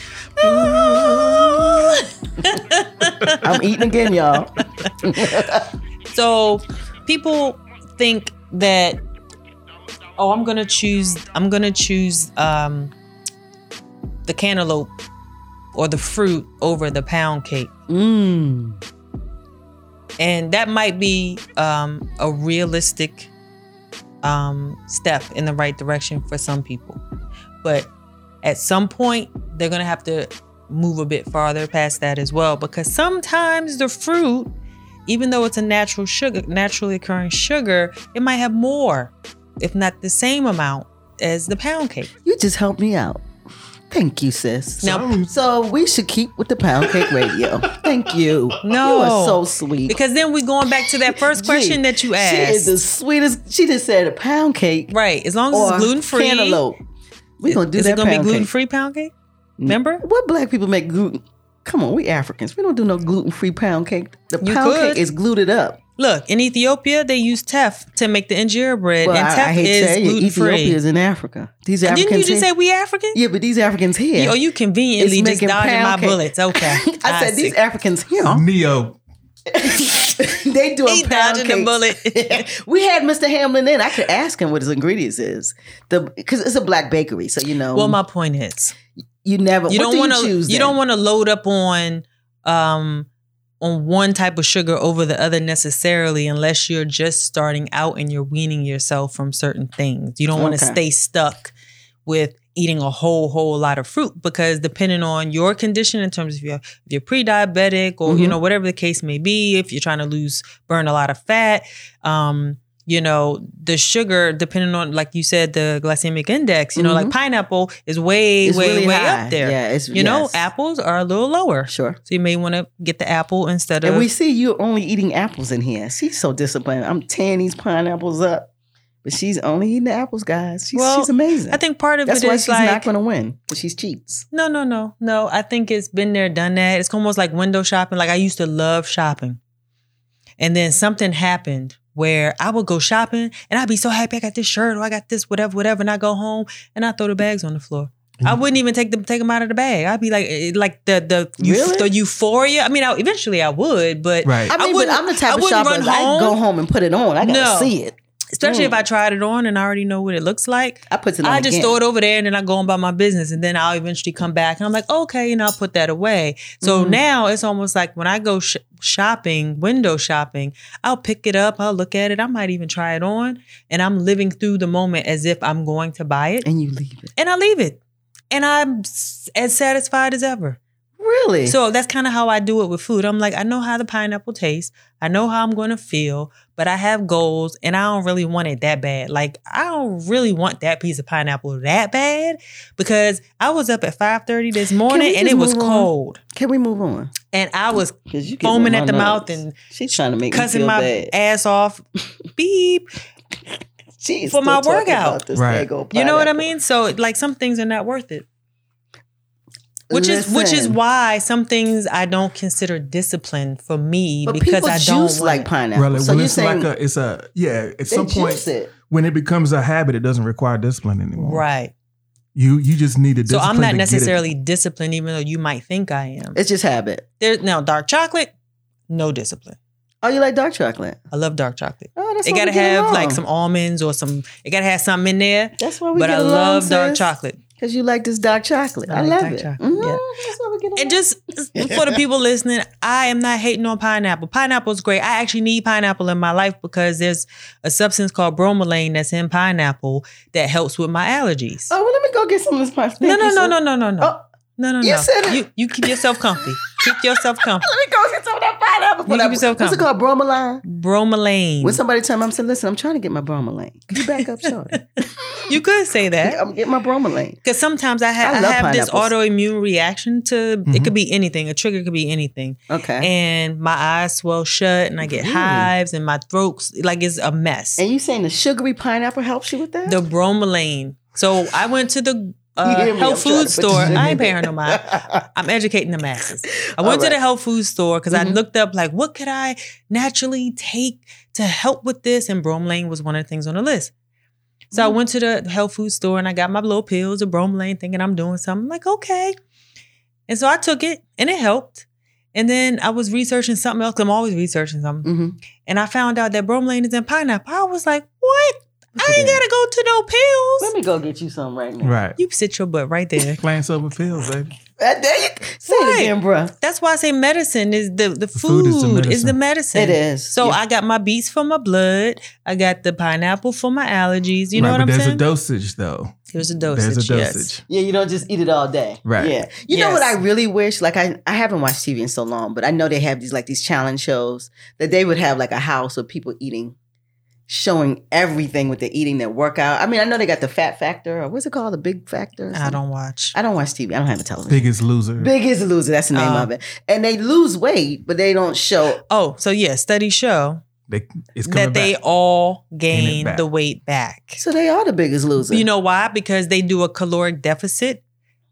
S1: I'm eating again, [LAUGHS] y'all.
S3: so people think that oh I'm gonna choose I'm gonna choose um the cantaloupe or the fruit over the pound cake.
S1: Mmm.
S3: and that might be um, a realistic um, step in the right direction for some people but at some point they're going to have to move a bit farther past that as well because sometimes the fruit even though it's a natural sugar naturally occurring sugar it might have more if not the same amount as the pound cake
S1: You just helped me out. Thank you, sis.
S3: now
S4: I'm-
S1: So we should keep with the pound cake radio. Thank you.
S3: No.
S1: you are so sweet.
S3: because then we're going back to that first
S1: [LAUGHS] Gee,
S3: question that you
S1: she is
S3: asked
S1: the sweetest. She just said a pound cake
S3: right as long as
S1: or
S3: it's gluten-free
S1: cantaloupe. We're gonna do
S3: is
S1: that.
S3: it gonna be
S1: pound cake. Mm.
S3: gluten-free pound cake remember
S1: What black people make gluten Come on, we Africans. We don't do no gluten free pound cake. The
S3: You
S1: pound
S3: could.
S1: cake is gluted up.
S3: Look, in Ethiopia, they use teff to make the injera bread,
S1: Well,
S3: and
S1: I,
S3: teff
S1: I hate to
S3: is
S1: tell you,
S3: gluten
S1: Ethiopia
S3: free.
S1: is in Africa. These Africans.
S3: Didn't you just say
S1: here-
S3: we African?
S1: Yeah, but these Africans here.
S3: Oh, you conveniently
S1: It's
S3: just
S1: making
S3: dodging my
S1: pound cake.
S3: bullets. Okay.
S1: [LAUGHS] I said
S3: see.
S1: these Africans here.
S4: Neo.
S1: [LAUGHS] they do
S3: He
S1: a pound
S3: dodging the
S1: cake. [LAUGHS]
S3: bullet.
S1: we had Mr. Hamlin in. I could ask him what his ingredients is. The because it's a black bakery, so you know.
S3: well, my point is,
S1: you never.
S3: you
S1: what
S3: don't
S1: do
S3: want to
S1: you choose.
S3: you
S1: then?
S3: don't want to load up on um on one type of sugar over the other necessarily unless you're just starting out and you're weaning yourself from certain things. You don't want to
S1: Okay.
S3: stay stuck with eating a whole whole lot of fruit because depending on your condition in terms of your if you're pre-diabetic or you
S1: Mhm.
S3: know whatever the case may be if you're trying to lose burn a lot of fat um you know the sugar depending on like you said the glycemic index you know like
S1: Mhm.
S3: pineapple is way
S1: It's
S3: way
S1: really
S3: way
S1: high.
S3: up there
S1: Yeah, it's
S3: you know,
S1: yes.
S3: apples are a little lower.
S1: Sure.
S3: So you may want to get the apple instead of.
S1: And we see you're only eating apples in here. She's so disciplined. I'm tearing these pineapples up, but she's only eating the apples, guys. She's,
S3: Well,
S1: she's amazing.
S3: I think part of
S1: that's
S3: it
S1: why
S3: is
S1: she's
S3: like.
S1: not going to win because she's cheats.
S3: no, no, no, no. I think it's been there, done that. It's almost like window shopping. Like I used to love shopping. And then something happened where I would go shopping and I'd be so happy I got this shirt or I got this, whatever, whatever. And I go home and I throw the bags on the floor. I wouldn't even take them, take them out of the bag. I'd be like, eh, like the the
S1: Really?
S3: the euphoria. I mean, I, eventually I would, but
S4: Right.
S1: I mean, but
S3: wouldn't-
S1: I'm the type
S3: I
S1: of
S3: wouldn't
S1: shopper.
S3: run
S1: I go home and put it on. I gotta
S3: No.
S1: see it.
S3: especially if
S1: Mm.
S3: I tried it on and I already know what it looks like.
S1: I put it on.
S3: I just
S1: again.
S3: throw it over there and then I go on about my business and then I'll eventually come back and I'm like, okay, and I'll put that away. So
S1: Mhm.
S3: now it's almost like when I go sh- shopping, window shopping, I'll pick it up, I'll look at it, I might even try it on, and I'm living through the moment as if I'm going to buy it
S1: and you leave it.
S3: and I leave it. And I'm s- as satisfied as ever.
S1: Really?
S3: So that's kind of how I do it with food. I'm like, I know how the pineapple tastes. I know how I'm going to feel, but I have goals and I don't really want it that bad. Like, I don't really want that piece of pineapple that bad because I was up at 5:30 this morning
S1: we
S3: and
S1: just
S3: it was
S1: move on?
S3: cold.
S1: can we move on?
S3: And I was
S1: 'Cause you getting
S3: foaming
S1: on
S3: at the
S1: my
S3: mouth
S1: nerves.
S3: and
S1: she's trying to make me
S3: cussing
S1: feel
S3: my
S1: bad.
S3: ass
S1: [LAUGHS]
S3: off. Beep.
S1: She is
S3: for
S1: still
S3: my
S1: talking
S3: workout.
S1: about this
S4: Right.
S1: daggone
S3: You know what I
S1: pineapple.
S3: mean? So like some things are not worth it. Which is which is
S1: Listen,
S3: why some things I don't consider discipline for me
S1: but
S3: because
S1: people
S3: I don't
S1: juice
S3: want
S1: like
S3: it.
S1: pineapple.
S4: Really,
S1: so
S4: when
S1: you're
S4: it's
S1: saying
S4: like a, it's a yeah. At
S1: they
S4: some
S1: juice
S4: point,
S1: it.
S4: when it becomes a habit, it doesn't require discipline anymore.
S3: right.
S4: You you just need a
S3: So
S4: discipline.
S3: I'm
S4: to
S3: not
S4: get it.
S3: necessarily disciplined, even though you might think I am.
S1: It's just habit.
S3: There's now dark chocolate, no discipline.
S1: Oh, you like dark chocolate?
S3: I love dark chocolate.
S1: Oh, that's
S3: It
S1: why we
S3: gotta
S1: get
S3: have like
S1: along.
S3: some almonds or some. It gotta have something in there.
S1: That's why we
S3: But
S1: get
S3: I
S1: along,
S3: love dark
S1: sis.
S3: chocolate.
S1: Cause you like this dark chocolate.
S3: I
S1: I,
S3: like
S1: love
S3: dark
S1: it.
S3: chocolate,
S1: Mhm,
S3: yeah.
S1: That's why we get along.
S3: And just for the people listening, I am not hating on pineapple. Pineapple's great. I actually need pineapple in my life because there's a substance called bromelain that's in pineapple that helps with my allergies.
S1: oh, well, let me go get some of this pasta.
S3: no, no, no, no, no, no, no,
S1: Oh.
S3: no, no, no.
S1: You said it.
S3: You, you keep yourself comfy. keep yourself comfy.
S1: Let me go get some of that pineapple.
S3: You
S1: That-
S3: keep yourself
S1: What's it called? Bromelain.
S3: Bromelain.
S1: When somebody tell me, I'm saying, listen, I'm trying to get my bromelain. Can
S3: [LAUGHS]
S1: you back up, shorty?
S3: you could say that.
S1: I'm getting my bromelain.
S3: Because sometimes I, ha-
S1: I
S3: I,
S1: love
S3: have this
S1: pineapples. Mm-hmm.
S3: autoimmune reaction to it
S4: Mhm.
S3: could be anything. A trigger could be anything,
S1: Okay.
S3: and my eyes swell shut, and I get
S1: Really?
S3: hives, and my throat's like it's a mess.
S1: And you saying the sugary pineapple helps you with that?
S3: the bromelain. So I went to the
S1: You
S3: uh,
S1: hear me?
S3: health
S1: I'm trying
S3: food
S1: to put this
S3: store.
S1: in
S3: I ain't
S1: [LAUGHS] there.
S3: paranormal. I'm educating the masses. I
S1: All
S3: went to
S1: right.
S3: the health food store because I
S1: Mhm.
S3: looked up like what could I naturally take to help with this, and bromelain was one of the things on the list. So I
S1: Mm.
S3: went to the health food store and I got my little pills of bromelain, thinking I'm doing something. I'm like okay, and so I took it and it helped. And then I was researching something else. I'm always researching something,
S1: hmm
S3: and I found out that bromelain is in pineapple. I was like, what?
S1: at
S3: I ain't
S1: that.
S3: gotta go to no pills.
S1: Let me go get you some right now.
S4: Right.
S3: You sit your butt right
S4: [LAUGHS]
S3: there.
S4: Plants over fields, baby.
S1: Uh, there you say
S3: Right.
S1: it again, bruh.
S3: That's why I say medicine is the, the, food,
S4: food is the
S3: is the
S4: medicine.
S3: medicine.
S1: It is.
S3: So
S1: Yeah.
S3: I got my beets for my blood. I got the pineapple for my allergies. You know
S4: right,
S3: what
S4: but
S3: I'm
S4: there's
S3: saying?
S4: a dosage though.
S3: there's a dosage.
S4: There's a
S3: yes.
S4: dosage.
S1: Yeah, you don't just eat it all day.
S4: Right.
S1: Yeah. You know
S3: Yes.
S1: what I really wish? Like I, I haven't watched TV in so long, but I know they have these like these challenge shows that they would have like a house of people eating, showing everything what they're eating, their workout. I mean, I know they got the fat factor or what's it called? The big factor? or
S3: I
S1: something.
S3: don't watch.
S1: I don't watch TV. I don't have a television.
S4: Biggest loser.
S1: Biggest loser, that's the name
S3: Oh.
S1: of it. And they lose weight, but they don't show
S3: Oh, so yeah, studies show
S4: They, it's coming
S3: that they
S4: back.
S3: all
S4: it
S3: gain
S4: back.
S3: the weight back.
S1: so they are the biggest loser.
S3: You know why? Because they do a caloric deficit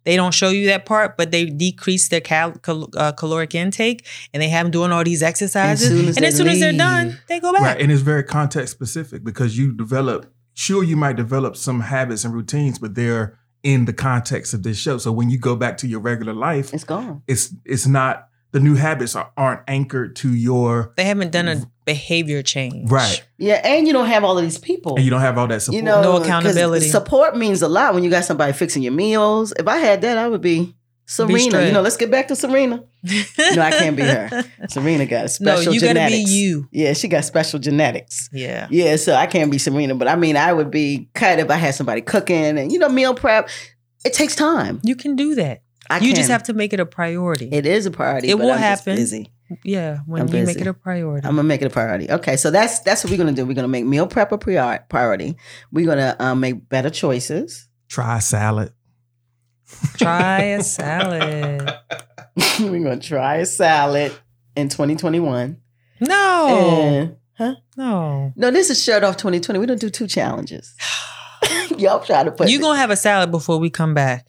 S3: They don't show you that part, but they decrease their cal- cal- uh, caloric intake and they have them doing all these exercises.
S1: soon as
S3: and
S1: they
S3: as soon as they're
S1: leave.
S3: done, they go back.
S4: Right. And it's very context specific because you develop, sure, you might develop some habits and routines, but they're in the context of this show. So when you go back to your regular life,
S1: It's gone.
S4: it's it's not the new habits are, aren't anchored to your
S3: They haven't done
S1: Mm.
S3: a behavior change. [LAUGHS]
S4: right,
S1: Yeah, and you don't have all of these people.
S4: and you don't have all that support.
S1: You know,
S3: No
S1: 'cause
S3: accountability.
S1: Support means a lot when you got somebody fixing your meals. If I had that, I would be Serena.
S3: straight.
S1: you know, let's get back to Serena. No, I can't be her. Serena
S3: [LAUGHS]
S1: got
S3: no,
S1: special
S3: you gotta be
S1: genetics.
S3: you.
S1: Yeah, she got special genetics.
S3: Yeah.
S1: Yeah, so I can't be Serena, but I mean, I would be cut if I had somebody cooking and you know, meal prep. It takes time.
S3: You can do that.
S1: I
S3: you just
S1: can.
S3: have to make it a priority.
S1: It is a priority.
S3: It
S1: but
S3: will
S1: I'm just
S3: happen.
S1: busy.
S3: yeah, when
S1: I'm
S3: you make
S1: busy.
S3: it a priority.
S1: I'm [LAUGHS] gonna make it a priority. Okay, so that's that's what we're gonna do. We're gonna make meal prep a prior- priority. We're gonna um, make better choices.
S4: Try salad.
S3: Try a salad.
S1: [LAUGHS] we're gonna try a salad in 2021.
S3: No.
S1: And-
S3: Oh. no.
S1: no, this is shirt off 2020. We don't do two challenges. [SIGHS] Y'all try to put
S3: you
S1: it-
S3: gonna have a salad before we come back.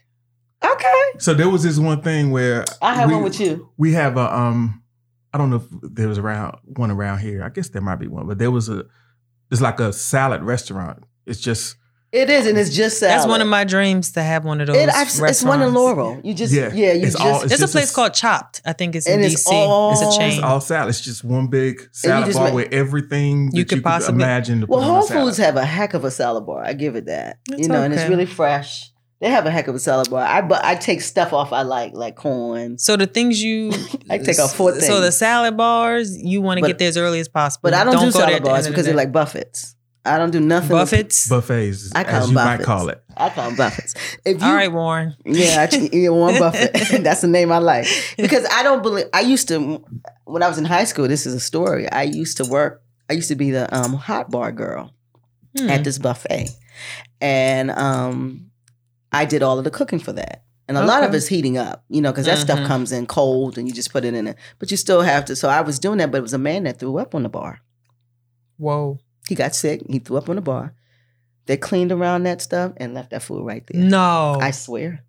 S1: okay.
S4: So there was this one thing where
S1: I have
S4: we-
S1: one with you.
S4: we have a um i don't know if there was around one around here i guess there might be one but there was a it's like a salad restaurant it's just
S1: It is, and it's just salad.
S3: That's one of my dreams to have one of those.
S1: It, I've, it's one in
S3: restaurants.
S1: Laurel. You just yeah,
S4: Yeah.
S1: you
S4: It's
S1: just
S4: all-
S3: There's a
S4: just a
S3: place
S4: s-
S3: called Chopped. I think it's in
S1: And
S3: DC.
S1: it's
S3: It's,
S1: all-
S3: a
S4: it's
S3: chain.
S4: all salad it's just one big salad
S1: just
S4: bar
S1: make-
S4: with everything that you
S3: could
S4: could
S3: possibly-
S4: imagine to
S1: well,
S4: put on a
S1: Whole
S4: salad.
S1: Foods have a heck of a salad bar. I give it that.
S3: It's
S1: you know, and it's
S3: okay.
S1: really fresh. They have a heck of a salad bar. I but I take stuff off I like, like corn.
S3: so the things you,
S1: [LAUGHS] I take off four
S3: So the
S1: things.
S3: salad bars, you want to
S1: But-
S3: get there as early as possible.
S1: But I don't, do
S3: go there at
S1: salad
S3: the end
S1: bars
S3: of the
S1: because they're
S3: day.
S1: like buffets. I don't do nothing.
S3: buffets.
S4: buffets
S1: I call
S4: as
S1: them
S4: you might
S1: buffets.
S4: call it
S1: I call them buffets. If you,
S3: all right, Warren.
S1: Yeah, I, yeah, Warren [LAUGHS] Buffett. That's the name I like because I don't believe. I used to when I was in high school. This is a story. I used to work. I used to be the um, hot bar girl.
S3: [LAUGHS] Hmm.
S1: at this buffet. And um, I did all of the cooking for that. And a lot of
S3: Okay.
S1: it's heating up, you know, because that
S3: Mhm.
S1: stuff comes in cold and you just put it in it. But you still have to. So I was doing that, but it was a man that threw up on the bar.
S3: Whoa.
S1: He got sick. He threw up on the bar. They cleaned around that stuff and left that food right there.
S3: No.
S1: I swear.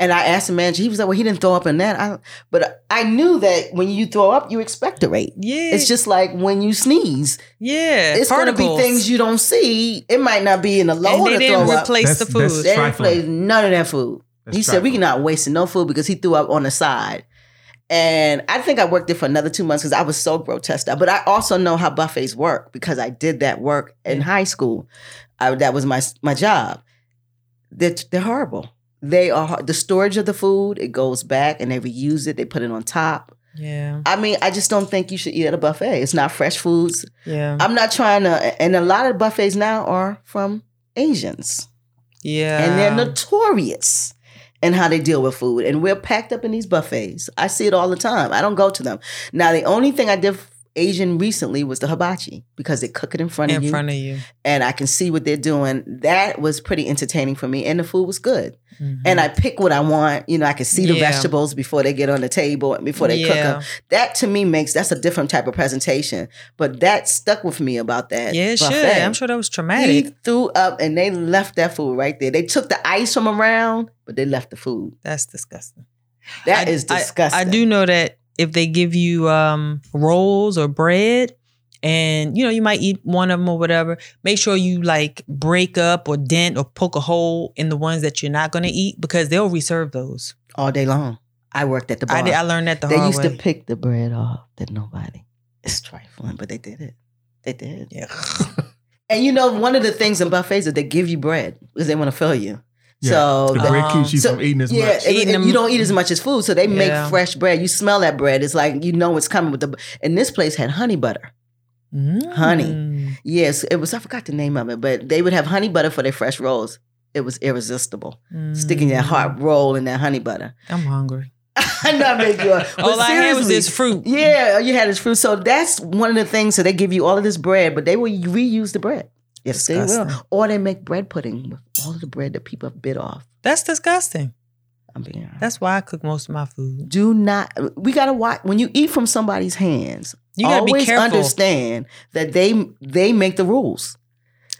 S1: And I asked the manager. He was like, "Well, he didn't throw up in that." I, but I knew that when you throw up, you expectorate.
S3: yeah.
S1: It's just like when you sneeze.
S3: yeah.
S1: It's going to be
S3: particles.
S1: things you don't see. It might not be in the
S3: And
S1: lower
S3: they
S1: to
S3: didn't
S1: throw up.
S3: replace the
S4: That's- that's-
S3: food.
S1: They didn't
S4: trifling.
S1: play none of that food.
S4: That's
S1: he said, we
S4: trifling.
S1: not wasting no food because he threw up on the side. And I think I worked there for another two months because I was so grotesque. But I also know how buffets work because I did that work in high school. I, that was my my job. They're, they're horrible. They are hor- the storage of the food. It goes back and they reuse it. They put it on top.
S3: yeah.
S1: I mean, I just don't think you should eat at a buffet. It's not fresh foods.
S3: Yeah.
S1: I'm not trying to. And a lot of buffets now are from Asians
S3: yeah.
S1: and they're notorious in how they deal with food. And we're packed up in these buffets. I see it all the time. I don't go to them. Now, the only thing I did f- Asian recently was the hibachi because they cook it in front of
S3: in
S1: you,
S3: front of you.
S1: and I can see what they're doing. That was pretty entertaining for me, and the food was good.
S3: Mm-hmm.
S1: And I pick what I want. You know, I can see the
S3: Yeah.
S1: vegetables before they get on the table and before they cook them. That to me makes that's a different type of presentation. But that stuck with me about that.
S3: Yeah, it should.
S1: buffet.
S3: I'm sure that was
S1: He
S3: traumatic.
S1: threw up and they left that food right there. They took the ice from around, but they left the food.
S3: That's disgusting.
S1: That
S3: I-
S1: is
S3: I-
S1: disgusting.
S3: I do know that if they give you um, rolls or bread, and you know you might eat one of them or whatever, make sure you like break up or dent or poke a hole in the ones that you're not going to eat because they'll reserve those.
S1: all day long. I worked at the bar.
S3: I did. I learned that the
S1: they
S3: hard
S1: used
S3: way.
S1: to pick the bread off that nobody. It's trifling, but they did it. They did.
S3: yeah.
S1: And you know, one of the things in buffets is they give you bread because they want to fill you.
S4: Yeah.
S1: So
S4: the
S1: the-
S4: bread keeps you
S1: so-
S4: from eating as
S1: yeah,
S4: much
S1: and-
S3: Eating
S1: and
S3: them-
S1: you don't eat as much as food, so they make
S3: Yeah.
S1: fresh bread. You smell that bread; it's like you know it's coming with the. And this place had honey butter. [LAUGHS] Honey.
S3: Mm.
S1: Yes, it was. I forgot the name of it, but they would have honey butter for their fresh rolls. It was irresistible, sticking that
S3: Mm.
S1: hot roll in that honey butter. [LAUGHS]
S3: I'm hungry.
S1: I know, I made
S3: [LAUGHS]
S1: you. up, But
S3: All I had was
S1: seriously,
S3: this fruit.
S1: Yeah, all you had is fruit. So that's one of the things. So they give you all of this bread, but they will reuse the bread. Yes, they
S3: Disgusting.
S1: will. Or they make bread pudding with all of the bread that people have bit off.
S3: That's disgusting.
S1: I'm being honest.
S3: That's why I cook most of my food.
S1: Do not. We gotta watch when you eat from somebody's hands.
S3: You gotta
S1: always
S3: be careful.
S1: understand that they they make the rules.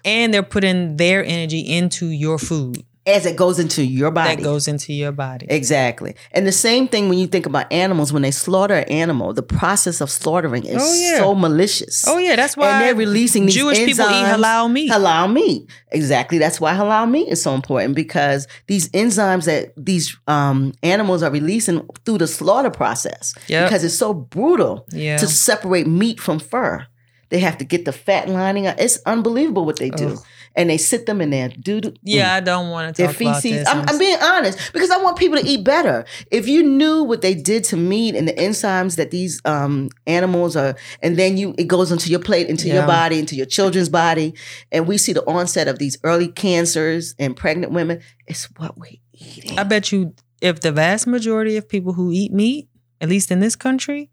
S3: and they're putting their energy into your food.
S1: as it goes into your body.
S3: that goes into your body.
S1: Exactly. And the same thing when you think about animals, when they slaughter an animal, the process of slaughtering is
S3: Oh, yeah.
S1: so malicious.
S3: oh yeah, that's why
S1: and they're releasing these
S3: Jewish people eat
S1: enzymes.
S3: halal meat.
S1: Halal meat. Exactly. That's why halal meat is so important because these enzymes that these um, animals are releasing through the slaughter process,
S3: Yep.
S1: because it's so brutal
S3: Yeah.
S1: to separate meat from fur. They have to get the fat lining out. It's unbelievable what they do.
S3: Ugh.
S1: And they sit them in there. Doo-doo.
S3: yeah, I don't want to
S1: Mm. Their
S3: talk about
S1: feces.
S3: this.
S1: I'm, I'm being honest because I want people to eat better. If you knew what they did to meat and the enzymes that these um, animals are, and then you it goes into your plate, into your
S3: Yeah.
S1: body, into your children's body, and we see the onset of these early cancers in pregnant women. It's what we're eating.
S3: I bet you if the vast majority of people who eat meat, at least in this country,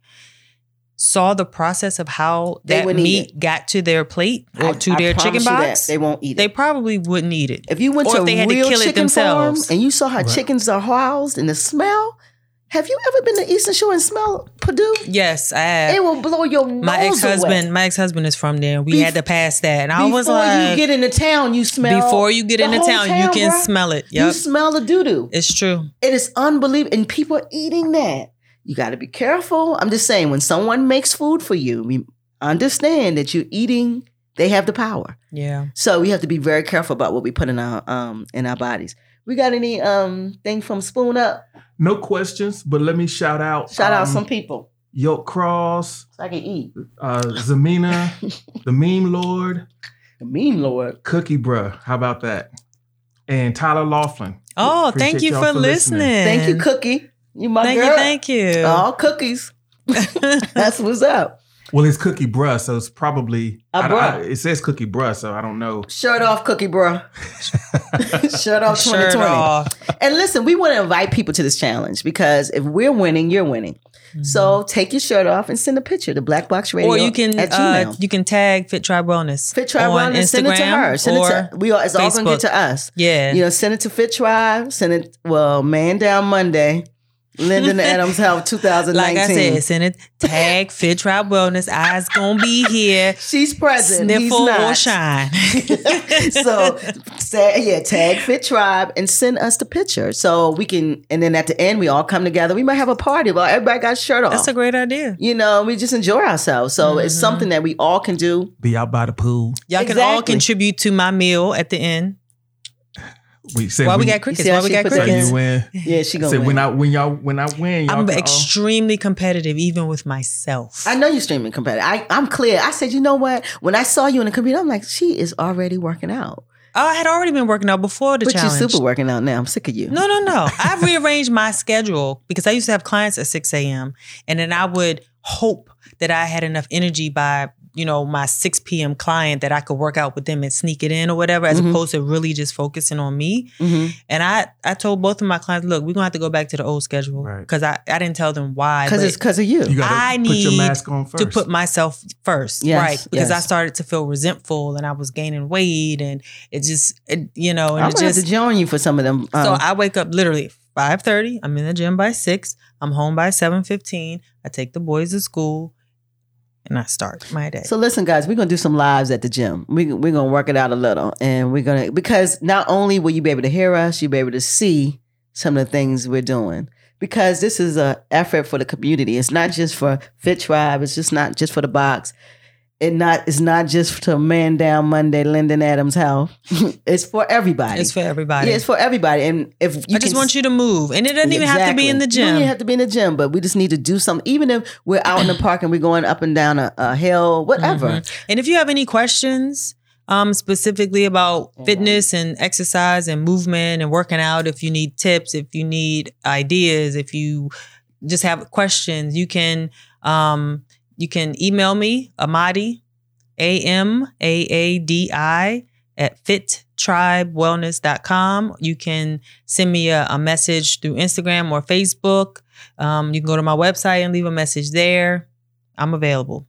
S3: saw the process of how
S1: They
S3: that
S1: wouldn't eat
S3: meat got to their plate or
S1: I-
S3: to
S1: I
S3: their
S1: promise
S3: chicken
S1: you that
S3: box,
S1: They won't eat
S3: they
S1: it.
S3: probably wouldn't eat it.
S1: If you went
S3: or
S1: to
S3: if they
S1: a
S3: had to
S1: real
S3: kill it
S1: chicken farm
S3: themselves.
S1: and you saw how
S4: Right.
S1: chickens are housed and the smell, have you ever been to Eastern Shore and smell Purdue?
S3: Yes, I have.
S1: It will blow your
S3: my ex
S1: nose
S3: husband,
S1: away.
S3: my ex husband is from there. We
S1: Bef-
S3: had to pass that, and I
S1: before
S3: was like,
S1: you get into town, you smell.
S3: before you get
S1: the
S3: into
S1: whole
S3: town,
S1: town,
S3: you can
S1: bruh.
S3: smell it.
S1: You
S3: Yep,
S1: smell the doo doo.
S3: it's true.
S1: It is unbelievable. And people are eating that. You got to be careful. I'm just saying, when someone makes food for you, we understand that you're eating, they have the power.
S3: Yeah,
S1: So we have to be very careful about what we put in our um in our bodies. We got any um thing from Spoon Up?
S4: No questions, but let me shout out.
S1: Shout out
S4: um,
S1: some people
S4: York Cross,
S1: so I can eat.
S4: uh,
S1: [LAUGHS]
S4: Zamina, the Meme Lord,
S1: The meme lord.
S4: Cookie Bruh. How about that? And Tyler Laughlin.
S3: Oh,
S4: Appreciate
S3: thank you
S4: y'all
S3: for listening.
S1: Thank you, Cookie. You my
S3: Thank
S1: girl. Oh,
S3: you, thank you. [LAUGHS]
S1: All cookies. That's what's up.
S4: Well, it's Cookie Bruh, so it's probably
S1: A
S4: I don't- I-
S1: bruh.
S4: it says Cookie Bruh, so I don't know.
S1: Shirt off,
S3: [LAUGHS]
S1: cookie, bro. Shirt off, twenty
S3: Shirt
S1: twenty.
S3: off.
S1: And listen, we want to invite people to this challenge because if we're winning, you're winning. So take your shirt off and send a picture to Black Box Radio.
S3: Mm-hmm. or you can
S1: at
S3: uh,
S1: Gmail.
S3: you can tag Fit Tribe Wellness.
S1: Fit Tribe
S3: on
S1: Wellness,
S3: Instagram
S1: send it to her. Send
S3: or,
S1: it to we are. It's all going to get
S3: Facebook.
S1: to us.
S3: yeah.
S1: You know, send it to Fit Tribe. Send it. Well, man down Monday.
S3: [LAUGHS]
S1: Lyndon Adams Health 2019.
S3: like I said, send it
S1: [LAUGHS]
S3: tag Fit Tribe Wellness. I's gonna be here.
S1: she's present. he's
S3: Sniffle
S1: not.
S3: or
S1: [LAUGHS]
S3: shine. [LAUGHS]
S1: so say, yeah, tag Fit Tribe and send us the picture so we can. And then at the end, we all come together. We might have a party. Well, everybody got shirt off.
S3: that's a great idea.
S1: you know, we just enjoy ourselves. So it's
S3: Mhm.
S1: something that we all can do.
S4: Be out by the pool.
S3: Y'all can all
S1: Exactly.
S3: contribute to my meal at the end.
S4: We said
S3: Why we
S4: we-
S3: got crickets?
S1: see how
S3: Why we
S1: she
S3: got
S1: put that
S4: so
S3: crickets?
S4: you win.
S1: Yeah, she gonna
S4: Said
S1: win.
S4: when I when y'all when I win, y'all
S3: I'm
S4: can all-
S3: extremely competitive, even with myself.
S1: I know you're streaming competitive. I, I'm clear. I said, you know what? When I saw you in the computer, I'm like, she is already working out.
S3: Oh, I had already been working out before the
S1: but
S3: challenge.
S1: you're super working out now. I'm sick of you.
S3: No, no, no.
S1: [LAUGHS]
S3: I've rearranged my schedule because I used to have clients at 6 a.m. And then I would hope that I had enough energy by, you know, my 6 p.m. client that I could work out with them and sneak it in or whatever, as
S1: Mhm.
S3: opposed to really just focusing on me.
S1: hmm
S3: And I, I told both of my clients, look, we're going to have to go back to the old schedule
S4: Right.
S3: because I, I didn't tell them why.
S1: Because
S3: but
S1: it's because of you.
S4: you gotta
S3: I
S4: put your
S3: need
S4: mask on first.
S3: to put myself first,
S1: Yes,
S3: right? Because
S1: yes.
S3: I started to feel resentful and I was gaining weight and it just, it, you know, and
S1: I'm
S3: it
S1: gonna
S3: just,
S1: have to join you for some of them. Um,
S3: so I wake up literally five thirty. I'm in the gym by six. I'm home by seven fifteen. I take the boys to school, and I start my day.
S1: So listen, guys, we're gonna do some lives at the gym. We we're gonna work it out a little, and we're gonna because not only will you be able to hear us, you'll be able to see some of the things we're doing. Because this is a effort for the community. It's not just for Fit Tribe. It's just not just for the box. It not it's not just to Man Down Monday, Lyndon Adams Health. [LAUGHS] it's for everybody.
S3: it's for everybody.
S1: Yeah, it's for everybody. And if you
S3: I just
S1: can
S3: want you to move, and it doesn't even have to be in the
S1: Exactly.
S3: gym.
S1: You don't even have to be in the gym, but we just need to do something. Even if we're out in the park and we're going up and down a, a hill, whatever.
S3: Mhm. And if you have any questions, um, specifically about fitness and exercise and movement and working out, if you need tips, if you need ideas, if you just have questions, you can um, you can email me Amadi, A M A A D I at fittribewellness.com. You can send me a, a message through Instagram or Facebook. Um, you can go to my website and leave a message there. I'm available.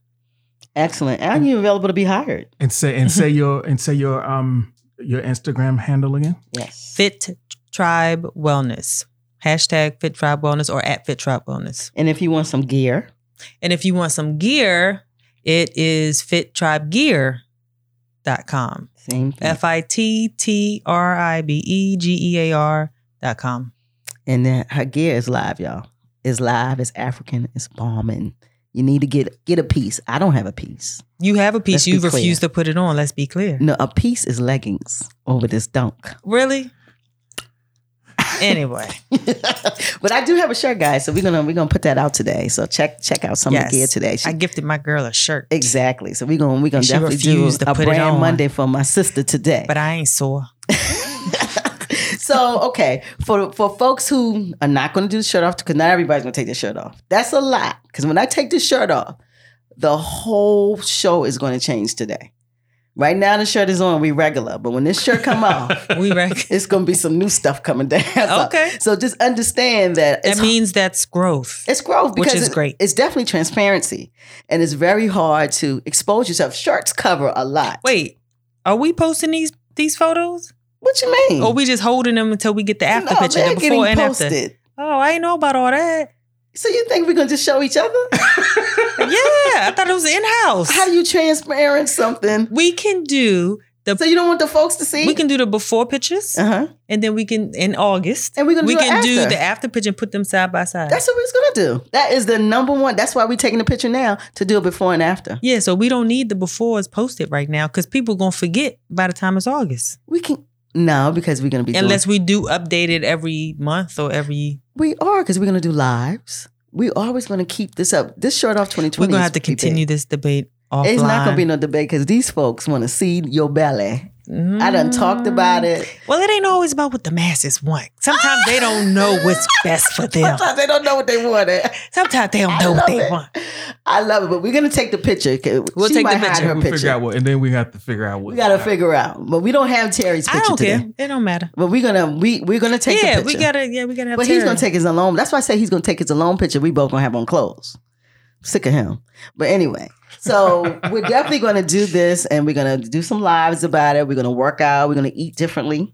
S1: Excellent. Are you available to be hired?
S4: and say and say your and say your um your Instagram handle again.
S1: Yes.
S3: Fit Tribe Wellness. Hashtag Fit Tribe Wellness or at Fit Tribe Wellness.
S1: And if you want some gear,
S3: And if you want some gear, it is Fit Tribe Gear. fittribe.com.
S1: Same thing.
S3: F I T T R I B E G E A R dot com.
S1: And then her gear is live, y'all. It's live. It's African. It's bombing. You need to get get a piece. I don't have a piece.
S3: You have a
S1: Let's
S3: piece.
S1: be
S3: You refuse to put it on. Let's be clear.
S1: No, a piece is leggings over
S3: [LAUGHS]
S1: this dunk. [LAUGHS]
S3: Really? Anyway,
S1: but I do have a shirt, guys. So we're gonna we're gonna put that out today. So check check out some of
S3: Yes.
S1: the gear today. She-
S3: I gifted my girl a shirt,
S1: exactly. So we're gonna we're gonna
S3: And she
S1: definitely do
S3: refused to
S1: a
S3: put it
S1: brand
S3: on.
S1: Monday for my sister today.
S3: but I ain't sore.
S1: [LAUGHS] so okay, for for folks who are not going to do the shirt off, because not everybody's going to take their shirt off. That's a lot. Because when I take the shirt off, the whole show is going to change today. Right now, the shirt is on. We regular, but when this shirt
S3: [LAUGHS]
S1: come off, [LAUGHS]
S3: We reckon
S1: it's going to be some new stuff coming down. [LAUGHS] So-
S3: Okay.
S1: So, just understand that
S3: that
S1: it's
S3: means that's growth.
S1: it's growth
S3: Which
S1: because
S3: is
S1: it-
S3: great.
S1: It's definitely transparency, and it's very hard to expose yourself. Shirts cover a lot.
S3: Wait, are we posting these these photos,
S1: what you mean?
S3: or Oh, we just holding them until we get the after
S1: Mm. No,
S3: picture,
S1: they're
S3: the before
S1: getting
S3: and after?
S1: posted.
S3: Oh, I ain't know about all that.
S1: So you think we're gonna just show each other?
S3: Yeah, I thought it was in house.
S1: How you transparent something
S3: we can do
S1: so you don't want the folks to see?
S3: we can do the before pictures,
S1: Uh huh.
S3: and then we can in August
S1: And we're gonna
S3: we
S1: do it
S3: can do
S1: after.
S3: the after picture and put them side by side.
S1: That's what we're gonna do. That is the number one. That's why we're taking the picture now to do it before and after.
S3: Yeah, so we don't need the befores posted right now because people gonna forget by the time it's August.
S1: We can no because we're gonna be
S3: Unless we do update it every month or every
S1: doing, we are because we're gonna do lives. We always gonna keep this up. This shirt off twenty
S3: we're
S1: twenty.
S3: gonna have to continue this debate offline.
S1: It's not gonna be no debate because these folks want to see your belly.
S3: Mm.
S1: I done talked about it.
S3: Well, it ain't always about what the masses want. Sometimes they don't know what's best for them.
S1: Sometimes they don't know what they wanted.
S3: Sometimes they don't
S1: I
S3: know
S1: love
S3: what they
S1: it.
S3: want.
S1: I love it, but we're gonna take the picture.
S3: We'll
S1: she
S3: take the
S1: might hide
S3: picture.
S1: her
S4: we
S1: picture.
S4: figure out what, and then we have to figure out what. uh,
S1: we gotta figure out, but we don't have Terry's
S3: I
S1: picture
S3: don't
S1: today.
S3: care. It don't matter.
S1: But we're gonna we we're gonna take
S3: yeah,
S1: the picture.
S3: we gotta. Yeah, we gotta. Have
S1: but he's
S3: Terry.
S1: gonna take his alone. That's why I say he's gonna take his alone picture. We both gonna have on clothes. Sick of him. But anyway,
S3: [LAUGHS]
S1: so we're definitely gonna do this, and we're gonna do some lives about it. We're gonna work out. We're gonna eat differently.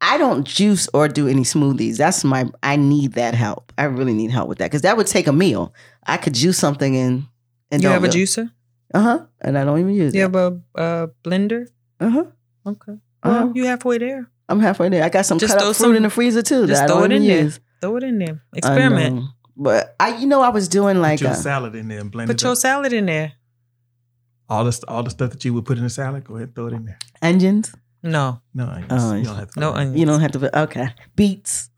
S1: I don't juice or do any smoothies. That's my. I need that help. I really need help with that because that would take a meal. I could juice something and and
S3: You
S1: don't
S3: have a
S1: really-
S3: juicer?
S1: Uh huh. And I don't even use
S3: You have
S1: it.
S3: a uh, blender?
S1: Uh huh.
S3: Okay. Well,
S1: Uh-huh.
S3: you halfway there.
S1: I'm halfway there. I got some
S3: Just
S1: cut
S3: throw
S1: up fruit
S3: some-
S1: in the freezer too.
S3: just
S1: that I
S3: throw
S1: don't
S3: it in
S1: even
S3: there.
S1: use.
S3: Throw it in there.
S1: I
S3: Experiment.
S1: know. But I, you know, I was doing like uh,
S4: put your
S1: a,
S4: salad in there and blend
S3: Put
S4: it.
S3: your
S4: up.
S3: salad in there.
S4: all the all the stuff that you would put in a salad. Go ahead, throw it in there.
S1: onions.
S3: No,
S4: No onions.
S1: Oh,
S4: you don't have to
S3: no
S4: onions.
S3: onions.
S1: You don't have to. Be, okay, beets.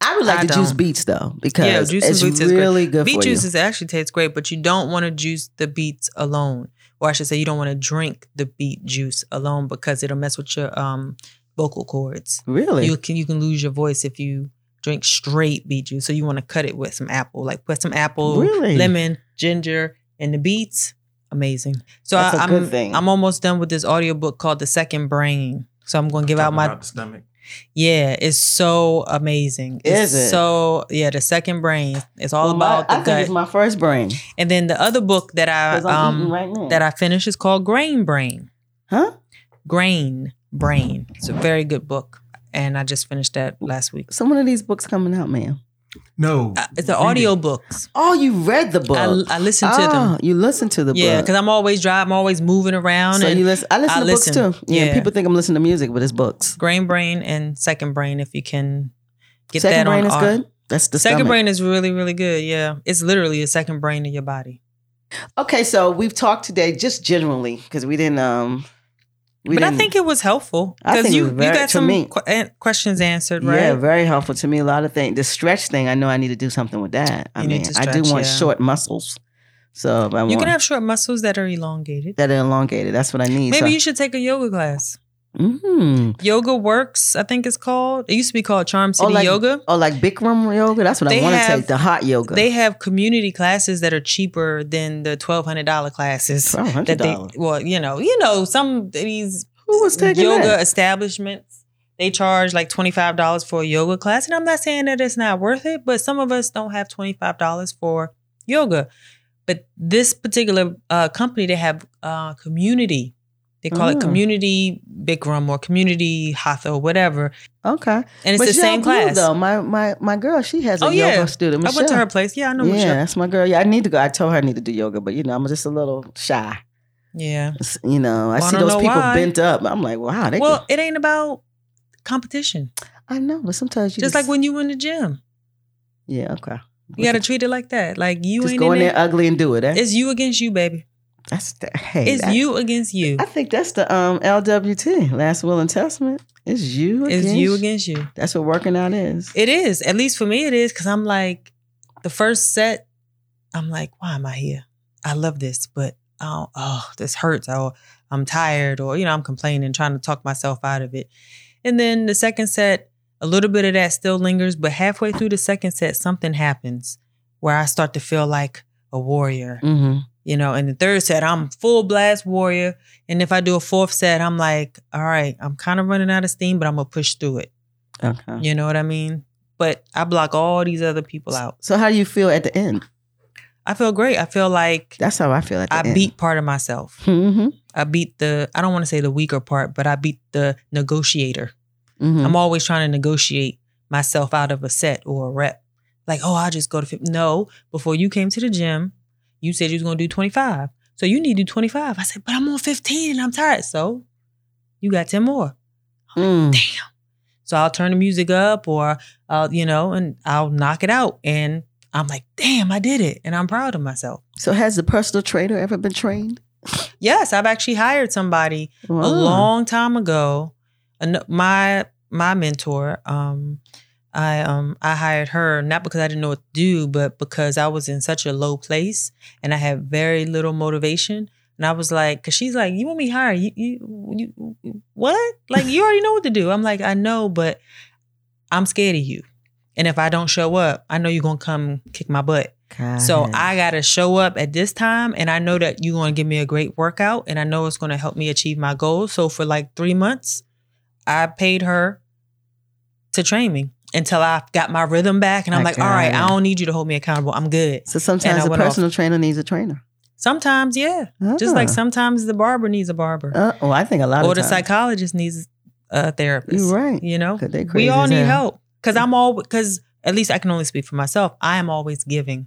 S1: I would like
S3: I
S1: to juice
S3: don't.
S1: beets though because
S3: Yeah, juice and
S1: it's
S3: beets is great.
S1: really good
S3: beet
S1: for
S3: juice
S1: you.
S3: is actually tastes great, but you don't want to juice the beets alone, or I should say, you don't want to drink the beet juice alone because it'll mess with your um vocal cords.
S1: really,
S3: You can you can lose your voice if you drink straight beet juice. So you want to cut it with some apple, like put some apple,
S1: really.
S3: lemon, ginger, and the beets. Amazing. So
S1: That's a
S3: I, am
S1: good thing.
S3: I'm almost done with this audiobook called The Second Brain. So I'm gonna give out
S4: Talking
S3: my
S4: about the stomach.
S3: yeah, it's so amazing.
S1: Is
S3: It's
S1: it?
S3: so yeah, the second brain. It's all
S1: Well, my-
S3: about
S1: I
S3: the
S1: think
S3: gut.
S1: it's my first brain
S3: and then the other book that I
S1: 'cause I'm
S3: um
S1: eating right now.
S3: that I finished is called Grain Brain.
S1: huh?
S3: Grain Brain. It's a very good book. And I just finished that last week.
S1: Some of these books coming out, man.
S4: No,
S3: Uh, it's the
S4: read it.
S3: audio books.
S1: Oh, you read the book.
S3: I, I listen to
S1: Ah,
S3: them.
S1: You listen to the
S3: Yeah,
S1: book.
S3: because I'm always driving, I'm always moving around.
S1: So
S3: and
S1: you listen. I listen
S3: I
S1: to
S3: listen.
S1: books too. Yeah,
S3: Yeah.
S1: people think I'm listening to music, but it's books.
S3: Grain Brain and Second Brain, if you can get
S1: Second
S3: that
S1: brain
S3: on
S1: is
S3: au-
S1: good. That's the
S3: Second
S1: stomach.
S3: brain is really, really good. Yeah. It's literally a second brain in your body.
S1: Okay, so we've talked today just generally because we didn't. um we
S3: but I
S1: didn't-
S3: think it was helpful
S1: I think
S3: because
S1: it
S3: you,
S1: was
S3: you
S1: very-
S3: got
S1: to
S3: some
S1: me-
S3: que- an- questions answered, right?
S1: yeah, very helpful to me. A lot of things. The stretch thing, I know I need to do something with that. I
S3: You need
S1: mean,
S3: to
S1: I do
S3: stretch,
S1: want
S3: yeah.
S1: short muscles, so if I
S3: you
S1: want
S3: can have short muscles that are elongated.
S1: that elongated. That's what I need.
S3: Maybe
S1: so,
S3: you should take a yoga class.
S1: mm,
S3: Yoga Works, I think it's called. It used to be called Charm City
S1: Oh, like
S3: Yoga.
S1: or like Bikram yoga. That's what
S3: They
S1: I want to
S3: have-
S1: take. The hot yoga.
S3: They have community classes that are cheaper than the twelve hundred dollar classes.
S1: oh,
S3: That
S1: hundred
S3: they
S1: dollars.
S3: well, you know, you know, some of these
S1: Who was taking
S3: yoga
S1: that?
S3: establishments they charge like twenty five dollars for a yoga class, and I'm not saying that it's not worth it, but some of us don't have twenty five dollars for yoga. But this particular uh, company, they have uh, community. They call
S1: Oh.
S3: it community Bikram or community Hatha or whatever,
S1: Okay,
S3: and it's
S1: but
S3: the
S1: y'all
S3: same
S1: grew,
S3: class.
S1: though. My my my girl, she has a
S3: Oh,
S1: yoga
S3: yeah.
S1: student.
S3: I went to
S1: Michelle.
S3: her place. Yeah, I know.
S1: yeah,
S3: Michelle.
S1: that's my girl. Yeah, I need to go. I told her I need to do yoga, but you know, I'm just a little shy.
S3: Yeah.
S1: S- You know,
S3: Well,
S1: I
S3: I
S1: see
S3: don't
S1: those
S3: know
S1: people
S3: why.
S1: bent up. I'm like, wow, they.
S3: Well, it ain't about competition.
S1: I know, but sometimes you
S3: Just like when you in the gym,
S1: yeah, okay.
S3: you got to treat it like that. Like you
S1: just
S3: ain't
S1: go in
S3: in
S1: there
S3: it.
S1: ugly and do it. eh?
S3: It's you against you, baby.
S1: that's the, hey,
S3: It's
S1: that-
S3: you against you.
S1: I think that's the um LWT, last will and testament. It's you.
S3: It's
S1: against-
S3: you against you.
S1: That's what working out is.
S3: It is. At least for me, it is because I'm like, the first set, I'm like, why am I here? I love this, but oh, oh this hurts. Oh, I'm tired, or you know, I'm complaining, trying to talk myself out of it. And then the second set, a little bit of that still lingers, but halfway through the second set, something happens where I start to feel like a warrior
S1: Mm-hmm.
S3: you know in the third set i'm full blast warrior and if i do a fourth set i'm like all right i'm kind of running out of steam but i'm gonna push through it
S1: Okay.
S3: you know what i mean but i block all these other people out
S1: So how do you feel at the end?
S3: i feel great i feel like
S1: That's how I feel at the
S3: i
S1: end.
S3: beat part of myself
S1: Mm-hmm.
S3: i beat the i don't want to say the weaker part but i beat the negotiator
S1: Mm-hmm.
S3: i'm always trying to negotiate myself out of a set or a rep like oh i'll just go to 50. no before you came to the gym you said you was going to do 25 so you need to do 25 i said but i'm on 15 and i'm tired so you got 10 more
S1: Mm.
S3: so i'll turn the music up or i'll you know and i'll knock it out and i'm like damn i did it and i'm proud of myself
S1: So has the personal trainer ever been trained?
S3: yes i've actually hired somebody
S1: Wow.
S3: a long time ago an- my my mentor um i um i hired her not because i didn't know what to do but because i was in such a low place and i had very little motivation and i was like because she's like you want me hired you, you, you what like you already know what to do i'm like i know but i'm scared of you and if i don't show up i know you're gonna come kick my butt
S1: Got
S3: so
S1: it.
S3: I gotta show up at this time, and I know that you're gonna give me a great workout, and I know it's gonna help me achieve my goals. So for like three months, I paid her to train me until I got my rhythm back, and I'm
S1: I
S3: like, all
S1: got
S3: right, I
S1: it.
S3: don't need you to hold me accountable. I'm good. and
S1: So
S3: I
S1: sometimes a
S3: went off.
S1: personal trainer needs a trainer.
S3: Sometimes, yeah, just like
S1: Ah.
S3: sometimes the barber needs a barber,
S1: Uh, oh, I think a lot
S3: or
S1: of
S3: the
S1: times.
S3: psychologist needs a therapist.
S1: You're right.
S3: You know,
S1: 'Cause they crazy
S3: we all
S1: as
S3: need
S1: hell.
S3: help because I'm all because at least I can only speak for myself. I am always giving.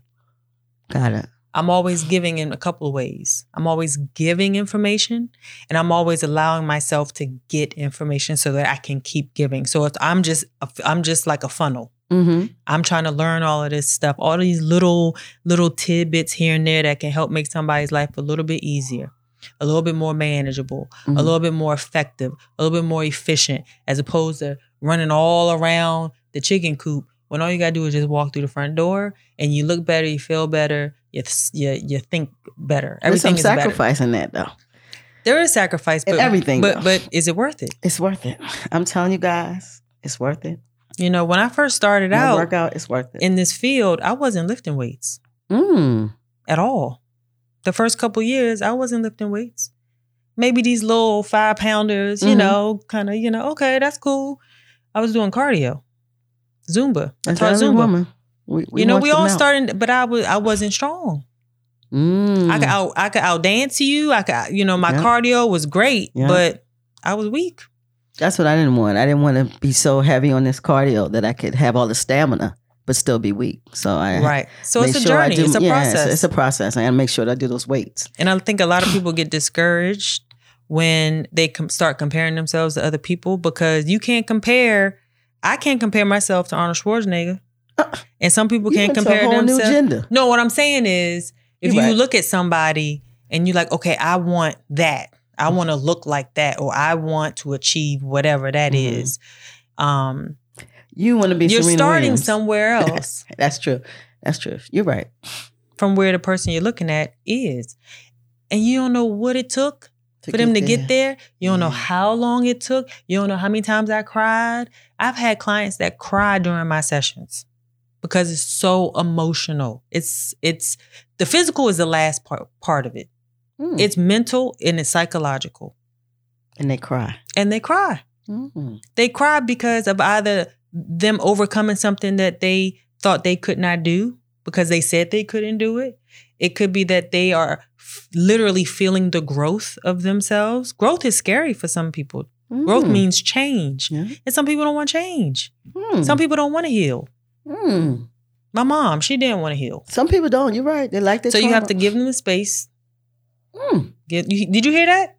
S1: Got it.
S3: I'm always giving in a couple of ways. I'm always giving information and I'm always allowing myself to get information so that I can keep giving. So if I'm just a- I'm just like a funnel.
S1: Mm-hmm.
S3: I'm trying to learn all of this stuff, all these little little tidbits here and there that can help make somebody's life a little bit easier, a little bit more manageable,
S1: Mhm.
S3: a little bit more effective, a little bit more efficient as opposed to running all around the chicken coop when all you got to do is just walk through the front door and you look better, you feel better, you th- you, you think better.
S1: There's
S3: Everything
S1: some
S3: is better.
S1: sacrifice in that though.
S3: There is sacrifice,
S1: In
S3: but
S1: everything,
S3: but
S1: though.
S3: but is it worth it?
S1: It's worth it. [LAUGHS] I'm telling you guys, it's worth it.
S3: You know, when I first started
S1: My
S3: out
S1: workout is worth it.
S3: in this field, I wasn't lifting weights.
S1: mm.
S3: at all. The first couple years, I wasn't lifting weights. Maybe these little five pounders, you
S1: Mhm.
S3: know, kind of, you know, okay, that's cool. I was doing cardio, Zumba. I
S1: As
S3: taught
S1: every
S3: Zumba.
S1: woman, we, we
S3: you know,
S1: want
S3: we
S1: the
S3: all
S1: milk.
S3: started, but I was I wasn't strong.
S1: Mm.
S3: I could out I could out dance you. I could, you know, my
S1: Yeah.
S3: cardio was great,
S1: Yeah.
S3: but I was weak.
S1: That's what I didn't want. I didn't want to be so heavy on this cardio that I could have all the stamina but still be weak. So I
S3: Right. So
S1: make
S3: it's a
S1: sure I
S3: journey.
S1: do-
S3: it's a
S1: yeah,
S3: process.
S1: It's, a process. I gotta make sure that I do those weights.
S3: And I think a lot of people get discouraged when they com- start comparing themselves to other people because you can't compare. I can't compare myself to Arnold Schwarzenegger, and some people
S1: Uh, You
S3: can't
S1: into
S3: compare
S1: a whole new
S3: themselves.
S1: gender.
S3: No, what I'm saying is, if you
S1: You're right.
S3: look at somebody and you're like, okay, I want that. I
S1: Mm-hmm.
S3: want to look like that, or I want to achieve whatever that
S1: Mhm.
S3: is. Um,
S1: You want to be
S3: you're
S1: Serena
S3: starting
S1: Williams.
S3: somewhere
S1: [LAUGHS]
S3: else.
S1: That's true. That's true. You're right.
S3: from where the person you're looking at is. And you don't know what it took
S1: To
S3: for them to get there. You don't know
S1: Yeah.
S3: how long it took. You don't know how many times I cried. I've had clients that cry during my sessions because it's so emotional. It's it's the physical is the last part part of it.
S1: Mm.
S3: It's mental and it's psychological.
S1: and they cry.
S3: And they cry.
S1: Mm.
S3: They cry because of either them overcoming something that they thought they could not do because they said they couldn't do it. It could be that they are f- literally feeling the growth of themselves. Growth is scary for some people. Growth
S1: Mm.
S3: means change.
S1: Yeah.
S3: And some people don't want change.
S1: Mm.
S3: Some people don't want to heal. Hmm.
S1: Mm.
S3: My mom, she didn't want to heal.
S1: Some people don't. You're right. They like their
S3: so you have
S1: trauma.
S3: to give them the space
S1: Mm,
S3: Get, you, did you hear that?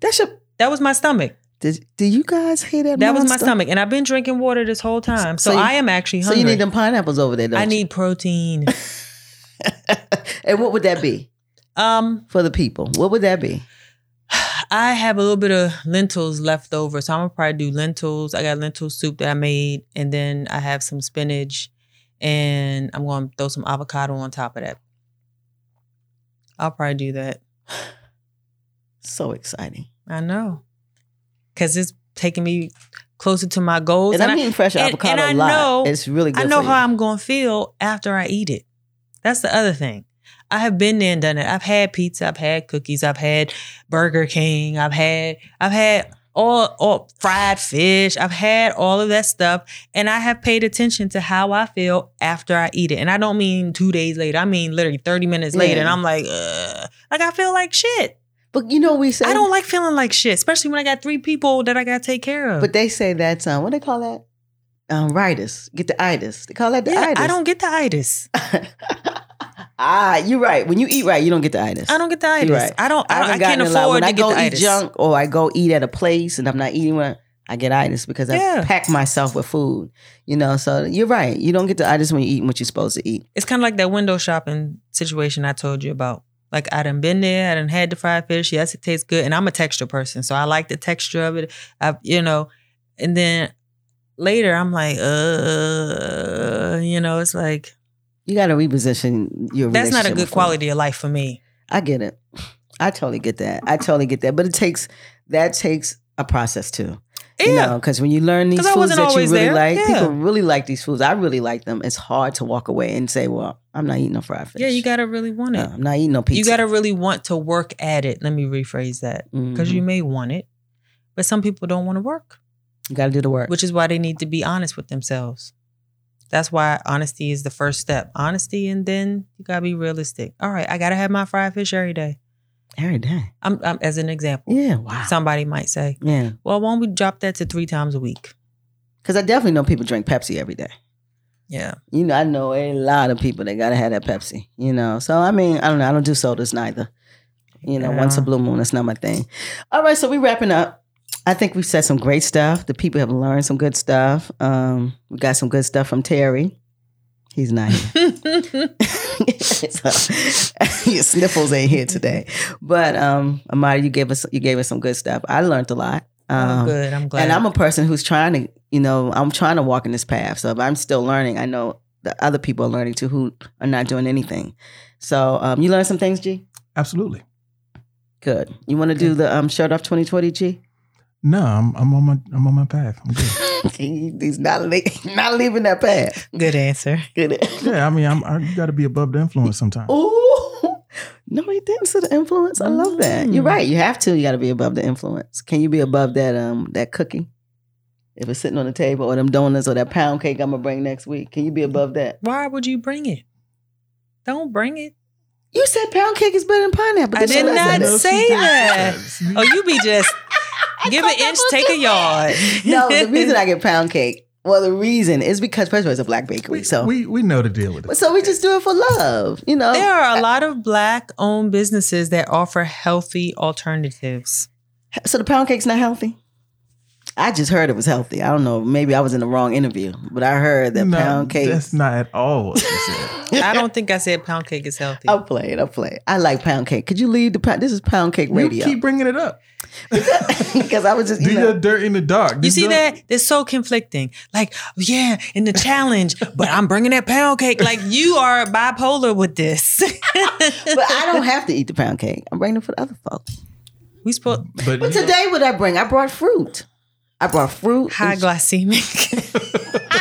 S1: that's your.
S3: That was my stomach.
S1: Did, do you guys hear that?
S3: That was my
S1: monster?
S3: stomach, and I've been drinking water this whole time, so,
S1: So you-
S3: I am actually
S1: So
S3: hungry.
S1: you need them pineapples over there. do
S3: I need protein.
S1: [LAUGHS] and what would that be
S3: um,
S1: for the people? What would that be?
S3: I have a little bit of lentils left over, so I'm gonna probably do lentils. I got lentil soup that I made, and then I have some spinach, and I'm gonna throw some avocado on top of that. I'll probably do that.
S1: So exciting.
S3: I know, cause it's taking me closer to my goals,
S1: And
S3: and,
S1: I'm eating fresh
S3: and- and
S1: avocado
S3: I
S1: a lot.
S3: know-
S1: it's really
S3: I,
S1: good.
S3: I know
S1: for you.
S3: how I'm gonna feel after I eat it. That's the other thing. I have been there and done it. I've had pizza, I've had cookies, I've had Burger King, I've had, I've had all, all fried fish, I've had all of that stuff, and I have paid attention to how I feel after I eat it. And I don't mean two days later. I mean literally thirty minutes
S1: Yeah.
S3: later, and I'm like, Ugh. like I feel like shit.
S1: But you know we say
S3: I don't like feeling like shit, especially when I got three people that I gotta take care of.
S1: But they say that's um, what they call that? Um, ritis. Get the itis. They call that the
S3: yeah,
S1: itis.
S3: I don't get the itis.
S1: [LAUGHS] ah, you're right. When you eat right, you don't get the itis.
S3: I don't get the itis.
S1: right.
S3: I don't. I,
S1: haven't
S3: I can't
S1: gotten it a lot.
S3: afford
S1: when
S3: to
S1: I
S3: get
S1: go
S3: the
S1: eat
S3: itis.
S1: junk or I go eat at a place and I'm not eating when I, I get itis because
S3: Yeah.
S1: I pack myself with food. You know, so you're right. You don't get the itis when you're eating what you're supposed to eat.
S3: It's kind of like that window shopping situation I told you about. Like I done been there. I done had the fried fish. Yes, it tastes good, and I'm a texture person, so I like the texture of it. I, you know, and then later I'm like, uh, you know, it's like
S1: You got to reposition your.
S3: that's not a
S1: relationship
S3: good
S1: with food.
S3: quality of life for me.
S1: I get it. I totally get that. I totally get that. But it takes that takes a process too. You
S3: Yeah,
S1: know, because when you learn these
S3: 'Cause I
S1: foods
S3: wasn't
S1: that you really
S3: always there.
S1: like,
S3: Yeah.
S1: people really like these foods. I really like them. It's hard to walk away and say, "Well, I'm not eating no fried fish."
S3: yeah, you gotta really want
S1: No,
S3: it.
S1: I'm not eating no pizza.
S3: you gotta really want to work at it. Let me rephrase that because
S1: Mhm.
S3: you may want it, but some people don't want to work.
S1: You gotta do the work.
S3: which is why they need to be honest with themselves. That's why honesty is the first step. Honesty, and then you gotta be realistic. All right, I gotta have my fried fish every day.
S1: every day.
S3: I'm, I'm as an example.
S1: Yeah. Wow.
S3: Somebody might say,
S1: yeah.
S3: "Well, why don't we drop that to three times a week?"
S1: Because I definitely know people drink Pepsi every day.
S3: [LAUGHS] Yeah,
S1: You know, I know a lot of people that gotta have that Pepsi. You know, so I mean, I don't know. I don't do sodas neither. You know,
S3: Yeah.
S1: once a blue moon, that's not my thing. All right, so we wrapping up. I think we've said some great stuff. The people have learned some good stuff. Um, we got some good stuff from Terry. He's not [LAUGHS] here. So, [LAUGHS] your sniffles ain't here today. But um, Amari, you gave us you gave us some good stuff. I learned a lot.
S3: I'm
S1: Um,
S3: good. I'm glad.
S1: and I'm a person who's trying to, you know, I'm trying to walk in this path. So if I'm still learning, I know the other people are learning too who are not doing anything. So um, you learned some things, G?
S4: Absolutely.
S1: Good. You want to do the um, shirt off 2020, G?
S4: No, I'm, I'm on my I'm on my path. I'm good.
S1: [LAUGHS]
S4: [LAUGHS]
S1: He- He's not, le- not leaving that path.
S3: good answer.
S1: Good.
S4: yeah, I mean, I'm, I, you got to be above the influence
S1: Oh,
S4: sometimes.
S1: [LAUGHS] Ooh. No, he didn't see the influence. I love that. You're
S3: Mm.
S1: right. You have to. You got to be above the influence. Can you be above that um that cookie? If it's sitting on the table or them donuts or that pound cake I'm going to bring next week, can you be above that?
S3: Why would you bring it? Don't bring it.
S1: You said pound cake is better than pineapple.
S3: I did
S1: you
S3: not
S4: No,
S1: say that?
S4: she
S3: say
S4: didn't.
S3: that. Oh, you be just give an inch, take a yard.
S1: [LAUGHS] No, the
S3: [LAUGHS]
S1: reason I get pound cake, well, the reason is because first of all, it's a black bakery.
S4: we,
S1: So,
S4: we we know the deal with it.
S1: so we just do it for love, you know.
S3: There are a lot of black owned businesses that offer healthy alternatives.
S1: So the pound cake's not healthy. I just heard it was healthy. I don't know. Maybe I was in the wrong interview, but I heard that
S4: No,
S1: pound cake.
S4: That's not at all what you
S3: [LAUGHS]
S4: said.
S3: I don't think I said pound cake is healthy.
S1: I'll play it. I'll play it. I like pound cake. Could you leave the pound? This is pound cake radio. [LAUGHS]
S4: You keep bringing it up.
S1: Because I was just,
S4: Do
S1: you
S4: your
S1: know,
S4: dirt in the dark.
S3: you
S4: This
S3: see
S4: dirt-
S3: that? It's so conflicting. Like, yeah, in the challenge, but I'm bringing that pound cake. Like, you are bipolar with this.
S1: [LAUGHS]
S3: [LAUGHS]
S1: but I don't have to eat the pound cake. I'm bringing it for the other folks.
S3: we spoke
S4: But,
S1: But
S4: you-
S1: today, what I bring? I brought fruit. I brought fruit.
S3: high
S1: and-
S3: glycemic.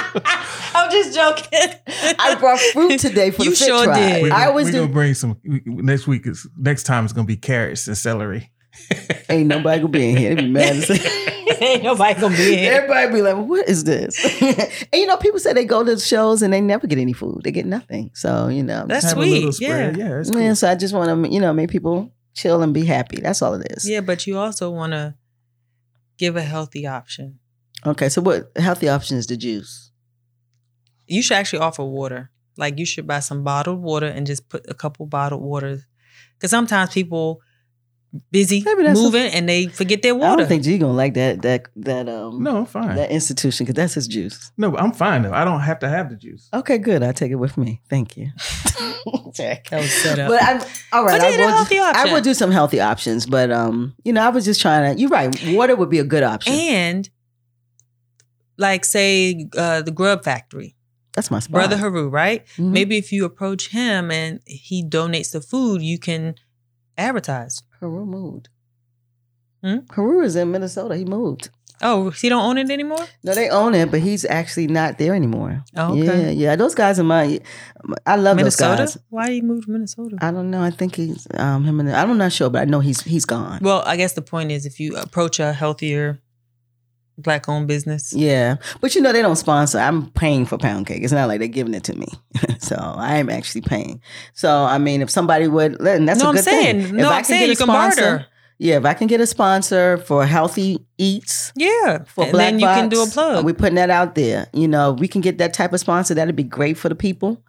S3: I'm just joking. [LAUGHS]
S1: I brought fruit today for
S3: You
S1: the fit
S3: sure
S1: trial.
S3: did.
S4: we're
S1: I
S4: gonna,
S1: always
S4: we're gonna
S1: do.
S4: bring some we- next week. Is next time is gonna be carrots and celery.
S1: Ain't nobody gonna be in here. They be
S3: [LAUGHS]
S1: mad. as-
S3: Ain't nobody gonna be here.
S1: Everybody be like, "What is this?" [LAUGHS] and you know, people say they go to shows and they never get any food. They get nothing. So you know,
S3: That's
S4: Have a little
S3: sweet,
S4: spread. Yeah, it's cool.
S1: yeah, so I just want to, you know, make people chill and be happy. That's all it is.
S3: Yeah, but you also want to give a healthy option.
S1: Okay. So what healthy options? The juice.
S3: You should actually offer water. Like you should buy some bottled water and just put a couple bottled waters. Because sometimes people busy
S1: Maybe that's a-
S3: moving and they forget their
S1: I
S3: water.
S1: don't think G gonna like that that that um
S4: No, I'm fine.
S1: that institution because that's his juice.
S4: no, I'm fine though. I don't have to have the juice.
S1: Okay, good. I take it with me.
S3: [LAUGHS]
S1: Thank you. [LAUGHS] Jack.
S3: that was set up.
S1: But I'm all right.
S3: But they
S1: I
S3: had a
S1: will,
S3: healthy option.
S1: I will do some healthy options, but um, you know, I was just trying to. You're right. Water would be a good option.
S3: and like say uh, the Grub Factory,
S1: That's my spot.
S3: Brother Haru, right?
S1: Mhm.
S3: Maybe if you approach him and he donates the food, you can advertise.
S1: Haru moved.
S3: Hmm?
S1: Haru is in Minnesota. He moved.
S3: Oh, he don't own it anymore.
S1: No, they own it, but he's actually not there anymore.
S3: Oh, okay.
S1: Yeah, yeah. Those guys are my. I love
S3: Minnesota.
S1: those guys.
S3: Why he moved to Minnesota?
S1: I don't know. I think he's um him and I'm not sure, but I know he's he's gone.
S3: well, I guess the point is if you approach a healthier black-owned business,
S1: Yeah, but you know they don't sponsor. I'm paying for pound cake. It's not like they're giving it to me, [LAUGHS] so I am actually paying. So I mean, if somebody would, and that's
S3: no,
S1: a
S3: I'm
S1: good
S3: saying,
S1: thing.
S3: no,
S1: if
S3: I'm saying you can barter.
S1: Yeah, if I can get a sponsor for healthy eats
S3: Yeah,
S1: for
S3: and
S1: Black
S3: then you can do a
S1: Box,
S3: plug.
S1: We're putting that out there. You know, if we can get that type of sponsor. That'd be great for the people,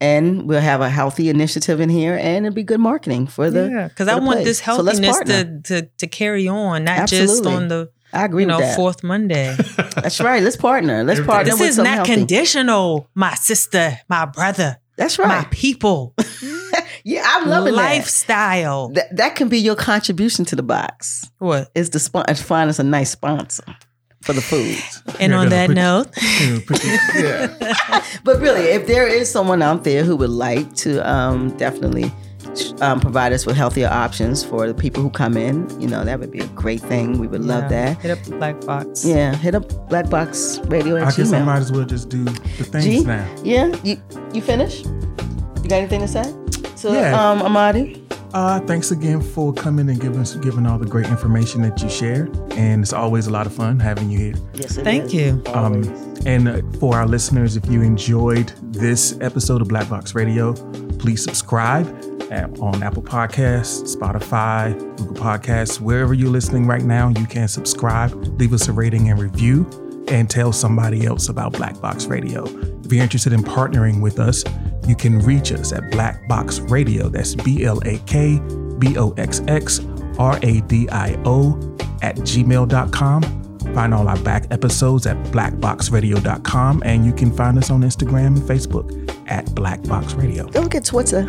S1: and we'll have a healthy initiative in here, and it'd be good marketing for the.
S3: yeah, because
S1: for
S3: I
S1: the
S3: want
S1: place.
S3: this
S1: So let's
S3: healthiness to, to to carry on, not just
S1: Absolutely.
S3: on the
S1: I agree
S3: you know
S1: with that.
S3: fourth
S1: [LAUGHS]
S3: Monday.
S1: That's right. Let's partner. Let's
S4: Everything.
S1: partner
S3: this
S1: with
S3: is
S1: something
S3: not
S1: healthy.
S3: conditional, my sister, my brother,
S1: That's
S3: my
S1: right.
S3: people,
S1: Yeah,
S3: [LAUGHS]
S1: I'm loving that.
S3: lifestyle.
S1: that that can be your contribution to the box
S3: What?
S1: is to spon- is find us a nice sponsor for the food.
S3: And
S4: You're
S3: on
S4: gonna
S3: that
S4: put-
S3: note,
S4: [LAUGHS] You know, put your- yeah.
S1: But really, if there is someone out there who would like to um, definitely um, provide us with healthier options for the people who come in, you know, that would be a great thing. We would love
S3: Yeah,
S1: that.
S3: uh, Hit up the black box.
S1: Yeah, hit up Black Box Radio at
S4: I guess I
S1: Gmail.
S4: might as well just do the things
S1: G?
S4: now.
S1: Yeah, you you finish? You got anything to say? So,
S4: Yeah.
S1: um, Amadi,
S4: Uh, thanks again for coming and giving us giving all the great information that you shared, and it's always a lot of fun having you here.
S1: yes, it
S3: Thank
S1: is.
S3: you.
S4: Um, and uh, for our listeners, if you enjoyed this episode of Black Box Radio, please subscribe at, on Apple Podcasts, Spotify, Google Podcasts, wherever you're listening right now. You can subscribe, leave us a rating and review, and tell somebody else about Black Box Radio. If you're interested in partnering with us, you can reach us at Black Box Radio. That's B L A K B O X X R A D I O at gmail.com. Find all our back episodes at blackboxradio.com, and you can find us on Instagram and Facebook at blackboxradio.
S1: Don't get Twitter.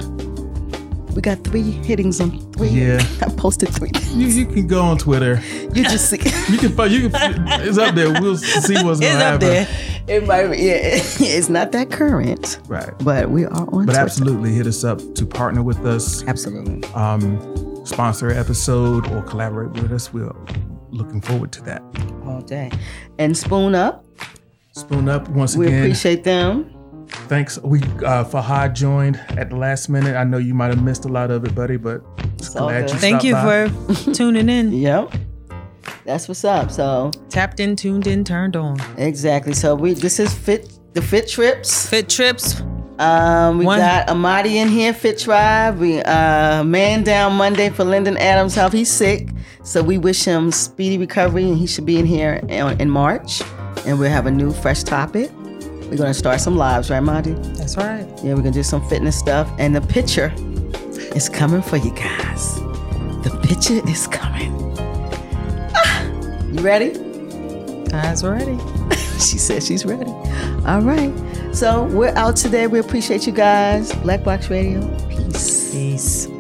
S1: We got three hittings on three.
S4: Yeah.
S1: I posted three.
S4: You, you can go on Twitter.
S1: You just see.
S4: [LAUGHS] You can find you can, it's up there. We'll see what's going
S3: It's
S4: to
S3: up
S4: happen.
S3: there.
S1: It might be, yeah, [LAUGHS] it's not that current,
S4: Right.
S1: but we are on
S4: But
S1: Twitter.
S4: absolutely hit us up to partner with us,
S1: Absolutely.
S4: um, sponsor an episode, or collaborate with us. We're looking forward to that.
S1: All day. And Spoon Up,
S4: Spoon up once
S1: we
S4: again.
S1: appreciate them.
S4: Thanks. We uh, Fahad joined at the last minute. I know you might have missed a lot of it, buddy, but
S1: all
S4: glad
S1: good.
S4: you
S3: Thank
S4: stopped
S3: you
S4: by.
S3: for
S1: [LAUGHS]
S3: tuning in.
S1: Yep. That's what's up. So,
S3: Tapped in, tuned in, turned on.
S1: exactly. So, we this is Fit the Fit Trips.
S3: Fit trips.
S1: Um, we
S3: One-
S1: got Amadi in here, Fit Tribe. We uh, Man Down Monday for Lyndon Adams' health. He's sick. So, we wish him speedy recovery and he should be in here in, in March. And we'll have a new, fresh topic. We're going to start some lives, right, Amadi?
S3: That's right.
S1: Yeah, we're gonna do some fitness stuff, and the picture is coming for you guys. The picture is coming. Ah! you ready?
S3: Eyes ready.
S1: She says she's ready. All right. So we're out today. We appreciate you guys. Black Box Radio. Peace.
S3: Peace.